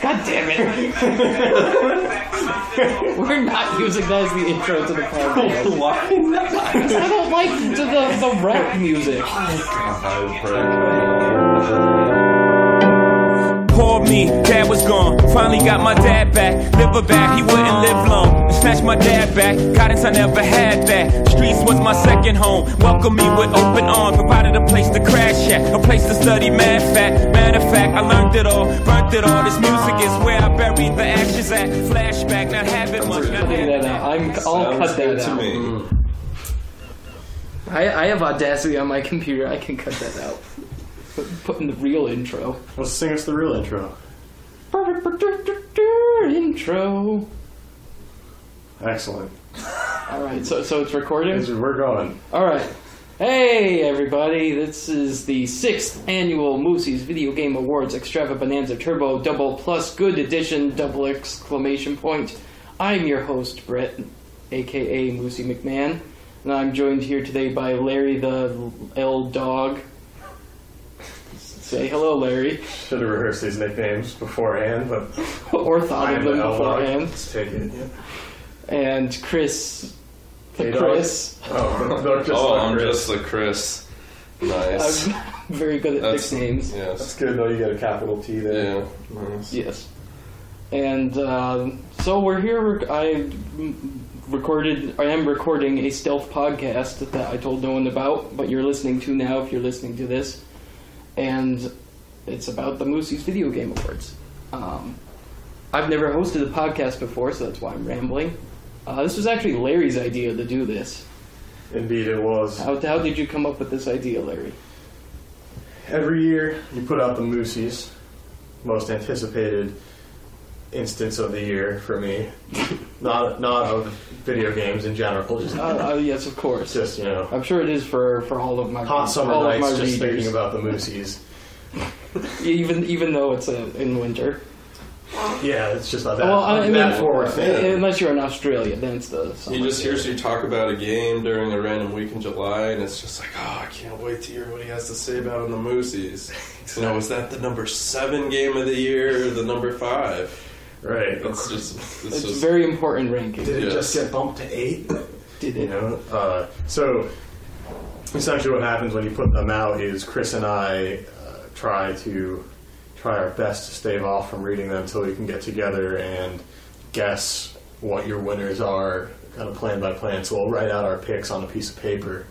God damn it. We're not using that as the intro to the podcast. Why not? I don't like the, the, the rap music. Called me, dad was gone. Finally got my dad back. Liver back, he wouldn't live long. And snatched my dad back. Guidance, I never had that. Streets was my second home. Welcomed me with open arms. Provided a place to crash at, a place to study mad fact. Matter of fact, I learned it all, burnt it all. This music is where I buried the ashes at. Flashback, not having much. Not Cutting that out. I'm, I'll cut that to out. me. I, I have Audacity on my computer. I can cut that out. Put, put in the real intro. Let's sing us the real intro. Intro. Excellent. All right, so so it's recorded. As we're going. All right. Hey, everybody. This is the sixth annual Moosey's Video Game Awards Extravaganza Turbo Double Plus Good Edition Double Exclamation Point. I'm your host, Brett, a.k.a. Moosey McMahon, and I'm joined here today by Larry the L Dog. Say hello, Larry. Should have rehearsed these nicknames beforehand, but Or thought I of am the them L-Dog. beforehand. Let's take it. Yeah. And Chris. The Hey, dog. Chris. Oh, they're just oh, like I'm Chris. just the Chris. Nice. I'm very good at That's- nicknames. Yes. That's good though. You got a capital T there. Yeah. Nice. Yes. And uh, so we're here. Rec- I m- recorded. I am recording a stealth podcast that I told no one about, but you're listening to now if you're listening to this, and it's about the Moosey's Video Game Awards. Um, I've never hosted a podcast before, so that's why I'm rambling. Uh, this was actually Larry's idea to do this. Indeed, it was. How, how did you come up with this idea, Larry? Every year, you put out the Moosey's most anticipated instance of the year for me. not not of video games in general. Just, Uh, uh, yes, of course. just you know, I'm sure it is for, for all of my hot summer all of nights. my Just readers. thinking about the Moosey's. even even though it's uh in winter. Yeah, it's just not that. well, I, I mean, that forward uh, thing. unless you're in Australia, then it's the summer. He just hears you talk about a game during a random week in July, and it's just like, oh, I can't wait to hear what he has to say about the Moosies. You know, is that the number seven game of the year or the number five? Right. It's just, it's, it's just very important ranking. Did it just Yes. get bumped to eight? Did You it? know, uh, so essentially, what happens when you put them out is Chris and I uh, try to try our best to stave off from reading them until we can get together and guess what your winners are, kind of plan by plan. So we'll write out our picks on a piece of paper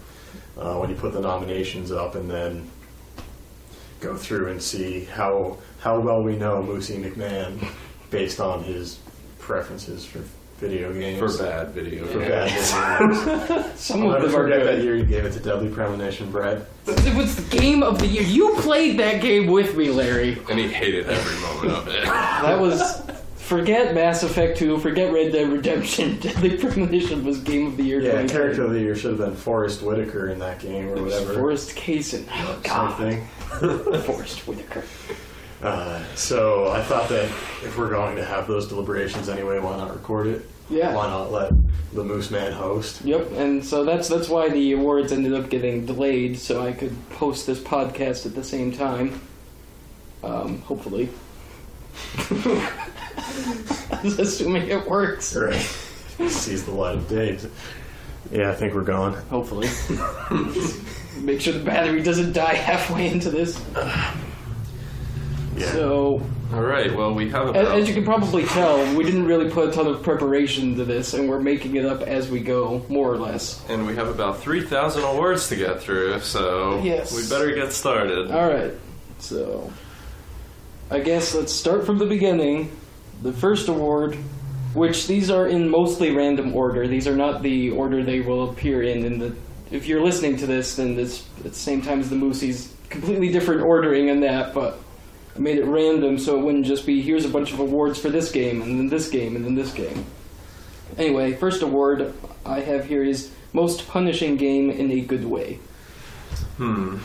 uh, when you put the nominations up, and then go through and see how how well we know Lucy McMahon based on his preferences for video games. for bad video. For games. bad video games. Some I'll of never them are forget that good. year you gave it to Deadly Premonition, Brad. It was the game of the year. You played that game with me, Larry. And he hated every moment of it. That was. Forget Mass Effect 2, forget Red Dead Redemption. Deadly Premonition was Game of the Year. Yeah, 2020. character of the year should have been Forrest Whitaker in that game or It was whatever. Forrest Kaysen. Oh, God. Something. Forrest Whitaker. Uh, so I thought that if we're going to have those deliberations anyway, why not record it? Yeah. Why not let the Moose Man host? Yep, and so that's that's why the awards ended up getting delayed, so I could post this podcast at the same time. Um, hopefully, assuming it works. Right. Sees the light of day. Yeah, I think we're going. Hopefully, make sure the battery doesn't die halfway into this. Yeah. So, All right, well, we have as, about as you can probably tell, we didn't really put a ton of preparation to this, and we're making it up as we go, more or less. and we have about 3,000 awards to get through, so Yes. we better get started. All right. So, I guess let's start from the beginning. The first award, which these are in mostly random order. These are not the order they will appear in. In the if you're listening to this, then it's at the same time as the Moosey's completely different ordering in that, but. I made it random so it wouldn't just be here's a bunch of awards for this game and then this game and then this game. Anyway, first award I have here is most punishing game in a good way. Hmm.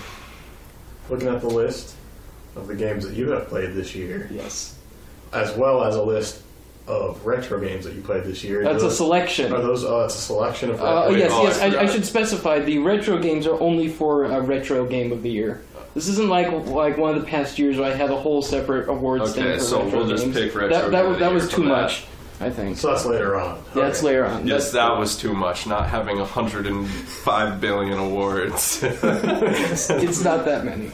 Looking at the list of the games that you have played this year, Yes. as well as a list of retro games that you played this year. That's a those- selection. Are those? Oh, it's a selection of. Uh, retro yes, oh, I yes. I, I forgot. should specify the retro games are only for a retro uh, game of the year. This isn't like like one of the past years where I had a whole separate awards Okay, thing for so retro we'll just games. pick That, that, retro game was- of that the was year too for that. much, I think. So that's later on. Yeah, it's later on. Yes, that was too much. Not having 105 billion awards. It's not that many.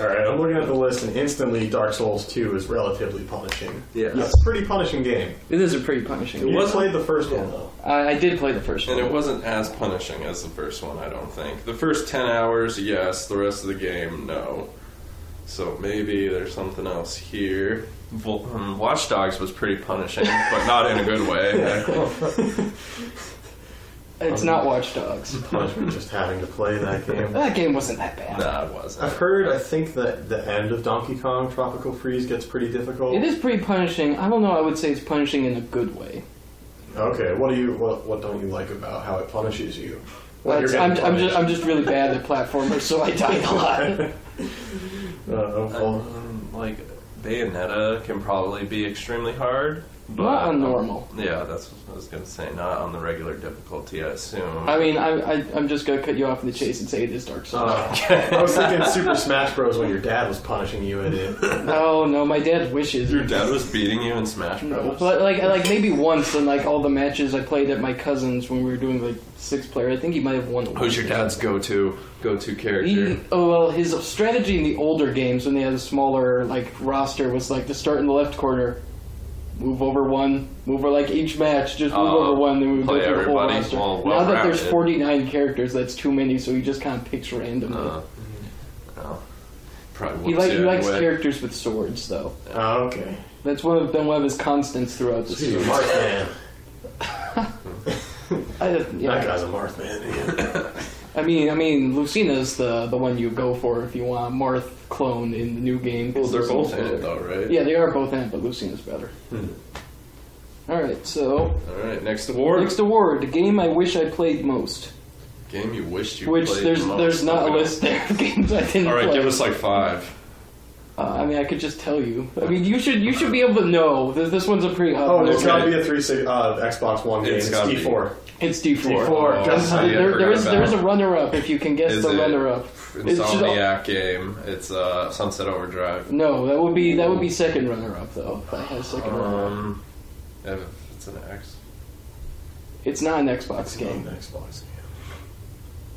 All right, I'm looking at the list, and instantly, Dark Souls 2 is relatively punishing. Yes. it's a pretty punishing game. It is a pretty punishing. You game. wasn't- played the first one though. I, I did play the first And one. it wasn't as punishing as the first one, I don't think. The first 10 hours, yes. The rest of the game, no. So maybe there's something else here. Well, um, Watch Dogs was pretty punishing, but not in a good way. It's not Watch Dogs. Punishment just having to play that game. That game wasn't that bad. nah, it wasn't. I've heard. I think that the end of Donkey Kong Tropical Freeze gets pretty difficult. It is pretty punishing. I don't know. I would say it's punishing in a good way. Okay, what do you what what don't you like about how it punishes you? What That's, I'm, I'm just I'm just really bad at platformers, so I died a lot. Uh, well, Um, like, Bayonetta can probably be extremely hard. But, Not on normal. Yeah, that's what I was going to say. Not on the regular difficulty, I assume. I mean, I, I I'm just gonna cut you off in the chase and say it is Dark Souls. uh, I was thinking Super Smash Bros. when your dad was punishing you at it. Oh. no, no, my dad wishes. Your dad was beating you in Smash Bros. But like like maybe once in like all the matches I played at my cousin's when we were doing like six player, I think he might have won. one. Who's your dad's go-to go-to character? He, oh well, his strategy in the older games when they had a smaller like roster was like to start in the left corner, move over one, move over like each match, just move Uh, over one, then we would go play through the whole everybody roster. all now that there's well-rounded. 49 characters, that's too many, so he just kind of picks randomly. Uh, no. Probably he wouldn't like see he it likes anyway. characters with swords though. Oh, okay. That's one of been one of his constants throughout the He's a series. Marthman. I, That yeah. guy's a Marthman. man. I mean, I mean, Lucina's the the one you go for if you want a Marth clone in the new game. Well, they're both Hmm. in Lucina's better. it though, right? Yeah, they are both in it, but Lucina's better. All right, so All right. Next award. next award, the game I wish I played most. game you wished you Which played there's the most. there's not a Okay. list there of games I didn't All right, play. give us like five. uh, I mean, I could just tell you. I mean, you should you should be able to know. This, this one's a pretty Oh, hot. it's list. got to be a three six uh, Xbox One game. It's It's, E gotta be. E4. It's D four. D4. Oh, There's- I there- there forgot is there is a about runner up if you can guess Is the it- runner up. Insomniac game. It's uh, Sunset Overdrive. No, that would be that would be second runner up though. If I had a second Uh, runner up. Um, if it's an X. It's not an Xbox Game. game. Xbox. game.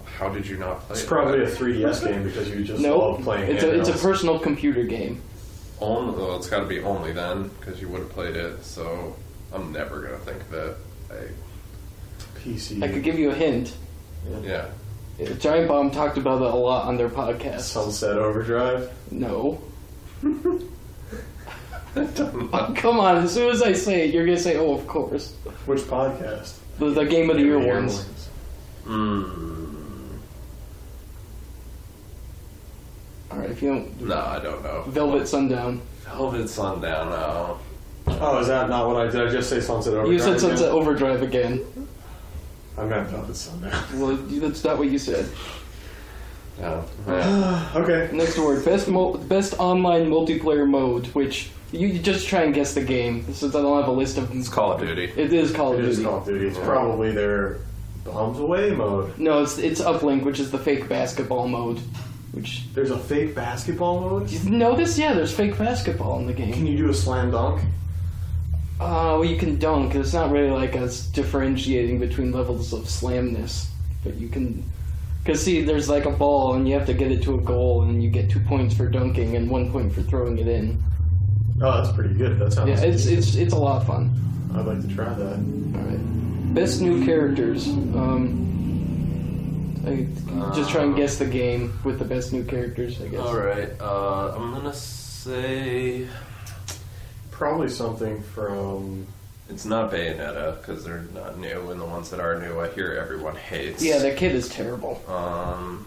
How did you not play? It's it? probably a 3DS game because you just No, love playing it's a it's a handhelds. personal computer game. Only, well, it's got to be only then, because you would have played it. So I'm never gonna think of it. I, PC. I could give you a hint. Uh, yeah, Giant Bomb talked about it a lot on their podcast. Sunset Overdrive. no. Oh, come on, as soon as I say it, you're going to say, oh, of course. Which podcast? The, the Game of the Year ones. Hmm. Alright, if you don't. no, I don't know. Velvet Sundown. Velvet Sundown. No. Oh, is that not what I did? I just say Sunset Overdrive. You said Sunset again? Overdrive again. I meant Velvet Sundown. Well, that's not what you said. No. okay. Next word best mo- best online multiplayer mode, which you you just try and guess the game since I don't have a list of them. It's Call of Duty. It is Call of It is Duty. Call of Duty. It's probably their bombs away mode. No, it's it's uplink, which is the fake basketball mode. Which There's a fake basketball mode. you notice, yeah, there's fake basketball in the Can game. you do a slam dunk? Uh, well, you can dunk. It's not really like us differentiating between levels of slamness, but you can. Cause see, there's like a ball, and you have to get it to a goal, and you get two points for dunking and one point for throwing it in. Oh, that's pretty good. That sounds. Yeah, it's decent. it's it's a lot of fun. I'd like to try All that. right. Best new characters. Um, I just try and guess the game with the best new characters. I guess. All right. Uh, I'm gonna say Probably something from. it's not Bayonetta because they're not new, and the ones that are new, I hear everyone hates. Yeah, that kid is terrible. Um,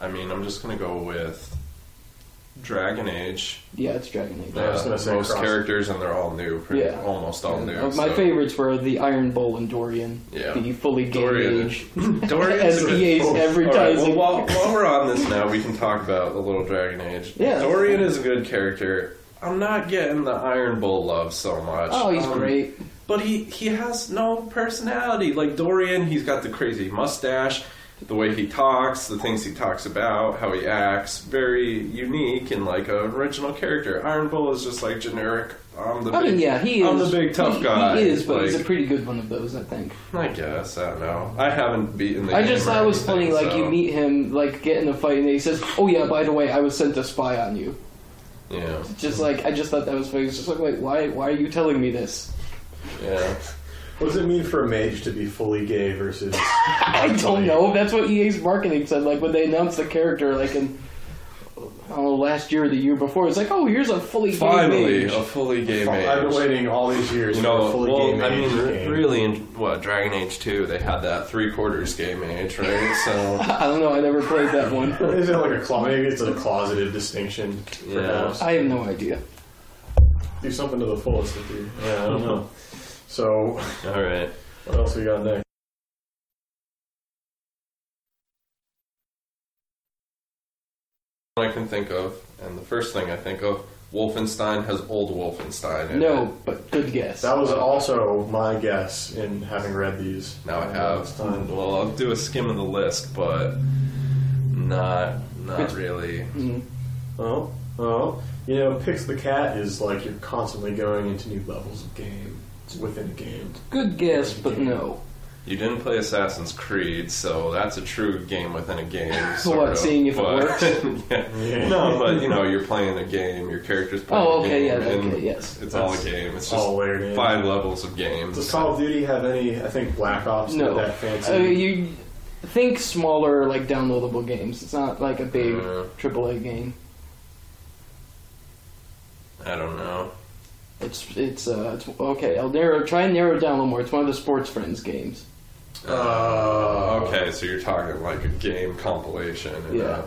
I mean, I'm just gonna go with Dragon Age. Yeah, it's Dragon Age. I was gonna say most Cross- characters, and they're all new. Pretty, Yeah. almost all new. Uh, my so- favorites were the Iron Bull and Dorian. Yeah. The fully game Dorian. age. Dorian's As a good- EA's Oh, advertising. All right, well, while, while we're on this now, we can talk about the little Dragon Age. Yeah. Dorian is a good character. I'm not getting the Iron Bull love so much. Oh, he's Um, great. But he he has no personality. Like Dorian, he's got the crazy mustache. the way he talks, the things he talks about, how he acts, very unique and like a original character. Iron Bull is just like generic. I'm the I big, mean, yeah, he is. I'm the big tough he- guy. He is, but he's a Like, pretty good one of those, I think. I guess I don't know. I haven't beaten the. I just game or thought it was funny, anything, like, so- you meet him, like, get in a fight, and he says, Oh, yeah, by the way, I was sent to spy on you. Yeah, Just like, I just thought that was funny. It's just like, wait, why, why are you telling me this? yeah. What does it mean for a mage to be fully gay versus? I don't know. That's what EA's marketing said. Like when they announced the character, like in I don't know, last year or the year before, it's like, oh, here's a fully gay Finally, mage. a fully gay mage. I've been waiting all these years for a No, fully gay well, I mage. mean, re- game. really, in what Dragon Age Two, they had that three quarters gay mage, right? So I don't know. I never played that one. Is it like a clo- maybe it's a closeted distinction? Yeah. Perhaps. I have no idea. do something to the fullest if you. Yeah, I don't know. So, all right. what else we got next? What I can think of, and the first thing I think of, Wolfenstein has old Wolfenstein. In No, but good guess. That was also my guess in having read these. it. now I It's have. time. Well, I'll do a skim of the list, but not not really. Oh, oh. You know, Pix the Cat is like you're constantly going into new levels of game. It's within a game. Good guess, but no. You didn't play Assassin's Creed, so that's a true game within a game. So sort what, of, seeing if it but- works? Yeah. No, but you know, you're playing a game. Your character's playing. Oh, a okay, game, yeah, okay, and yes. It's all a game. It's just all layered in. five levels of games. Does Call of Duty have any? I think Black Ops did No. that fancy. Uh, you think smaller, like downloadable games. It's not like a big Uh-huh. Yeah. AAA game. I don't know. It's it's uh it's, okay. I'll narrow try and narrow it down a little more. It's one of the sports friends games. Uh, Okay, so you're talking like a game compilation. And, Yeah. Uh,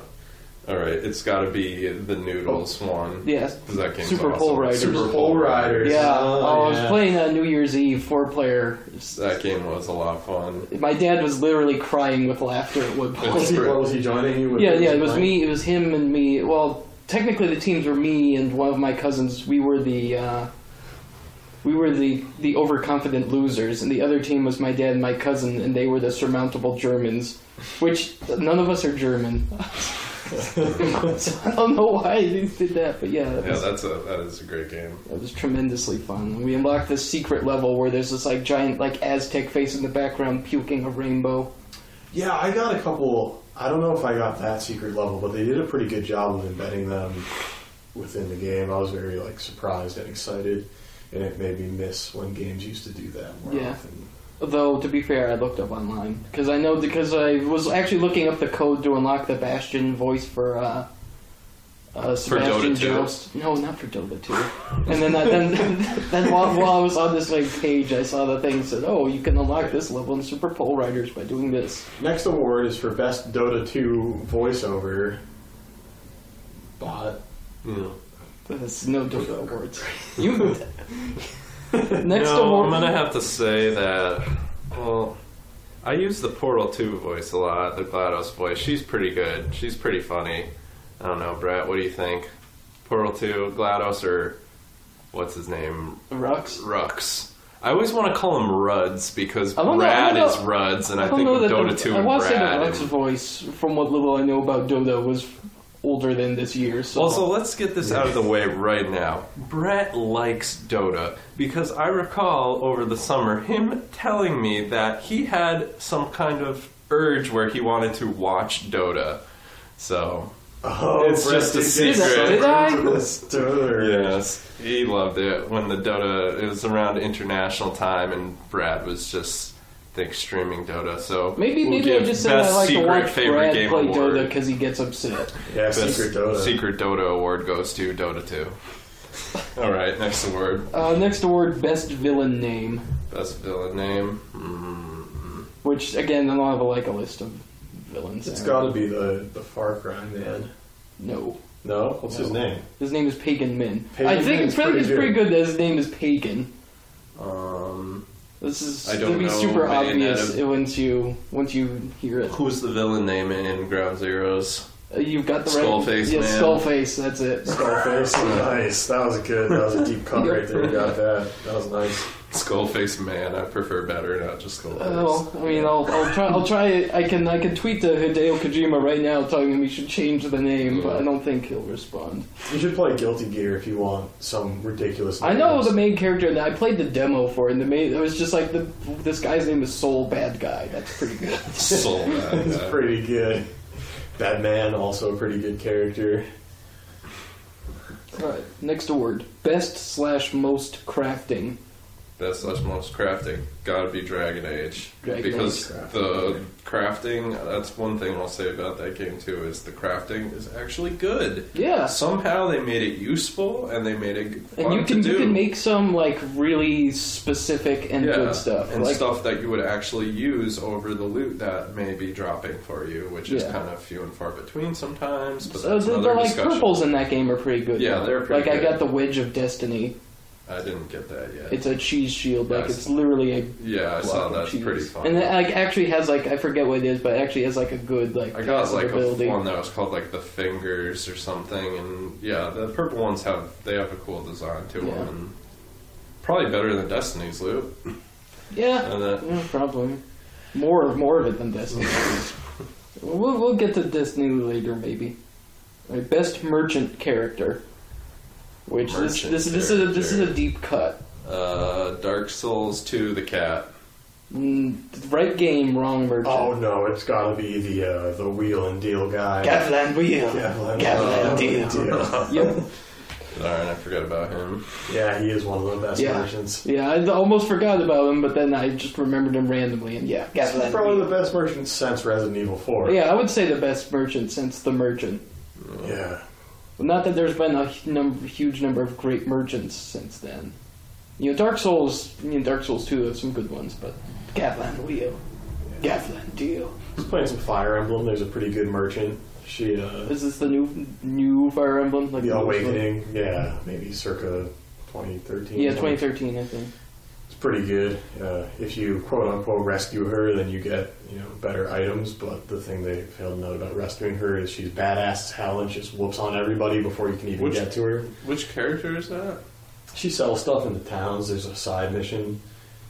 all right, it's got to be the Noodles one. Yes. 'Cause that game's Oh. Super awesome. Bowl Riders. Super Bull Bowl Riders. Riders. Yeah, Oh, I was yeah. playing on New Year's Eve, four player. That game was a lot of fun. My dad was literally crying with laughter at one Was he, point. what, was he joining you? With yeah, yeah, it was like- me, it was him and me. Well, technically the teams were me and one of my cousins. We were the uh, we were the the overconfident losers, and the other team was my dad and my cousin, and they were the surmountable Germans. Which none of us are German. so I don't know why they did that, but yeah, that Yeah, was- that's a that is a great game. It was tremendously fun. We unlocked this secret level where there's this like giant like Aztec face in the background puking a rainbow. Yeah, I got a couple. I don't know if I got that secret level, but they did a pretty good job of embedding them within the game. I was very like surprised and excited, and it made me miss when games used to do that more Yeah. often. Though to be fair, I looked up online because I know because I was actually looking up the code to unlock the Bastion voice for uh, uh, Sebastian Dota 2? Joust. No, not for Dota two. and then I, then then while, while I was on this like page, I saw the thing said, "Oh, you can unlock this level in Super Pole Riders by doing this." Next award is for best Dota 2 voiceover. Bot. Yeah. That's no Dota awards. You next no, award. I'm gonna have to say that. Well, I use the Portal Two voice a lot, the Glados voice. She's pretty good. She's pretty funny. I don't know, Brett. What do you think? Portal Two, Glados, or what's his name? Rux. Rux. I always want to call him Ruds because I don't know- I Rad don't is know- Ruds, and I, don't think know with that Dota the- Two I and want to say Rad. that Rex's and- voice, from what little I know about Dota, was older than this year. So Also, let's get this out of the way right now. Brett likes Dota because I recall over the summer him telling me that he had some kind of urge where he wanted to watch Dota. So, Oh, It's just a did get secret. sucked I? into this Dota. yes, he loved it when the Dota, it was around international time and Brad was just, I think, streaming Dota. So, maybe we'll maybe give I just said best I like to secret watch favorite Brad game play award. Dota because he gets upset. Yeah, Best secret Dota. Secret Dota award goes to Dota 2. All right, next award. Uh, next award, best villain name, Best villain name. Mm, which again I don't have a, like a list of villains. It's got to be the, the Far Cry man. no. No? What's his name? His name is Pagan Min. Pagan I think Min's it's pretty, pretty it's pretty good that his name is Pagan. Um, This is I don't it'd be know, super man, obvious Adam. once you once you hear it. who's the villain name in Ground Zeroes? Uh, You've got the right Skullface yeah, Man. Skullface. That's it. Skullface. nice. That was good. That was a deep cut right there. You got that. That was nice. Skullface Man, I prefer better, not just Skullface. Uh, Well, I mean, I'll, I'll try. I'll try. I can. I can tweet to Hideo Kojima right now, telling him he should change the name, but I don't think he'll respond. You should play Guilty Gear if you want some ridiculous. I know names. the main character. and I played the demo for, it, and the main. It was just like the this guy's name is Soul Bad Guy. That's pretty good. Soul Man. It's yeah. pretty good. Batman also a pretty good character. All right, next award: best slash most crafting. Best slash most crafting. Gotta be Dragon Age. Dragon because Age crafting. the crafting, that's one thing I'll say about that game too, is the crafting is actually good. Yeah, Somehow they made it useful and they made it fun and you can to do. you can make some like really specific and yeah, good stuff. and like, stuff that you would actually use over the loot that may be dropping for you, which is Yeah. kind of few and far between sometimes. But So that's uh, the, another the like discussion. purples in that game are pretty good. Yeah, though. they're pretty like I good. got the Wedge of Destiny. I didn't get that yet. It's a cheese shield. Like Yes. it's literally a yeah, I saw block of that's cheese. pretty fun. And it like actually has like I forget what it is, but it actually has like a good like I got passive like ability. a one that was called like the fingers or something, and yeah, the purple ones have they have a cool design to Yeah. them, and probably better than Destiny's loot. Yeah, And then yeah, probably more more of it than Destiny. we'll we'll get to Destiny later maybe. All right, best merchant character. Which Merchant this this, this is a this is a character. deep cut. uh, Dark Souls two, the cat. Mm, right game, wrong merchant. Oh no, it's gotta be the uh, the wheel and deal guy. Gavlan wheel. Gavlan. Gavlan Uh, deal. deal. Yep. Darn, I forgot about him. Yeah, he is one of the best Yeah. merchants. Yeah, I almost forgot about him, but then I just remembered him randomly, and yeah, He's probably the best merchant since Resident Evil 4. Yeah, I would say the best merchant since the merchant. Yeah. Not that there's been a hu- number, huge number of great merchants since then. You know, Dark Souls, you know, Dark Souls 2 have some good ones, but Gavlan Wheel, Gavlan Deal. He's playing some Fire Emblem. There's a pretty good merchant. She, uh, Is this the new new Fire Emblem? Like The the newest one? Awakening. Yeah, maybe circa 2013. Yeah, 2013, I think. It's pretty good. Uh, if you quote unquote rescue her, then you get you know better items. But the thing they failed to note about rescuing her is she's badass as hell and just whoops on everybody before you can even Which- get to her. Which character is that? She sells stuff in the towns. There's a side mission,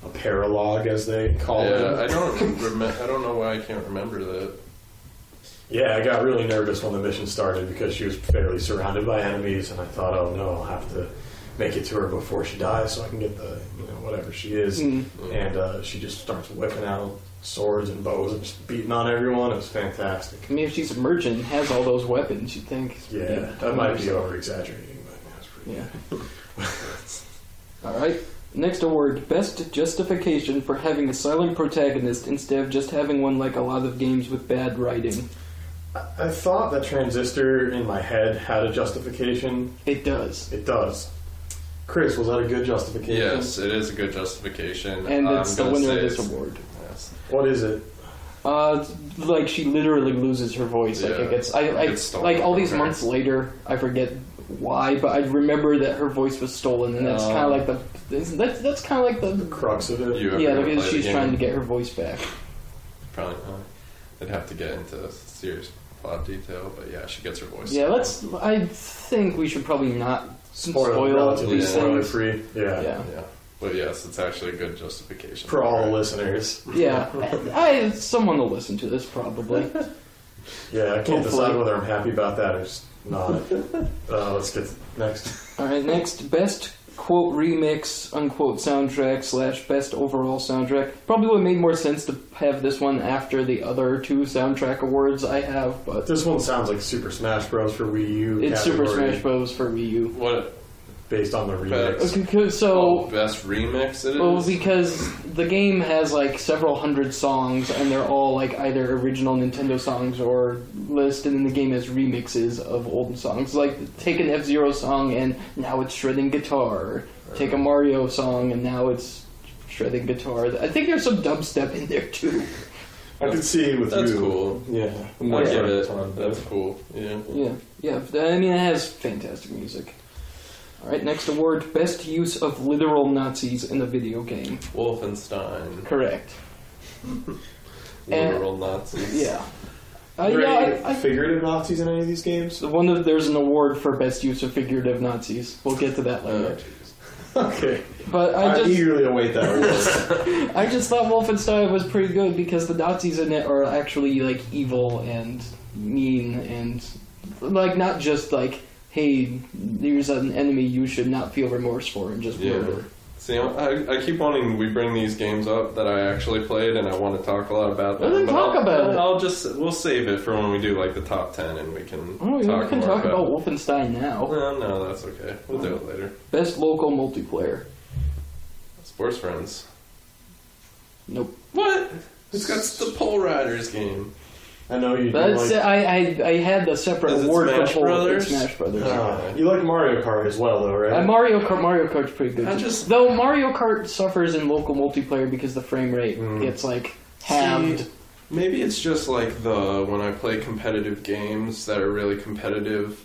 a paralogue as they call yeah, I it. don't remember. I don't know why I can't remember that. yeah, I got really nervous when the mission started because she was fairly surrounded by enemies, and I thought, oh no, I'll have to make it to her before she dies so I can get the you know whatever she is. Mm. And uh, she just starts whipping out swords and bows and just beating on everyone. It was fantastic. I mean, if she's a merchant and has all those weapons, you'd think. Yeah, that might be over exaggerating, but yeah, it's pretty. Yeah. All right. Next award: best justification for having a silent protagonist instead of just having one like a lot of games with bad writing. I, I thought that transistor in my head had a justification. It does, It does. Chris, was that a good justification? Yes, it is a good justification, and I'm it's the gonna winner say of this it's- award. yes. What is it? Uh, like she literally loses her voice. Like Yeah. it gets, I, I It gets stolen like all these from her. months later, I forget why, but I remember that her voice was stolen, and that's Oh. kind of like the that's that's kind of like the Crux of it. You ever yeah, gonna because play the she's game? trying to get her voice back. Probably not. They'd have to get into serious plot detail, but yeah, she gets her voice. Yeah, let's. I think we should probably not Spoiler, spoil relatively these spoiler things. spoiler-free. Yeah. Yeah. Yeah, but yes, it's actually a good justification For all the Right. listeners. Yeah, I, someone will listen to this probably. Yeah, I can't decide Hopefully. whether I'm happy about that or just not. uh, let's get next. All right, next best quote remix unquote soundtrack slash best overall soundtrack. Probably would have made more sense to have this one after the other two soundtrack awards I have, but This one sounds like Super Smash Bros. for Wii U. it's Super category, Smash Bros. for Wii U. What Based Uh, on the remix. Okay, 'cause- oh, so. best remix it is? Well, because the game has like several hundred songs, and they're all like either original Nintendo songs or list, and then the game has remixes of old songs. Like take an F Zero song, and now it's shredding guitar. Or Take a Mario song, and now it's shredding guitar. I think there's some dubstep in there too. I can see with That's you. cool. Yeah. I Yeah. get it. That's cool. Yeah. Yeah, yeah. I mean, it has fantastic music. All right, next award: best use of literal Nazis in a video game. Wolfenstein. Correct. And- Literal Nazis. Yeah. I, Are there yeah, any Uh, I, I figurative Nazis in any of these games? The One of there's an award for best use of figurative Nazis. We'll get to that Oh, later. jeez. Okay. But I I, just eagerly await that release. I just thought Wolfenstein was pretty good because the Nazis in it are actually like evil and mean and like not just like hey there's an enemy you should not feel remorse for and just Yeah. murder. See, I, I keep wanting we bring these games up that I actually played, and I want to talk a lot about them. Well, then but talk I'll, about it. I'll just we'll save it for when we do like the top ten, and we can Oh, yeah, talk we can more talk about about. Wolfenstein now. Well, no, that's okay. We'll do it later. Best local multiplayer. Sports friends. Nope. What? It's got the Pole Riders game. I know you do That's like, I, I I had a separate Is it award Smash for Pol- Brothers? Smash Brothers. Ah, you like Mario Kart as well, though, right? Uh, Mario Kart Mario Kart's pretty good. I too. just- Though Mario Kart suffers in local multiplayer because the frame rate Mm. gets like halved. See, maybe it's just like the when I play competitive games that are really competitive,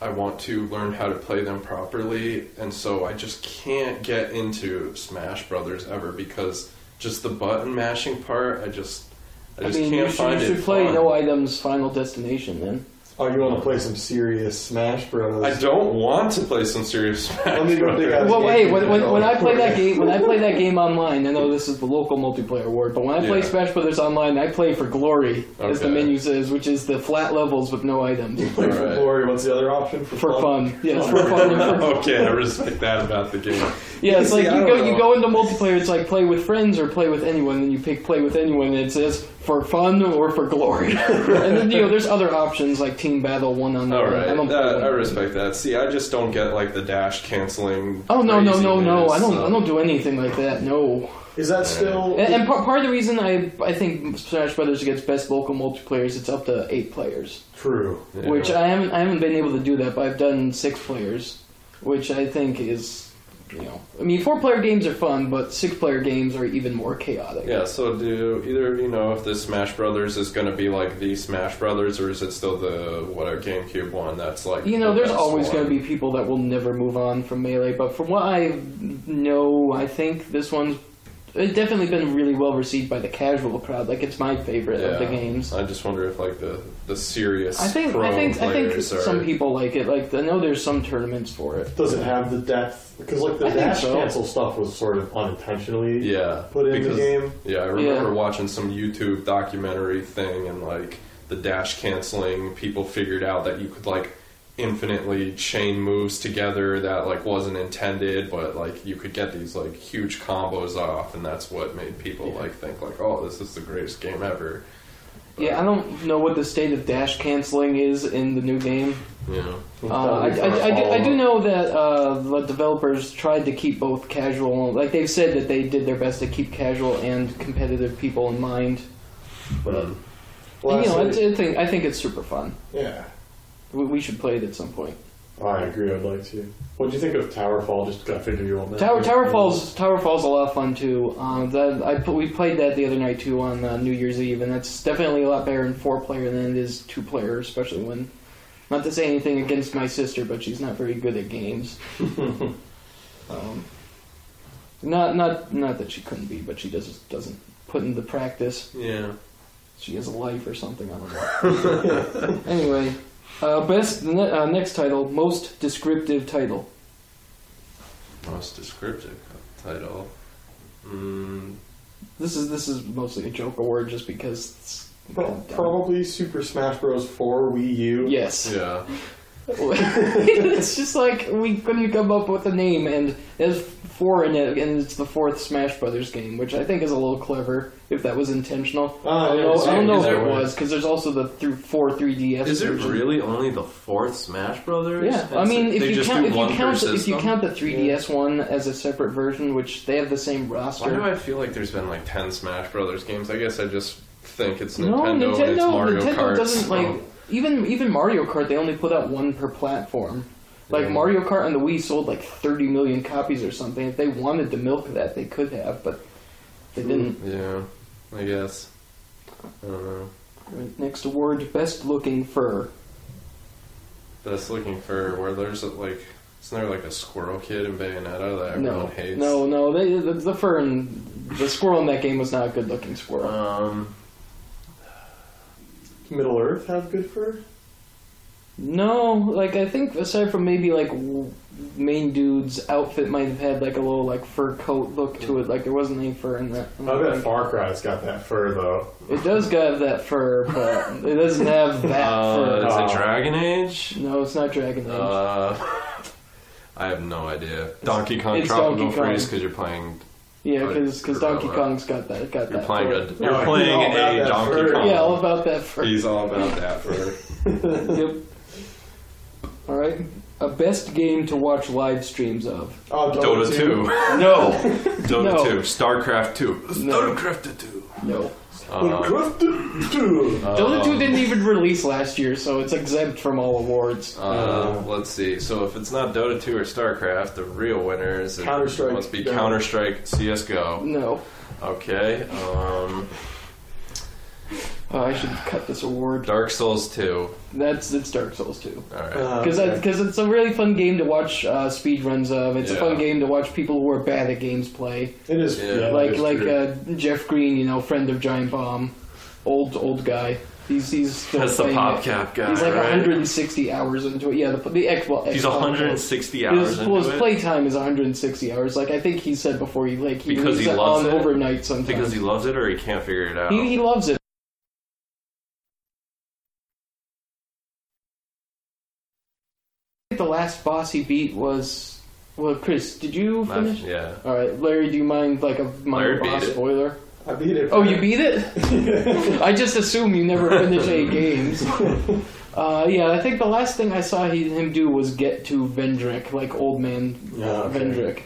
I want to learn how to play them properly, and so I just can't get into Smash Brothers ever because just the button mashing part, I just I I just mean, can't you should, find you should it. play fun. No Items Final Destination then. oh, you want to play some serious Smash Bros? I don't want to play some serious Smash Let me go Brothers. pick out- Well, Yeah, hey, you when, can when, go. when I play that game, when I play that game online, I know this is the local multiplayer award, but when I play Yeah. Smash Brothers online, I play for glory, as the Okay. menu says, which is the flat levels with no items Play for Alright. glory. What's the other option? For, for fun. Yes, for fun. and for- okay, I respect that about the game. Yeah, it's See, like I you don't go know. you go into multiplayer. It's like play with friends or play with anyone. Then you pick play with anyone, and it says for fun or for glory. and then you know there's other options like team battle, one on All one. right, I don't play that, I one. respect that. See, I just don't get like the dash canceling. Oh no no no no! I craziness, don't so- I don't do anything like that. No. Is that still? And, and part, part of the reason I I think Smash Brothers gets best local multiplayer is it's up to eight players, True. Yeah. which I haven't I haven't been able to do that, but I've done six players, which I think is you know I mean four player games are fun, but six player games are even more chaotic. Yeah, so do either of you know if this Smash Brothers is going to be like the Smash Brothers, or is it still the what our GameCube one that's like? You know, the there's best always one? going to be people that will never move on from Melee, but from what I know, I think this one's it's definitely been really well received by the casual crowd. Like it's my favorite of the games. I just wonder if like the the serious I think pro I think I think players are- some people like it. Like I know there's some tournaments for it. Does it have the depth? Because like the I think dash so. cancel stuff was sort of unintentionally. yeah put in the because- game. Yeah, I Yeah. remember watching some YouTube documentary thing and like the dash canceling. People figured out that you could like infinitely chain moves together that like wasn't intended but like you could get these like huge combos off and that's what made people like think like oh this is the greatest game ever Yeah, I don't know what the state of dash canceling is in the new game. you know Uh, I, I, I do, I do know that uh, the developers tried to keep both casual, like they've said that they did their best to keep casual and competitive people in mind. But, um, And, you know, it's, lastly- I think I think it's super fun. yeah. We, we should play it at some point. I agree. I'd like to. What do you think of Towerfall? Just got to figure you on that. Tower Tower Falls Tower Falls a lot of fun too. Um, that I put, we played that the other night too on uh, New Year's Eve, and that's definitely a lot better in four player than it is two player, especially when. Not to say anything against my sister, but she's not very good at games. um, not not not that she couldn't be, but she just doesn't put in the practice. yeah She has a life or something. I don't know. anyway, uh, best ne- uh, next title, most descriptive title. most descriptive title mm, This is this is mostly a joke award, just because. It's Pro- Probably Super Smash Bros. 4 Wii U. Yes. yeah it's just like we couldn't come up with a name, and there's four in it, and it's the fourth Smash Brothers game, which I think is a little clever if that was intentional. Ah, I yeah, don't know, I don't know is if there- it was because there's also the th- four 3DS. Is it version. really only the fourth Smash Brothers? Yeah, I It's- mean, if they you just count do if you one per count if you system? count the 3DS one as a separate version, which they have the same roster. why do I feel like there's been like ten Smash Brothers games? I guess I just think it's no, Nintendo, and it's Mario Nintendo Kart. doesn't so- like even even Mario Kart. They only put out one per platform. Like Yeah. Mario Kart on the Wii sold like 30 million copies or something. If they wanted to milk that, they could have, but Hmm. they didn't. yeah, I guess. I don't know. Next award: best looking fur. That's looking for where there's like, isn't there like a Squirrel Kid in Bayonetta that everyone No, hates? no, no. They, the, the fur and the squirrel in that game was not a good looking squirrel. Um, Middle Earth have good fur? No, like I think aside from maybe like w- main dude's outfit might have had like a little like fur coat look to it. Like there wasn't any fur in that. I bet Far Cry's got that fur though. It does have that fur, but it doesn't have that Uh, fur. is Oh. it Dragon Age? No, it's not Dragon Age. Uh, I have no idea. Donkey Kong it's Tropical Donkey Kong. Freeze because you're playing yeah, but because it's Donkey Gorilla. Kong's got that. Got you're that playing fur. a you're he's playing all about a that Donkey fur. Kong. Yeah, all about that fur. He's all about that for Yep. All right. A best game to watch live streams of. Oh, Dota 2. No. Dota No. 2. StarCraft 2. No. StarCraft 2. No. Uh, Dota Um, 2 didn't even release last year, so it's exempt from all awards. uh, let's see. So if it's not Dota 2 or StarCraft, the real winners it Counter-Strike. must be Yeah. Counter Strike CSGO. No. Okay. Um, Oh, I should cut this award. Dark Souls 2. That's it's Dark Souls 2. Alright. Because it's a really fun game to watch uh, speedruns of. It's a Yeah. fun game to watch people who are bad at games play. it is Yeah. yeah, it like is like true. uh, Jeff Green, you know, friend of Giant Bomb, old old guy. He's he's still That's the playing it. PopCap guy. He's like right? 160 hours into it. Yeah, the, the Xbox. He's Xbox. 160 hours His, into well, his it playtime is 160 hours. Like I think he said before, he like he Because leaves he loves on it? overnight sometimes. because he loves it or he can't figure it out. he, he loves it. I think the last boss he beat was well, Chris. Did you Not- finish? yeah. All right, Larry. Do you mind like a minor Larry beat boss it. spoiler? I beat it. Oh, you beat it? I just assume you never finish eight games. Uh, yeah, I think the last thing I saw he, him do was get to Vendrick, like old man Yeah, okay. Vendrick.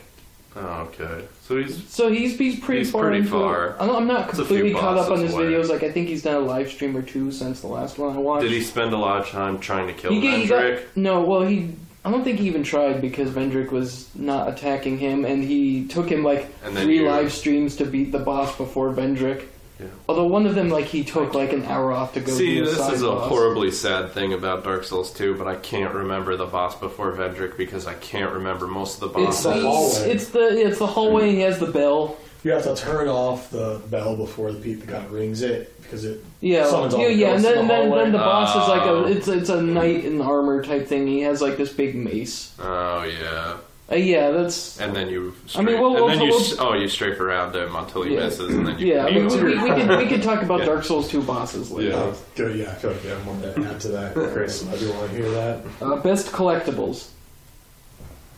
Oh, okay. So he's So he's he's pretty He's far. pretty into it. far. I'm, I'm not It's a completely few caught up on bosses his away. videos. Like I think he's done a live stream or two since the last one I watched. Did he spend a lot of time trying to kill He, get- he Mendrick? got, no, well he. I don't think he even tried because Vendrick was not attacking him, and he took him like And then three you- live streams to beat the boss before Vendrick. Yeah. Although one of them, like he took like an hour off to go. See, do the this side is a boss. horribly sad thing about Dark Souls 2, but I can't remember the boss before Vendrick because I can't remember most of the It's bosses. the, the hallway. it's the it's the hallway. And he has the bell. You have to turn off the bell before the people kind of rings it because it Yeah, Summons all yeah, the yeah. And ghosts then, in the then, hallway. then the boss is like Oh. a it's it's a knight in armor type thing. He has like this big mace. oh, yeah. Uh, yeah, that's And then you. I Strafe, mean, we'll- we'll- and then you, we'll- s oh, you strafe around him until he Yeah. misses, and then you. yeah. I mean, you we, we, we could we could talk about Yeah. Dark Souls two bosses later. yeah. Good, Oh, yeah, good. Yeah, more to add to that, Chris. I do want to hear that. Uh, best collectibles.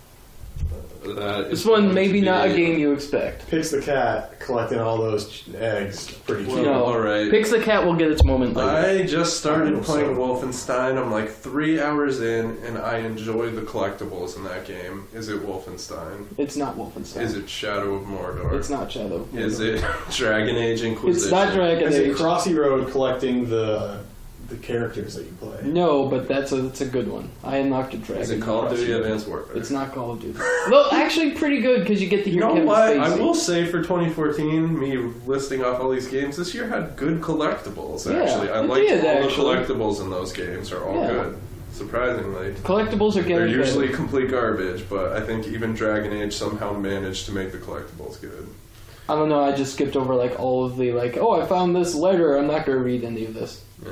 That This is one going maybe to not a be- game you expect. Pix the cat collecting all those ch- eggs. Pretty cute. Well, no, all right. Pix the cat will get its moment later. I just started Oh, playing so- Wolfenstein. I'm like three hours in, and I enjoy the collectibles in that game. Is it Wolfenstein? It's not Wolfenstein. Is it Shadow of Mordor? It's not Shadow. of Is Mordor. it Dragon Age Inquisition? It's not Dragon Is it Age. Crossy Road collecting the the characters that you play? No, but that's a that's a good one. I unlocked a dragon. Is it Call of Duty Advanced Warfare? It's not Call of Duty. no, actually, pretty good because you get to You hear know Kevin what? Spacey. I will say for 2014, me listing off all these games this year had good collectibles. Yeah, Actually, I it liked did, all actually. the collectibles in those games are all Yeah. good. Surprisingly, Collectibles are they're getting usually better. complete garbage, but I think even Dragon Age somehow managed to make the collectibles good. I don't know. I just skipped over like all of the like. Oh, I found this letter. I'm not gonna read any of this. Yeah,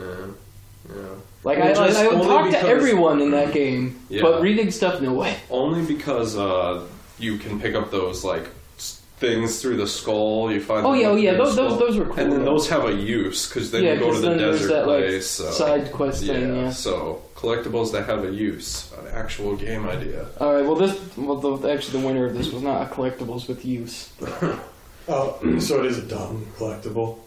yeah. Like Well, I, like, just I would only talk to because- everyone in that game, Yeah. but reading stuff, no way. Only because uh, you can pick up those like s- things through the skull. You find. Oh, them yeah, oh, through yeah, the those- skull. those- those were cool. And then those have a use because then yeah, you go to because the then there's desert that like place. so. side quest yeah, thing. Yeah. So collectibles that have a use, an actual game idea. All right. Well, this well the, actually the winner of this was not a collectibles with use. Uh, Oh, so it is a dumb collectible.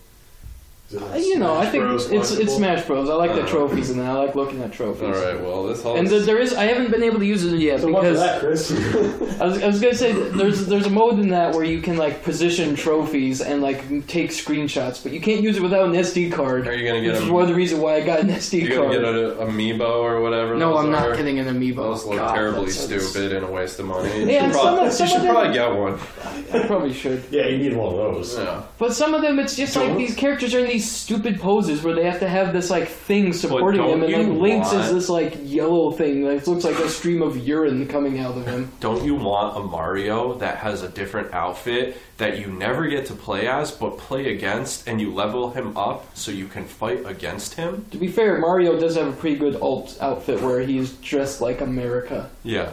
Is it a Uh, you know, I Smash think Bros it's it's collectible? Smash Bros. I like the Uh. trophies and I like looking at trophies. All right. Well, this all. And th- there is I haven't been able to use it yet So much for because that, Chris. I was, I was gonna say that there's there's a mode in that where you can like position trophies and like m- take screenshots, but you can't use it without an SD card. Are you gonna get Which is a- one of the reason why I got an SD you're card. gonna get an amiibo or whatever. no, those I'm are. not getting an amiibo. Those look God, terribly that's- stupid and a waste of money. You Yeah, should and prob- some of- some you should of them- probably get one. I probably should, yeah, you need one of those. Yeah. but some of them it's just like these characters are in these these stupid poses where they have to have this like thing supporting don't him, and you like Lynx want- is this like yellow thing that looks like a stream of urine coming out of him. Don't you want a Mario that has a different outfit that you never get to play as but play against and you level him up so you can fight against him? To be fair, Mario does have a pretty good alt outfit where he's dressed like America. Yeah.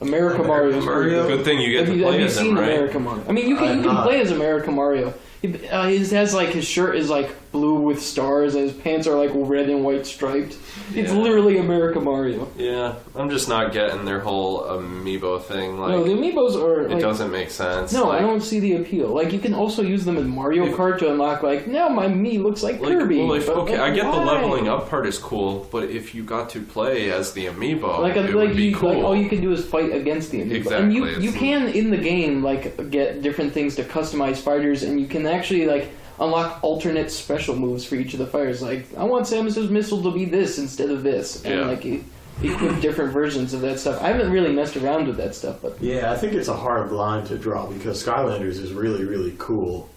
America Mario is pretty Mario? good. Good thing you get Have to you, have play you as seen him, right? America Mario? I mean, you I'm can, you can not. play as America Mario. He, uh, his has like his shirt is like blue with stars, and his pants are like red and white striped. It's Yeah. literally America Mario. Yeah. I'm just not getting their whole amiibo thing. Like, no, the amiibos are. it Like, doesn't make sense. no, I Like- don't see the appeal. Like you can also use them in Mario If- Kart to unlock. Like now my me looks like, Like, Kirby. well, if, but, okay, like, I get the why? leveling up part is cool, but if you got to play as the amiibo, Like, it like, would be you, cool. like all you can do is fight against the amiibo. And you Exactly, you it's- can in the game like get different things to customize fighters, and you can actually like unlock alternate special moves for each of the fighters. Like I want Samus's missile to be this instead of this, and Yeah. like e- equip different versions of that stuff. I haven't really messed around with that stuff, but Yeah, I think it's a hard line to draw because Skylanders is really, really cool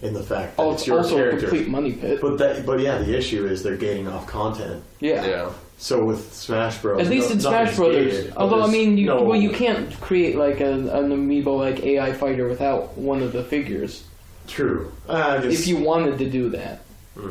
in the fact that it's also, your also a character. complete money pit. But that, but yeah, the issue is they're gating off content. yeah. So with Smash Bros. At least no- in Smash nothing's Brothers. gated, but Although I there's mean, you, no- well, you can't create like a, an amiibo like AI fighter without one of the figures. True. Uh, If you wanted to do that,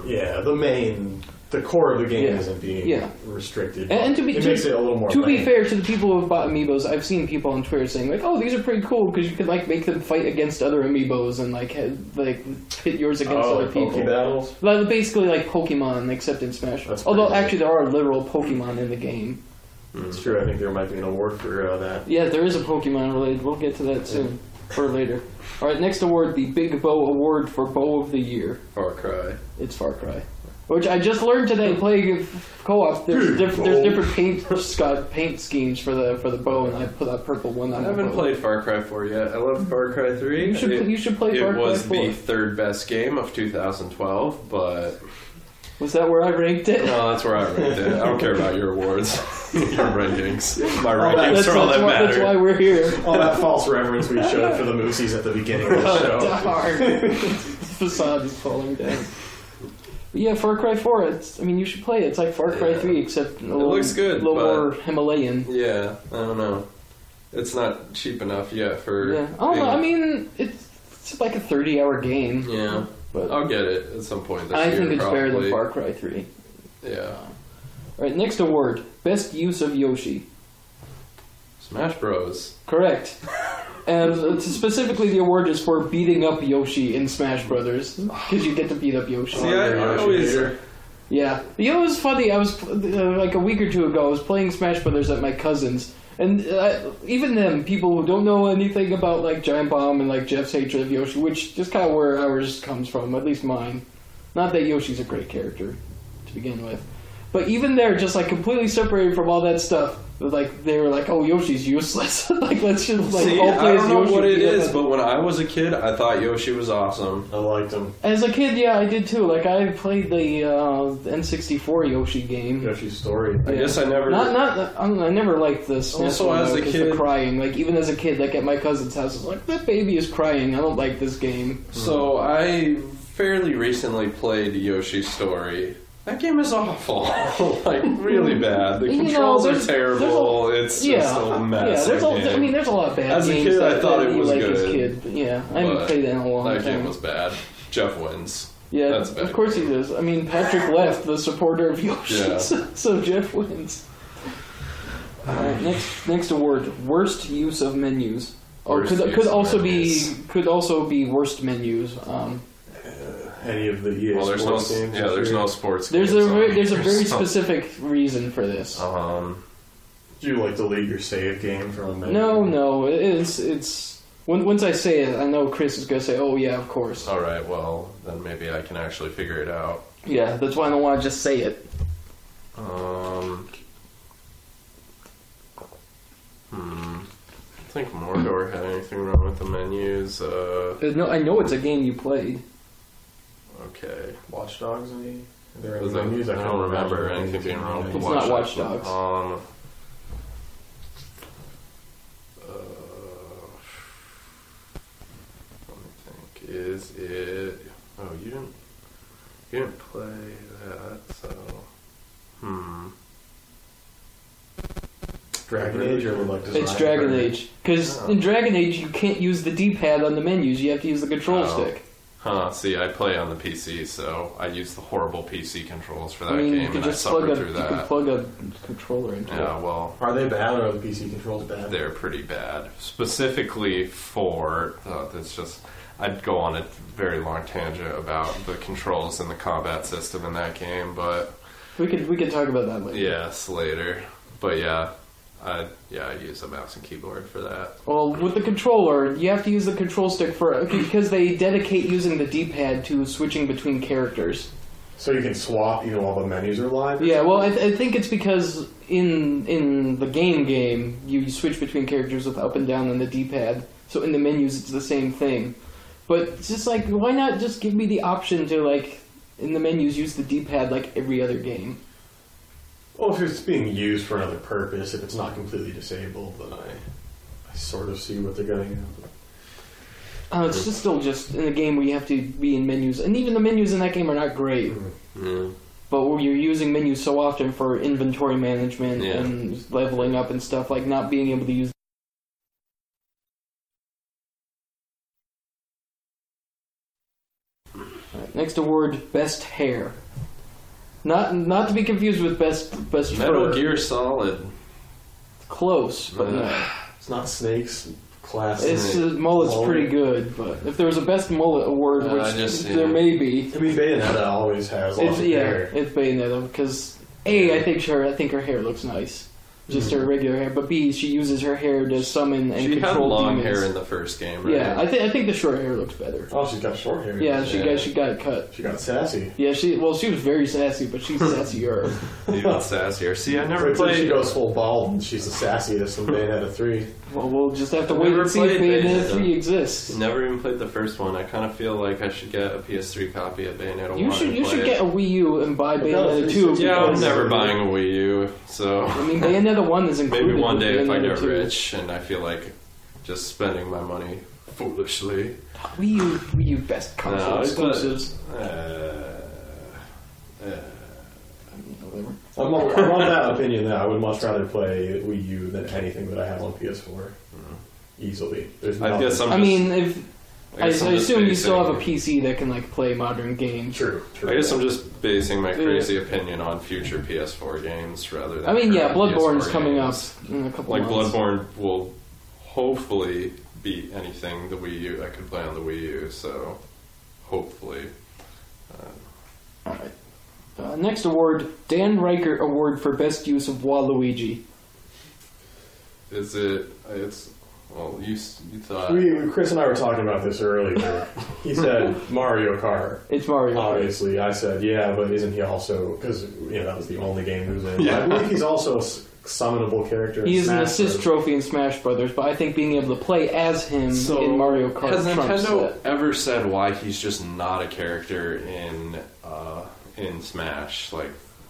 yeah, the main, the core of the game Yeah. isn't being Yeah. restricted. and, and to be it to, makes it a little more. to be lame. fair to the people who have bought amiibos, I've seen people on Twitter saying like, "Oh, these are pretty cool because you can like make them fight against other amiibos and like have, like pit yours against oh, other like people." Poke battles. Like, basically like Pokemon, except in Smash. That's Although pretty actually there are literal Pokemon in the game. It's true. I think there might be an award for uh, that. Yeah, there is a Pokemon related. We'll get to that soon or later. All right, next award, the Big Bow Award for Bow of the Year. Far Cry. It's Far Cry, which I just learned today playing co-op. There's diff- oh. there's different paint Scott paint schemes for the for the bow, and I put that purple one on. I my haven't bow. played Far Cry 4 yet. I love Far Cry 3. You should it, you should play it Far Cry was the 4. third best game of 2012, but Was that where I ranked it? no, that's where I ranked it. I don't care about your awards, your rankings. My that- rankings Oh, that's, are all that's that why, matter. that's why we're here. All that false reverence we showed for the Moosies at the beginning of the Oh. show. Darn. facade is falling down. But yeah, Far Cry 4. It's I mean you should play it. It's like Far Cry Yeah. 3 except a little, looks good, little but- more Himalayan. Yeah, I don't know. It's not cheap enough yet for. Yeah. I don't know. I being- mean it's, it's like a 30 hour game. yeah, But I'll get it at some point this I year. think it's better than probably. Far Cry 3. Yeah, All right, next award: best use of Yoshi. Smash Bros. Correct. And it's- specifically, the award is for beating up Yoshi in Smash Brothers because you get to beat up Yoshi. See, I, I Yoshi always. hater. Yeah, you know it was funny. I was uh, like a week or two ago. I was playing Smash Brothers at my cousin's, and uh, even them people who don't know anything about like Giant Bomb and like Jeff's hatred of Yoshi, which is kind of where ours comes from, at least mine. Not that Yoshi's a great character to begin with, but even they're just like completely separated from all that stuff. Like they were like, "Oh, Yoshi's useless. like let's just like See, all play I don't as know Yoshi." what it Yeah. is, but when I was a kid, I thought Yoshi was awesome. I liked them. as a kid, yeah, I did too. Like I played the uh, N64 Yoshi game. Yoshi's story. I Yeah. guess I never. Not, not. I, don't know, I never liked this. Also, as a the kid- crying. Like even as a kid, like at my cousin's house, I was like, "That baby is crying. I don't like this game." So I fairly recently played Yoshi's Story. That game is awful, like really bad. The Hmm. You know, controls are there's- there's a- terrible. it's just yeah, a mess. yeah. There's that a, I game. mean, there's a lot of bad As a games kid, I that, thought that it you was like as good, kid. But yeah, I haven't but played that in a long that time. game was bad. Jeff wins. yeah, that's a bad of course he does. I mean, Patrick left, the supporter of Yoshi, Yeah. so, so Jeff wins. All right, next next award: worst use of menus. Oh, Worst could, use could of also menus. be could also be worst menus. Um, Any of the EA Well, there's no sports games. yeah, there's no sports. There's a games on very, there's a here, very so- specific reason for this. Um, Do you like delete your save game from? a No, menu? no, it's it's. When, once I say it, I know Chris is gonna say, "Oh yeah, of course." all right, well then maybe I can actually figure it out. Yeah, that's why I don't want to just say it. Um, hmm. I think Mordor had anything wrong with the menus. Uh, Uh, No, I know it's a game you played. okay. Watch Dogs. Maybe. There are I don't menus. couldn't remember imagine anything being wrong with It's Watch not Watch Dogs. Dogs. Um, uh, let me think. Is it? Oh, you didn't. You didn't play that, so. Hmm. Dragon Age or like design It's Dragon for- Age. Because Oh. in Dragon Age, you can't use the D pad on the menus, you have to use the control Oh. stick. Huh, see, I play on the PC, so I use the horrible PC controls for that I mean, you game, could and I just plug suffered a, through you could that. plug a controller into it. Yeah, well, Are they bad or are the PC controls bad? they're pretty bad. Specifically for uh, it's just I'd go on a very long tangent about the controls and the combat system in that game, but We could we could talk about that later. yes, later. But yeah, I yeah I use a mouse and keyboard for that. Well, with the controller, you have to use the control stick for because they dedicate using the D pad to switching between characters. So you can swap even while the menus are live. Yeah, well, I, I think it's because in in the game game you switch between characters with up and down on the D pad. So in the menus, it's the same thing. But it's just like, why not just give me the option to like in the menus use the D pad like every other game? Well, if it's being used for another purpose, if it's not completely disabled, then I, I sort of see what they're going at. Uh, it's just still just in a game where you have to be in menus, and even the menus in that game are not great. Mm. But where you're using menus so often for inventory management Yeah. and leveling up and stuff, like not being able to use. Alright, Next award, best hair. Not not to be confused with best best Metal fur. Gear Solid. Close, but no. Ugh. It's not snakes, class. It's uh, mullet's pretty good, but if there was a best mullet award, Uh, which I just- there yeah. may be, I mean, Bayonetta always has lots It's of yeah, hair. it's Bayonetta because A, I think her I think her hair looks nice. Just her regular hair, but B, she uses her hair to summon and Hmm. She had control long demons. hair in the first game, right? yeah, I think I think the short hair looks better. Oh, she's got short hair. Yeah, she Yeah. got she got it cut. She got sassy. Yeah, she well she was very sassy, but she's sassier. Even sassier. See, I never Wait till She played. goes full bald, and she's the sassiest in Bayonetta three. Well, we'll just have to I've wait never and see if played Bayonetta Bayonetta. three exists. Never even played the first one. I kind of feel like I should get a PS3 copy of Bayonetta 1. You should and you play should it. get a Wii U and buy Bayonetta two. Yeah, I'm because- never buying a Wii U, so. I mean, Bayonetta one is included. Maybe one with day if I Bayonetta get 2. rich and I feel like just spending my money foolishly. Wii U Wii U best console No, it's not- exclusives. Uh, Whatever. I'm of, I'm of that opinion that I would much rather play Wii U than anything that I have on PS4. Easily. There's Mm-hmm. I nothing- guess I'm. I just- mean, if I, guess I I'm just assume you still have a basing- PC that can like play modern games. True. true. I guess I'm just basing my Yeah. crazy opinion on future PS4 games rather than. I mean, yeah, current Bloodborne's PS4 coming up games. in a couple Like months. Bloodborne will hopefully beat anything the Wii U I could play on the Wii U. So hopefully, All right. Uh, next award, Dan Riker Award for Best Use of Waluigi. is it? It's well, you s- you thought We, Chris and I were talking about this earlier. he said Mario Kart. It's Mario. Oh, Kart. Obviously, I said yeah, but isn't he also because you know that was the only game he was in. Yeah. I believe he's also a s- summonable character. in He is an Smash assist Bros. trophy in Smash Brothers, but I think being able to play as him So, in Mario Kart Has trumps Nintendo that. ever said why he's just not a character in uh, in Smash? Like,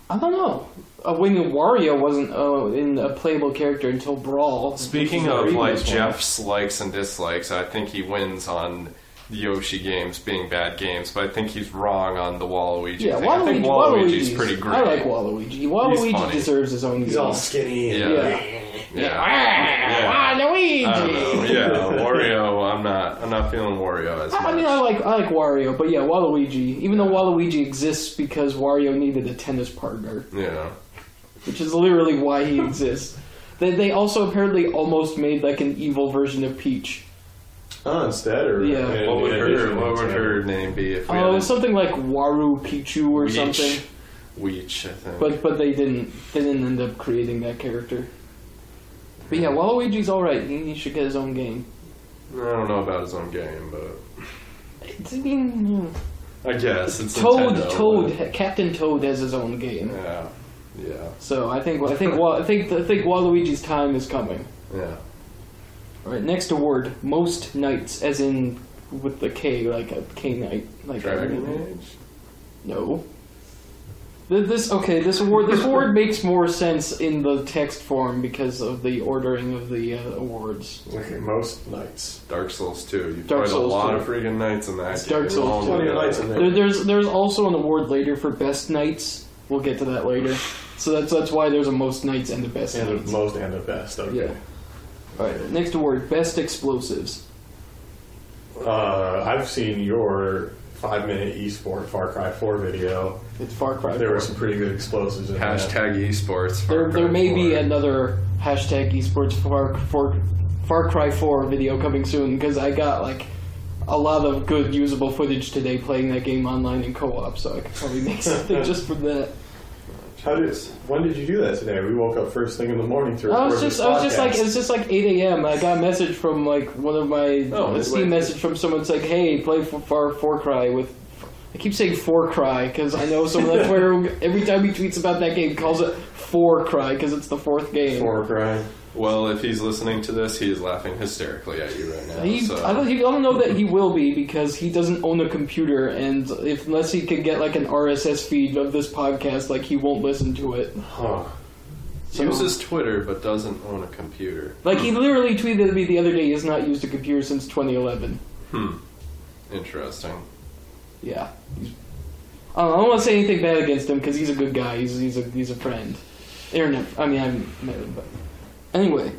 I don't know. Uh, when Wario wasn't uh, in a playable character until Brawl. which speaking was the of previous like one. Jeff's likes and dislikes, I think he wins on the Yoshi games being bad games, but I think he's wrong on the Waluigi. Yeah, thing. I think Waluigi. Waluigi's Waluigi's- pretty great. I like Waluigi. Waluigi funny. deserves his own. He's game. all skinny. And Yeah. Yeah. Ah, Waluigi. I don't know. Uh, Yeah, Wario. I'm not. I'm not feeling Wario as much. I mean, I like I like Wario, but yeah, Waluigi. Even though Waluigi exists because Wario needed a tennis partner, yeah. which is literally why he exists. They they also apparently almost made like an evil version of Peach. Oh, instead or Yeah. in What would her addition, What would instead. her name be if we had Oh, a something like Waru Pichu or Weech? something. Weech, I think. But but they didn't they didn't end up creating that character. But yeah, Waluigi's all right. He, he should get his own game. I don't know about his own game, but. It's, I mean, I guess it's Toad Nintendo, Toad Captain Toad has his own game. but- Yeah, yeah, So I think I think Wa- I think I think Waluigi's time is coming. yeah. All right, next award: most knights, as in with the K, like a K knight, like Dragon Age. No, Th- This okay. This award. This award makes more sense in the text form because of the ordering of the uh, awards. Okay, most nights. Dark Souls 2. You've Dark played a Souls lot 2. of freaking nights in that It's game. Dark Souls All 2. the Plenty of way. nights in there. There, there's there's also an award later for best nights. We'll get to that later. So that's that's why there's a most nights and a best And nights. the most and the best. Okay. Yeah. All right. Next award: best explosives. Uh, I've seen your five-minute esport Far Cry 4 video. It's Far Cry. There were some pretty good explosives in that. Hashtag esports. Far There, Cry there may be 4. another hashtag esports Far, Far, Far Cry 4 video coming soon because I got like a lot of good usable footage today playing that game online in co-op, so I could probably make something just for that. How did, when did you do that today? We woke up first thing in the morning to record I was just, this I was just like, podcast. it's just like 8 a.m. I got a message from like one of my Oh, a Steam wait. message from someone that's like, hey, play F- Far Far Cry with. I keep saying Four Cry because I know someone on Twitter who, every time he tweets about that game calls it Four Cry because it's the fourth game. Far Cry. Well, if he's listening to this, he is laughing hysterically at you right now. He, so. I, don't, he, I don't know that he will be because he doesn't own a computer, and if, unless he can get like an RSS feed of this podcast, like he won't listen to it. Huh. So- uses Twitter but doesn't own a computer. Like he literally tweeted at me the other day, he has not used a computer since 2011. Hmm. Interesting. Yeah, He's- I don't, know, I don't want to say anything bad against him because he's a good guy. He's he's a he's a friend. Internet. I mean, I'm married, but anyway.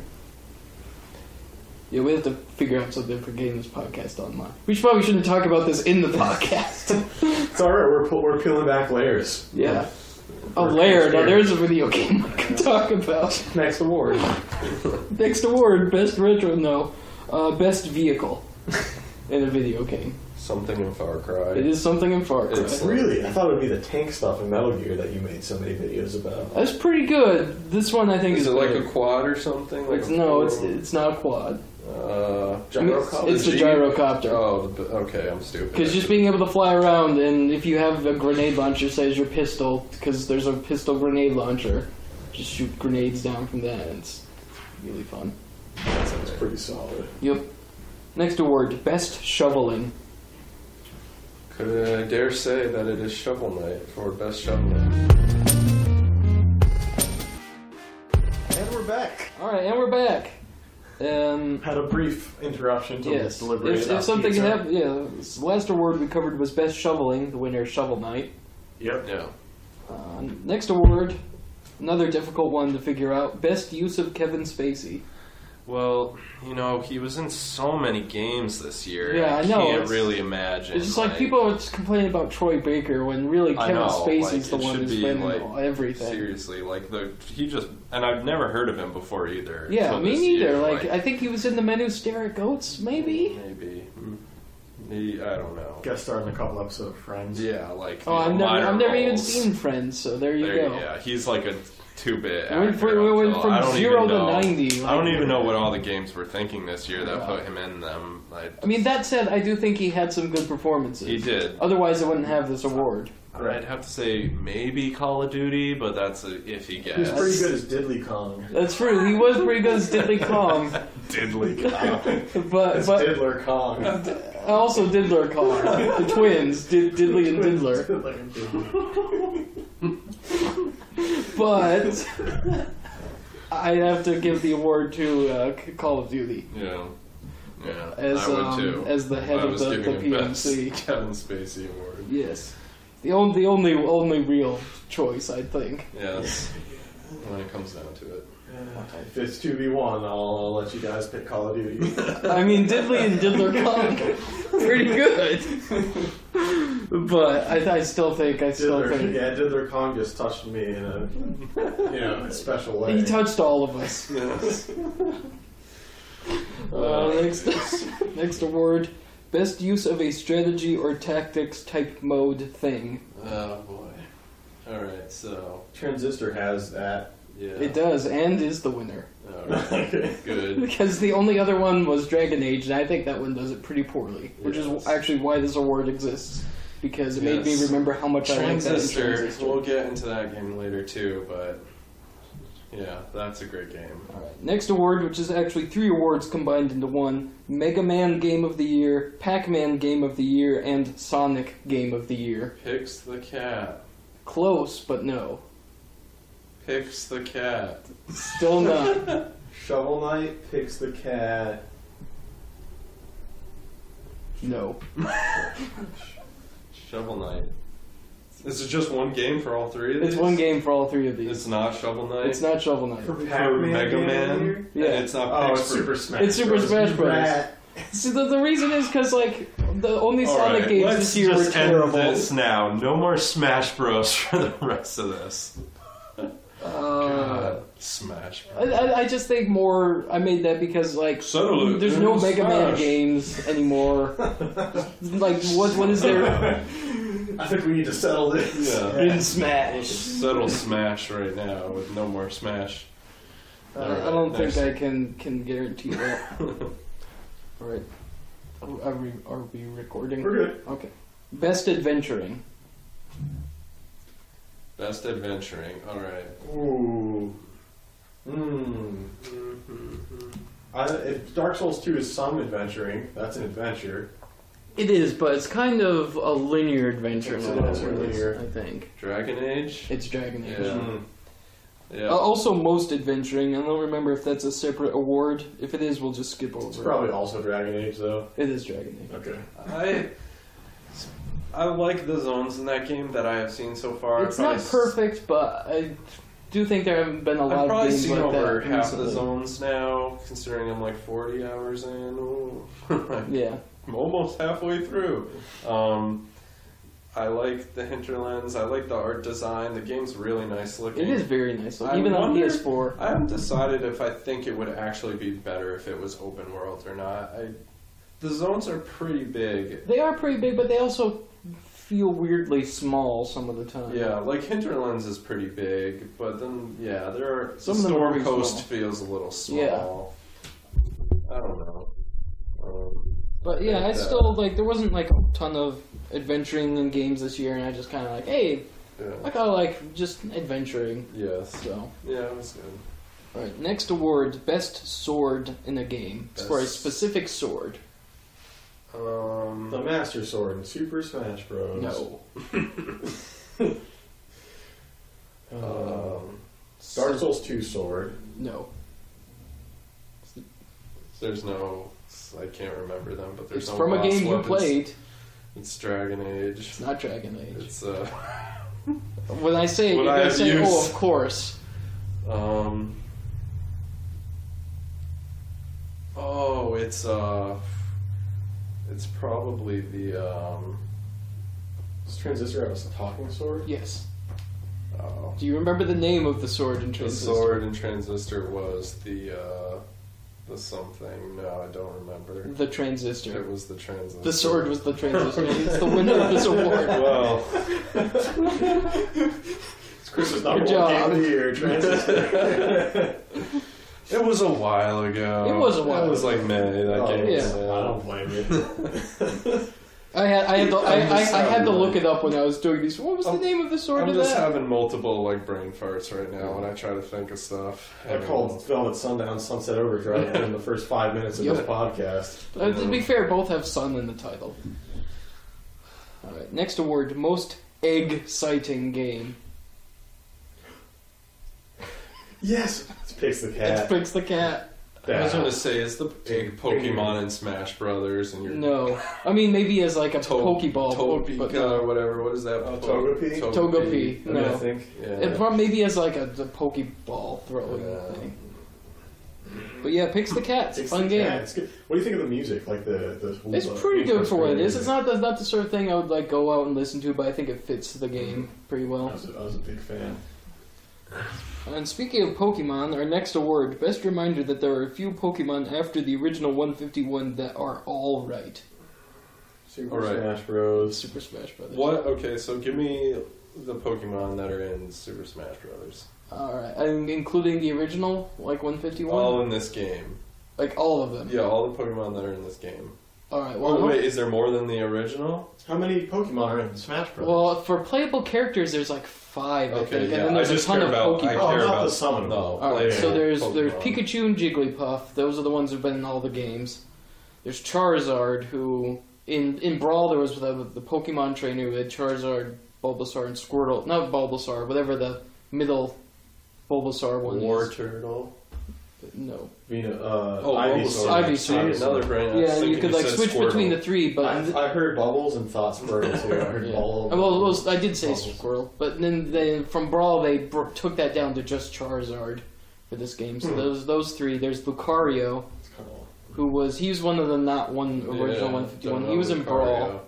Yeah, we have to figure out something for getting this podcast online. We should probably shouldn't talk about this in the podcast. It's all right. We're pu- we're peeling back layers. Yeah. A Or layer. Now conspiracy. there's a video game I can talk about. Next award. Next award, best retro. No, uh, best vehicle in a video game. Something in Far Cry. It is something in Far Cry. It's- Really, I thought it would be the tank stuff in Metal Gear that you made so many videos about. That's pretty good. This one I think Is is it like better. a quad or something? Like It's, a no, it's four- it's not a quad. I uh, mean, it's- Gyrocopter? It's the Jeep? gyrocopter. oh, the- okay. I'm stupid. Because just being able to fly around, and if you have a grenade launcher, say as your pistol, because there's a pistol grenade launcher, just shoot grenades down from that. and It's really fun. It's pretty solid. Yep. Next award, best shoveling. Could uh, I dare say that it is Shovel Knight for best Shovel Knight. And we're back. All right, and we're back. Um, Had a brief interruption to yes. deliberate If, about if something pizza. happened, yeah. this Last award we covered was best shoveling. The winner, is Shovel Knight. Yep. Yeah. Uh, next award, another difficult one to figure out. Best use of Kevin Spacey. Well, you know, he was in so many games this year. Yeah, I know, Can't it's- really imagine. It's just like, people are just complaining about Troy Baker when really I Kevin know, like, Spacey's the it one should who's be, winning like, all- everything. Seriously, like the he just and I've never heard of him before either. Yeah, until me this neither. year, like, I think he was in the Men Who Stare at Goats, maybe. maybe Mm. he, I don't know. Guest starred in a couple episodes of Friends. Yeah, like Oh, you I've know, never, I've minor never even roles. seen Friends, so there you There, go. Yeah, he's like a two-bit. Went actor from- went until- from I don't zero even to know. 90, I don't like- even know what all the games were thinking this year that Yeah. put him in them. Like, I mean, that said, I do think he had some good performances. he did. Otherwise, I wouldn't have this award. I'd have to say maybe Call of Duty, but that's a iffy guess. He was pretty good as Diddley Kong. That's true. He was pretty good as Diddley Kong, Diddly. but As but Diddler Kong. also Diddler Kong, the twins, Did, Diddley and Diddler. Diddler and Diddler. But I have to give the award to uh, C- Call of Duty Yeah. Yeah. as I would um, too. as the head I of was the, the giving him PMC. best Kevin Spacey award. Yes, the only the only only real choice, I think. Yeah, that's when it comes down to it. If it's 2v1, I'll, I'll let you guys pick Call of Duty. I mean, Diddley and Diddler Kong, pretty good. But I, I still think I still Diddler, think yeah, Diddler Kong just touched me in a, you know, a special way. he touched all of us. Uh, next, next award: best use of a strategy or tactics type mode thing. Oh boy. Alright, so Transistor has that. yeah. It does, and is the winner Alright, good. because the only other one was Dragon Age, and I think that one does it pretty poorly, which Yes. is actually why this award exists because it made me Yes. remember how much I like that in Transistor. Transistor. We'll get into that game later too, but yeah, that's a great game. Next award, which is actually three awards combined into one Mega Man Game of the Year, Pac Man Game of the Year, and Sonic Game of the Year. Picks the cat. Close, but no. Picks the cat. Still not. Shovel Knight picks the cat. No. Shovel Knight. Is it just one game for all three of these? It's one game for all three of these. It's not Shovel Knight. It's not Shovel Knight. for Mega game Man. earlier? Yeah. And it's not Oh, picks it's for- Super Smash. It's Super Bros. Smash Bros. Rat. See, the, the reason is because, like, the only All Sonic right, games let's this year were just end terrible. this now. No more Smash Bros for the rest of this. Uh, God, Smash. I, Bros. I, I just think more. I made that because, like, So Mm, there's no it's Mega Man Smash. games anymore. like, what what is there I think we need to settle this. Yeah. in Smash? Settle Smash right now with no more Smash. I, Uh, I don't think I can can guarantee that. All right, are, are we are we recording? We're good. Okay. Best adventuring. Best adventuring. All right. Ooh. Mmm. I, if Dark Souls 2 is some adventuring, that's an adventure. It is, but it's kind of a linear adventure. It's in a an lot of adventure ways, linear. I think Dragon Age. it's Dragon Age. Yeah. Mm. Yeah. Uh, also, most adventuring. I don't remember if that's a separate award. If it is, we'll just skip over. It's it. probably also Dragon Age, though. It is Dragon Age. Okay. I I like the zones in that game that I have seen so far. It's I've not probably perfect, but I do think there haven't been a I've lot of probably games seen like over that. half the recently. zones now, considering I'm like 40 hours in. Ooh. I'm Yeah, almost halfway through. Um, I like the hinterlands. I like the art design. The game's really nice looking. it is very nice. I Even on wonder- PS4. I haven't decided if I think it would actually be better if it was open world or not. I, the zones are pretty big. They are pretty big, but they also feel weirdly small some of the time. Yeah, like Hinterlands is pretty big, but then yeah, there are Some of them are Storm pretty Coast small. feels a little small. I don't know. Um, But yeah, I And, uh, still like there wasn't like a ton of adventuring in games this year, and I just kind of like, hey, I yeah. kind of like just adventuring. Yes. So, Yeah, it was good. all right, next award: best sword in a game It's for a Best- specific sword. Um, The Master Sword in Super Smash Bros. No, Uh, um, Dark Souls 2 Sword. no, there's no. I can't remember them, but there's it's no from a boss game you weapons. played. It's Dragon Age. It's not Dragon Age. It's uh, When I say it, What you're I gonna have say, oh, used. of course. um. Oh, it's uh, it's probably the um. Does Transistor have a talking sword? Yes. Oh. Do you remember the name of the sword in The Transistor? sword and transistor was the uh, the something. No, I don't remember. The transistor. It was the transistor. The sword was the transistor. it's the winner of this award. Well, It's Chris's number Good one job. game of the year, Transistor. it was a while It ago. was a while It was like May. That Oh, game. yeah. was I out. don't blame you. I had I had to, I, I'm I, just I had to having look it up when I was doing these. What was the I'm- name of the sword I'm of just that? having multiple like brain farts right now when I try to think of stuff. I called Velvet Sundown Sunset Overdrive in the first five minutes of Yep. this podcast. Uh, to be fair, both have sun in the title. All right, next award: most egg-citing game. Yes! It picks the It's cat. Fix the Cat. I was Yeah. gonna say, is the big Pokemon in Smash Brothers and your No, I mean maybe as like a To- Pokeball, Togepi, but uh, whatever. What is that? Oh, Po- Togepi? Togepi. I mean, I No. think. Yeah. It prob- maybe as like a, the Pokeball throwing Yeah. thing. But yeah, picks the cat. It's a It's fun the game. cat. It's good. What do you think of the music? Like the, the It's the- pretty good for what it is. It's I not the, not the sort of thing I would like go out and listen to, but I think it fits the game pretty well. was, a, I was a big fan. And speaking of Pokemon, our next award, best reminder that there are a few Pokemon after the original 151 that are all right. Super All right. Smash Bros. Super Smash Brothers. What? Okay, so give me the Pokemon that are in Super Smash Brothers. All right, I'm including the original, like 151, All in this game. like all of them. Oh, Yeah, all the Pokemon that are in this game. All right. Well, Oh wait, is there more than the original? How many Pokemon are in Smash Bros? well, for playable characters, there's like five, I Okay, think, yeah. and then I there's a just ton care of about. I Pokemon. Oh, care not about the summonable. No. All right, so playable there's there's Pokemon. Pikachu and Jigglypuff. Those are the ones who've been in all the games. There's Charizard, who in in Brawl there was the, the Pokemon trainer who had Charizard Bulbasaur and Squirtle. Not Bulbasaur, whatever the middle Bulbasaur one War is. turtle. No. Vena, uh, Oh, Ivysaur. Bulbasaur. Ivysaur. See, another brain. I was Yeah, you thinking could like said switch Squirtle. between the three, but in the- I, I heard bubbles and thought Squirtle too. I heard Yeah. bubble. Uh, Well, well, I did say Bubbles. Squirrel, but then they, from Brawl they br- took that down to just Charizard for this game. So those those three. There's Lucario, Hmm. It's kinda- who was he was one of the not one Yeah, Oh, original don't 151. know He was in Lucario. Brawl,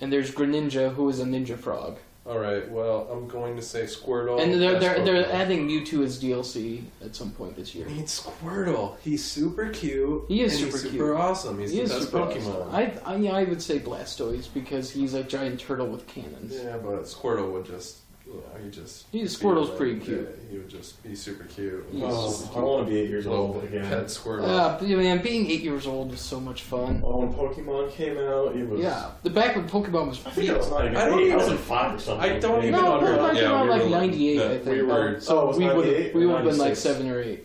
and there's Greninja, who is a Ninja Frog. All right. Well, I'm going to say Oh, Squirtle. and they're That's they're, they're Pokemon. adding Mewtwo as DLC at some point this year. I mean, Squirtle. He's super cute. He is and he's super cute. Super awesome. He's He the is best super Pokemon. awesome. I I, yeah, I would say Blastoise because he's a giant turtle with cannons. Yeah, but Squirtle would just, you know, he just. He- he'd Squirtle's be like- pretty cute. yeah, he would just be super cute. Oh, He's Well, I want to be eight years little old again. pet Squirtle. Uh, man, being eight years old was so much fun. Oh, when Pokemon came out, it was. Yeah, the back when Pokemon was I think I was not even. I don't eight, I even- was in five or something. I don't maybe. even No, under- Pokemon yeah, came out we like were like- 98, no, I think. we were- Oh, it was we would 98 we or would have been like 96? seven or eight.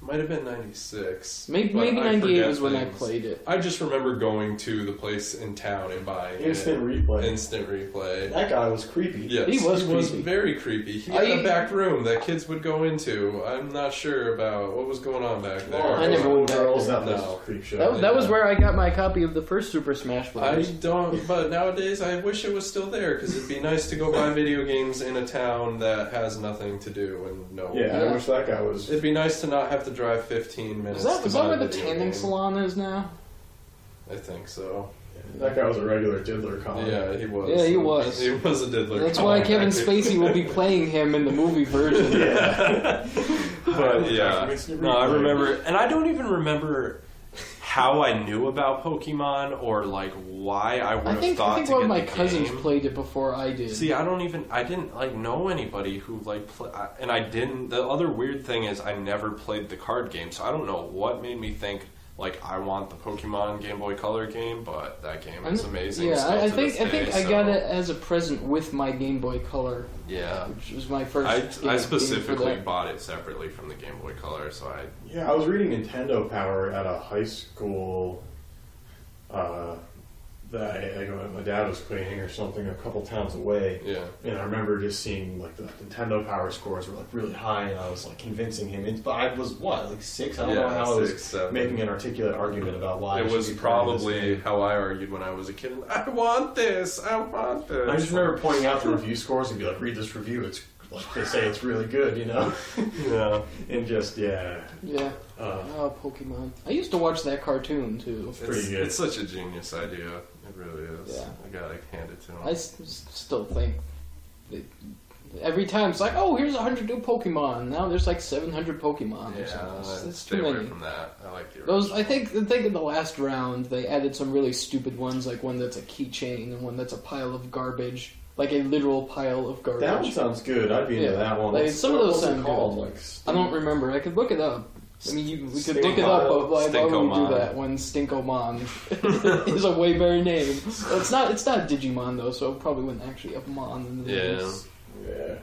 Might have been 96. Maybe but maybe I 98 forget was when I things. played it. I just remember going to the place in town and buying Instant it. replay. Instant replay. That guy was creepy. Yes, He was creepy. very creepy. He had I- a back room that kids would go into. I'm not sure about what was going on back there. I never went back Oh, girls. there. That was No. a creep show. That, was- that was where I got my copy of the first Super Smash I Bros. don't, but nowadays I wish it was still there because it'd be nice to go buy video games in a town that has nothing to do and no. yeah, Yeah. I wish that guy was. It'd be nice to not have to drive 15 minutes. Is that, to is that buy a where the video tanning game. salon is now? I think so. That guy was a regular diddler comic. Yeah, he was. Yeah, he was. He was a diddler. That's why Kevin comic. Spacey will be playing him in the movie version. But yeah, no, I remember, and I don't even remember how I knew about Pokemon or like why I would I have think thought I think to one get of my the cousins game. played it before I did. See, I don't even I didn't like know anybody who like play, I- and I didn't. The other weird thing is I never played the card game, so I don't know what made me think like I want the Pokemon Game Boy Color game, but that game I'm- is amazing. Yeah, still I, I to think this I think day, I got so, it as a present with my Game Boy Color, Yeah. which was my first. I, game- game for I that. specifically bought it separately from the Game Boy Color, so I Yeah. Yeah, I was reading Nintendo Power at a high school uh, that I, I know my dad was cleaning or something a couple towns away. yeah. And I remember just seeing like the Nintendo Power scores were like really high, and I was like convincing him. And, but I was what like six. I don't Yeah, know how I was six, seven. making an articulate argument about why I It should was be playing this probably game. how I argued when I was a kid. I want this. I want this. I just remember pointing out the review scores and be like, "Read this review. It's like they say it's really good," you know. Yeah. and just yeah, Yeah. uh, Oh, Pokemon. I used to watch that cartoon too. It's, pretty good. it's such a genius idea. It really is. Yeah. I gotta hand it to him. I s- s- still think that every time it's like, oh, here's 100 new Pokemon. Now there's like 700 Pokemon yeah, or something. It's- That's stay too away many. from that. I like the Those, original. I think, I think in the last round they added some really stupid ones, like one that's a keychain and one that's a pile of garbage, like a literal pile of garbage. That one sounds good. I'd be into Yeah. that one. Like, What's- some of those what's it sound called? good. Like, I don't remember. I could look it up. I mean, you, we could look it Stinkomon. up, but why, why would we do Stinkomon. that when Stinkomon is a way better name? It's not. It's not Digimon though, so it probably wouldn't actually have Mon in the name. Yeah. yeah.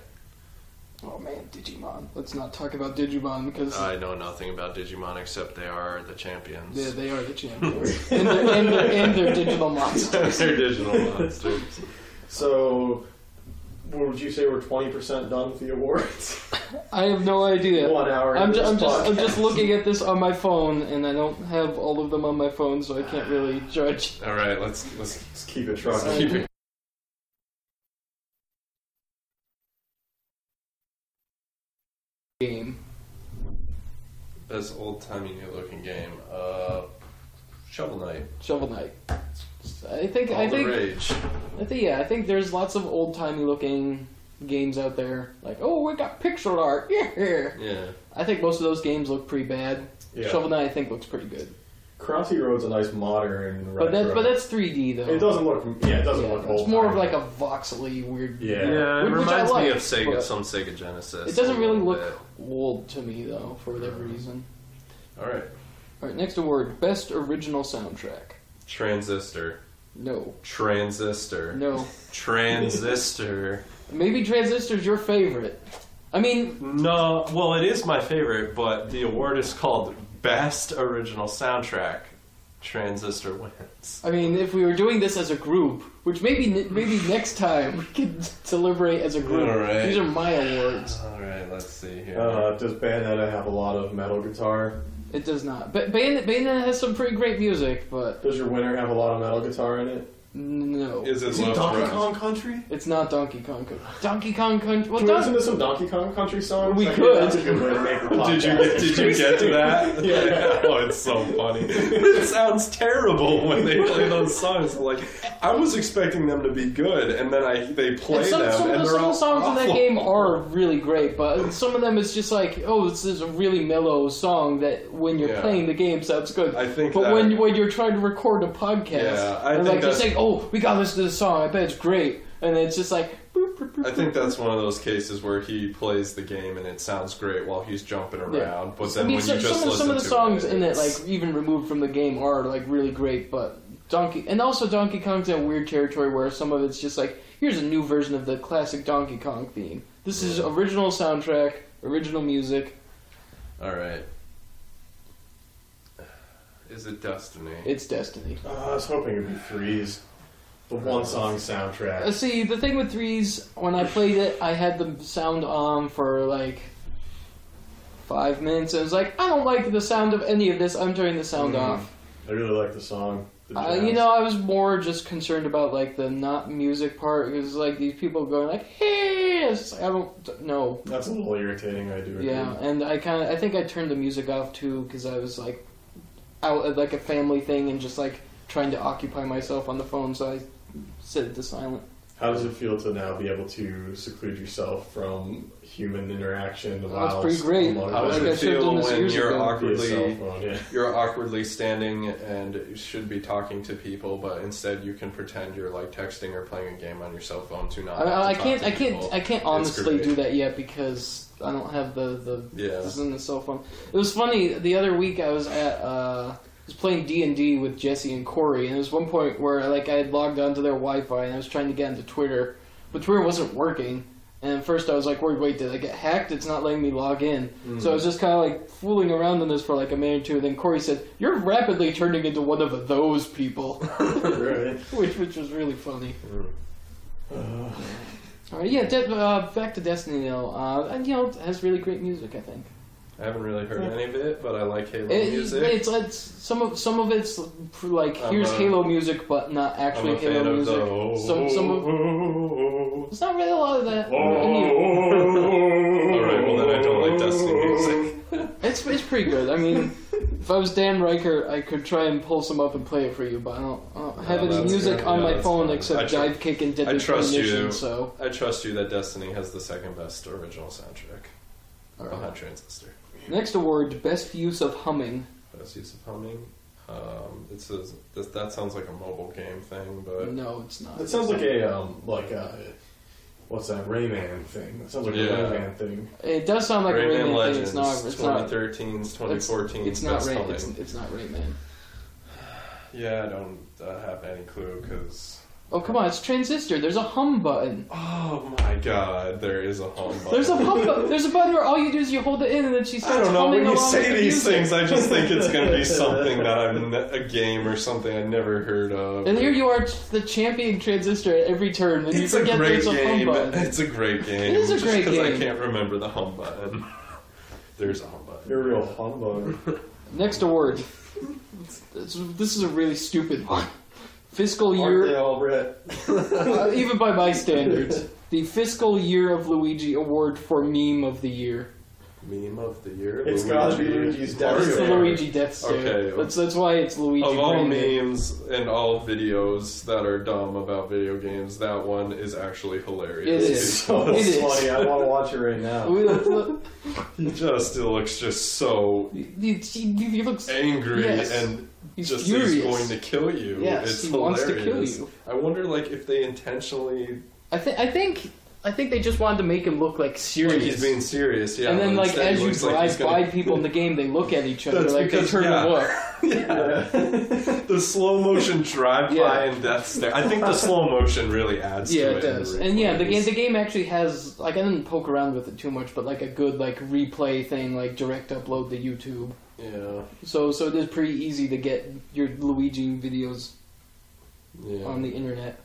Oh man, Digimon. Let's not talk about Digimon because I know nothing about Digimon except they are the champions. they, they are the champions, and, they're, and, they're, and they're digital monsters. They're digital monsters. So, what would you say we're twenty percent done with the awards? I have no idea. One hour. I'm, into ju- this I'm just I'm podcast. just looking at this on my phone, and I don't have all of them on my phone, so I can't really judge. All right, let's let's Let's keep it trucking. keep it. Game. This old timey new looking game. Uh, Shovel Knight. Shovel Knight. I think All I the think rage. I think yeah, I think there's lots of old timey looking games out there. Like, oh, we got pixel art. Yeah. Yeah. I think most of those games look pretty bad. Yeah. Shovel Knight, I think, looks pretty good. Crossy Road's a nice modern. But retro. that's but that's 3D though. It doesn't look. Yeah, it doesn't Yeah, look old. it's more of like a voxely weird. Yeah. Yeah, it Which- which I reminds me like, of Sega, but- some Sega Genesis. It doesn't a really little look old to me though, for whatever reason. bit. All right, All right, next award: best original soundtrack. Transistor, No, Transistor, no. Transistor. Maybe Transistor's your favorite. I mean, no, well, it is my favorite, but the award is called Best Original Soundtrack. Transistor wins. I mean, if we were doing this as a group, which maybe ne- maybe next time we could deliberate as a group. All right. These are my awards. All right, let's see here. Uh, does Bayonetta have a lot of metal guitar? It does not. But Bayonet, Bayonet has some pretty great music, but Does your winner have a lot of metal guitar in it? n- no. is it Is it Love Donkey Runs? Kong Country? It's not Donkey Kong. Co- Donkey Kong Country. Well, Can we listen Don- to some Donkey Kong country songs? We I think could. That's a good way to make the podcast. Did you get, did you get to that? Yeah. Oh, it's so funny. It sounds terrible when they play those songs. Like I was expecting them to be good, and then I they play and some, them, some of and the they're some of all the songs in that awful. game are really great, but some of them is just like, oh, this is a really mellow song that when you're Yeah. playing the game sounds good. I think but that- when when you're trying to record a podcast, Yeah, I and think like you're that's- saying, oh, we gotta listen to this song. I bet it's great, and it's just like. boop, boop, boop, I think that's one of those cases where he plays the game and it sounds great while he's jumping around, I but then mean, when some, you just some, of- listen some of the to songs it, in it, it's- like even removed from the game, are like really great. But Donkey, and also Donkey Kong's in weird territory where some of it's just like, here's a new version of the classic Donkey Kong theme. This is original soundtrack, original music. all right. Is it Destiny? It's Destiny. Uh, I was hoping it'd be Threes, the one song soundtrack. Uh, see, the thing with threes, when I played it, I had the sound on for like five minutes. and I was like, I don't like the sound of any of this. I'm turning the sound Mm. off. I really like the song. the Uh, jazz. you know, I was more just concerned about like the not music part because like these people going like, "Hey," it's just like, I don't know. that's a little irritating. I do. agree. Yeah, and I kind of I think I turned the music off too because I was like out at like a family thing and just like trying to occupy myself on the phone, so I set it to silent. How does it feel to now be able to seclude yourself from human interaction? The Well, that's pretty violence, great. among How does Like, others? I it should've feel done this when years you're ago. Via cell awkwardly phone, yeah. you're awkwardly standing and should be talking to people, but instead you can pretend you're like texting or playing a game on your cell phone to I, not. have to I talk can't to I can't people. I can't It's honestly great. do that yet because I don't have the the Yeah, This isn't a cell phone. It was funny. The other week, I was at uh, I was playing D and D with Jesse and Corey, and there was one point where like I had logged onto their Wi-Fi and I was trying to get into Twitter, but Twitter wasn't working. And at first, I was like, "Wait, wait, did I get hacked? It's not letting me log in." Mm. So I was just kind of like fooling around in this for like a minute or two. And then Corey said, "You're rapidly turning into one of those people," Right. which which was really funny. Mm. All right, yeah. De- uh, back to Destiny though, uh, and you know, it has really great music. I think. I haven't really heard any of it, but I like Halo It- Oh, music. It's, it's some of some of it's for, like I'm here's a- Halo music, but not I'm actually a fan Halo of music. the. Oh, Some some of it's not really a lot of that. All right, well then I don't like Destiny music. It's it's pretty good. I mean, if I was Dan Riker, I could try and pull some up and play it for you, but I don't, I don't have any Oh, that's music good. on Yeah, my that's phone fine. I except tr- Dive Kick and Deadly trust you. Premonition. So I trust you that Destiny has the second best original soundtrack all right. behind Transistor. next award, best use of humming. Best use of humming. Um, it says that, that sounds like a mobile game thing, but No, it's not. It sounds like a um, like a what's that Rayman thing? That sounds like Yeah. a Rayman thing. It does sound like a Rayman Rayman thing. Legends, It's not. It's not. 2013's, It's, 2014's it's not best Rayman. humming. It's, it's not Rayman. Yeah, I don't uh, have any clue because. Oh come on! It's Transistor. There's a hum button. Oh my god, there is a home button. There's a pump up. There's a button where all you do is you hold it in, and then she I starts. don't know. humming When you along with say the these music. things, I just think it's going to be something that I'm ne- a game or something I never heard of. And here you are, the champion transistor at every turn, and It's you a forget great there's a home game. button. It's a great game. is a just great Because I game. can't remember the home button. There's a home button. You're a real humbug. Next award. This, this is a really stupid one. Fiscal Aren't they year, all red? uh, even by my standards, the fiscal year of Luigi award for meme of the year. Meme of the year. It's gotta be Luigi's Death Mario. It's the Fair. Luigi death stare. Okay. That's that's why it's Luigi. Of all branded. memes and all videos that are dumb about video games, that one is actually hilarious. It is. So It is. funny. I want to watch it right now. He just looks just so He, he- he looks. angry Yes. and He's just furious. is going to kill you. Yes, it's he hilarious. wants to kill you. I wonder, like, if they intentionally. I think I think I think they just wanted to make him look like serious. Like he's being serious, yeah. and then, like, but instead he as you looks drive like he's by gonna- people in the game, they look at each other That's like because- they turn yeah. and look. the slow motion drive by Yeah. and death stare. I think the slow motion really adds Yeah, to it it. in the does. replay. And yeah, the game the game actually has like I didn't poke around with it too much, but like a good like replay thing, like direct upload to YouTube. Yeah, So so it is pretty easy to get your Luigi videos yeah. on the internet.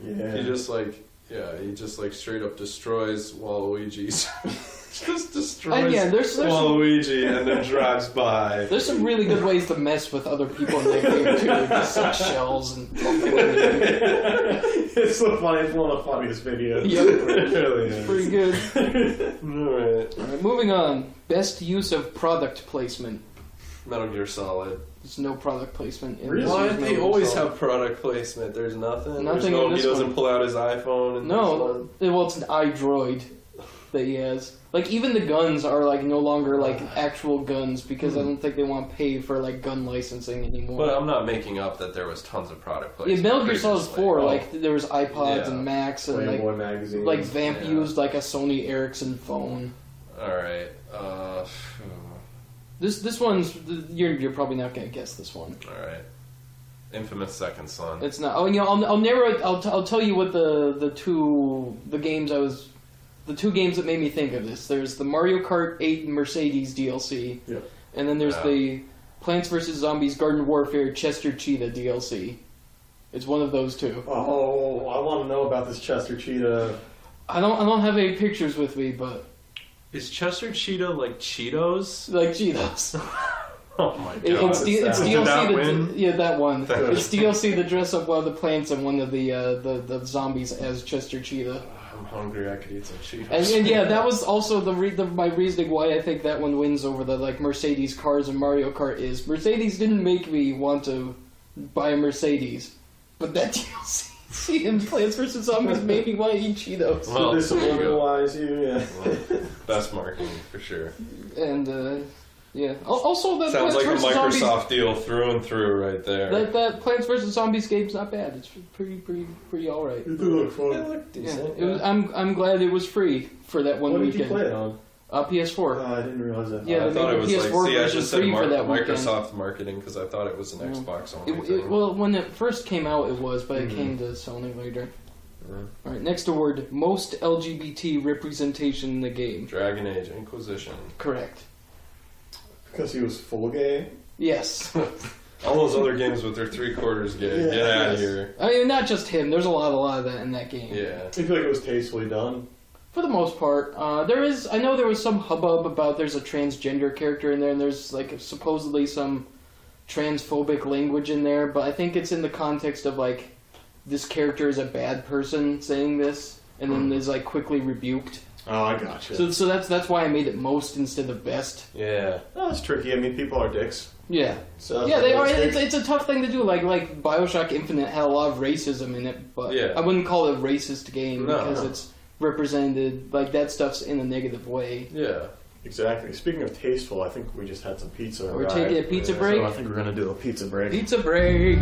Yeah. He just like yeah, he just like straight up destroys Waluigi's. just destroys And yeah, there's there's some, Waluigi and then drives by. there's some really good ways to mess with other people in that game too, just like shells and. Yep, it's the funniest, one of the funniest videos. It really is. pretty good. Alright. All right, moving on. Best use of product placement. Metal Gear Solid. There's no product placement. In this Why year's Metal do they Gear always Solid. have product placement? There's nothing. There's Nothing no- in this he doesn't one. pull out his iPhone. And No, well, it's an iDroid that he has. Like even the guns are like no longer like actual guns because I Hmm. don't think they want to pay for like gun licensing anymore. But I'm not making up that there was tons of product yeah, placement. Metal Gear Solid previously. Four, Oh, like there was iPods Yeah. and Macs and like Playboy magazine. like Vamp Yeah. used like a Sony Ericsson phone. all right. Oh, Uh, This this one's you're you're probably not gonna guess this one. all right. Infamous Second Son. It's not. Oh, you know, I'll, I'll narrow it. I'll, t- I'll tell you what the the two the games I was, the two games that made me think of this. There's the Mario Kart 8 Mercedes DLC, Yeah. and then there's Yeah. the Plants vs Zombies Garden Warfare Chester Cheetah DLC. It's one of those two. Oh, I want to know about this Chester Cheetah. I don't I don't have any pictures with me, but Is Chester Cheetah like Cheetos? like Cheetos. Oh my god. It, it's D- it's Did DLC. that to- win? yeah, that one. That- It's DLC to dress up one of the plants and one of the uh, the the zombies as Chester Cheetah. I'm hungry. I could eat some Cheetos. And, and yeah, that was also the, re- the my reasoning why I think that one wins over the like Mercedes cars and Mario Kart is Mercedes didn't make me want to buy a Mercedes, but that DLC in Plants vs Zombies made me want to eat Cheetos. Well, Did this there you go. subliminalize you? Yeah. Well, Best marketing for sure. And uh, yeah, Al- also that Sounds Plants like a vs Microsoft Zombies deal through and through right there. that that Plants vs Zombies game's not bad. It's pretty pretty pretty all right. You do look It fun. looked Yeah, decent, it was, I'm I'm glad it was free for that one What did weekend. you play it on? Uh, PS4. Oh, I didn't realize that. Yeah. I they thought made it was the like, PS4 see, I version just said free mar- for that weekend. Microsoft marketing because I thought it was an Yeah. Xbox only It, thing. it, well, when it first came out, it was, but it came to Sony later. Mhm. All right, next award: most LGBT representation in the game. Dragon Age Inquisition. Correct. Because he was full gay. Yes. All those other games with their three quarters gay. Yeah, Get out of yes. here. I mean, not just him. There's a lot, a lot of that in that game. Yeah. I feel like it was tastefully done. For the most part, uh, there is. I know there was some hubbub about there's a transgender character in there, and there's like supposedly some transphobic language in there, but I think it's in the context of like this character is a bad person saying this, and then is like quickly rebuked. Oh, I gotcha. So, so that's that's why I made it most instead of best. Yeah. Oh, it's tricky. I mean, people are dicks. Yeah, So yeah, they are. It's, it's- it's a tough thing to do. Like like Bioshock Infinite had a lot of racism in it, but Yeah. I wouldn't call it a racist game No, because no. it's represented like that stuff's in a negative way. Yeah. Exactly. Speaking of tasteful, I think we just had some pizza. We're arrive. taking a pizza Yeah, so break. So I think we're gonna do a pizza break. Pizza break.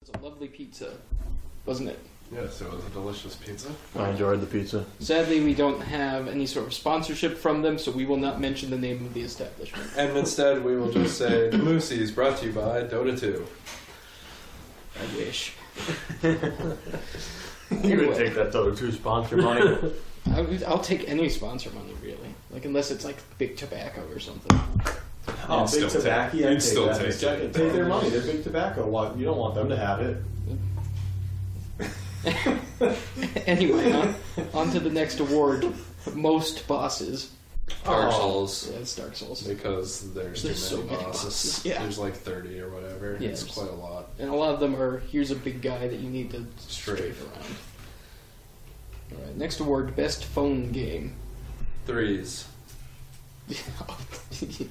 It's a lovely pizza, wasn't it? Yes, it was a delicious pizza. I enjoyed the pizza. Sadly, we don't have any sort of sponsorship from them, so we will not mention the name of the establishment. And instead, we will just say the Moosey is brought to you by Dota 2. I wish. You Anyway. would take that other two sponsor money. I would, I'll take any sponsor money, really. Like, unless it's like big tobacco or something. You'd big still take- tobacco. you'd I'd take still that. take Just it. Take their money. They're big tobacco. Why- You don't want them to have it. anyway, on, on to the next award. Most bosses. Dark Oh. Souls. Yeah, it's Dark Souls. Because there's, There's so too many, many bosses. bosses, yeah. There's like 30 or whatever. Yeah, it's there's- quite a lot. And a lot of them are here's a big guy that you need to Strafe. strafe around. Alright, next award best phone game. Threes.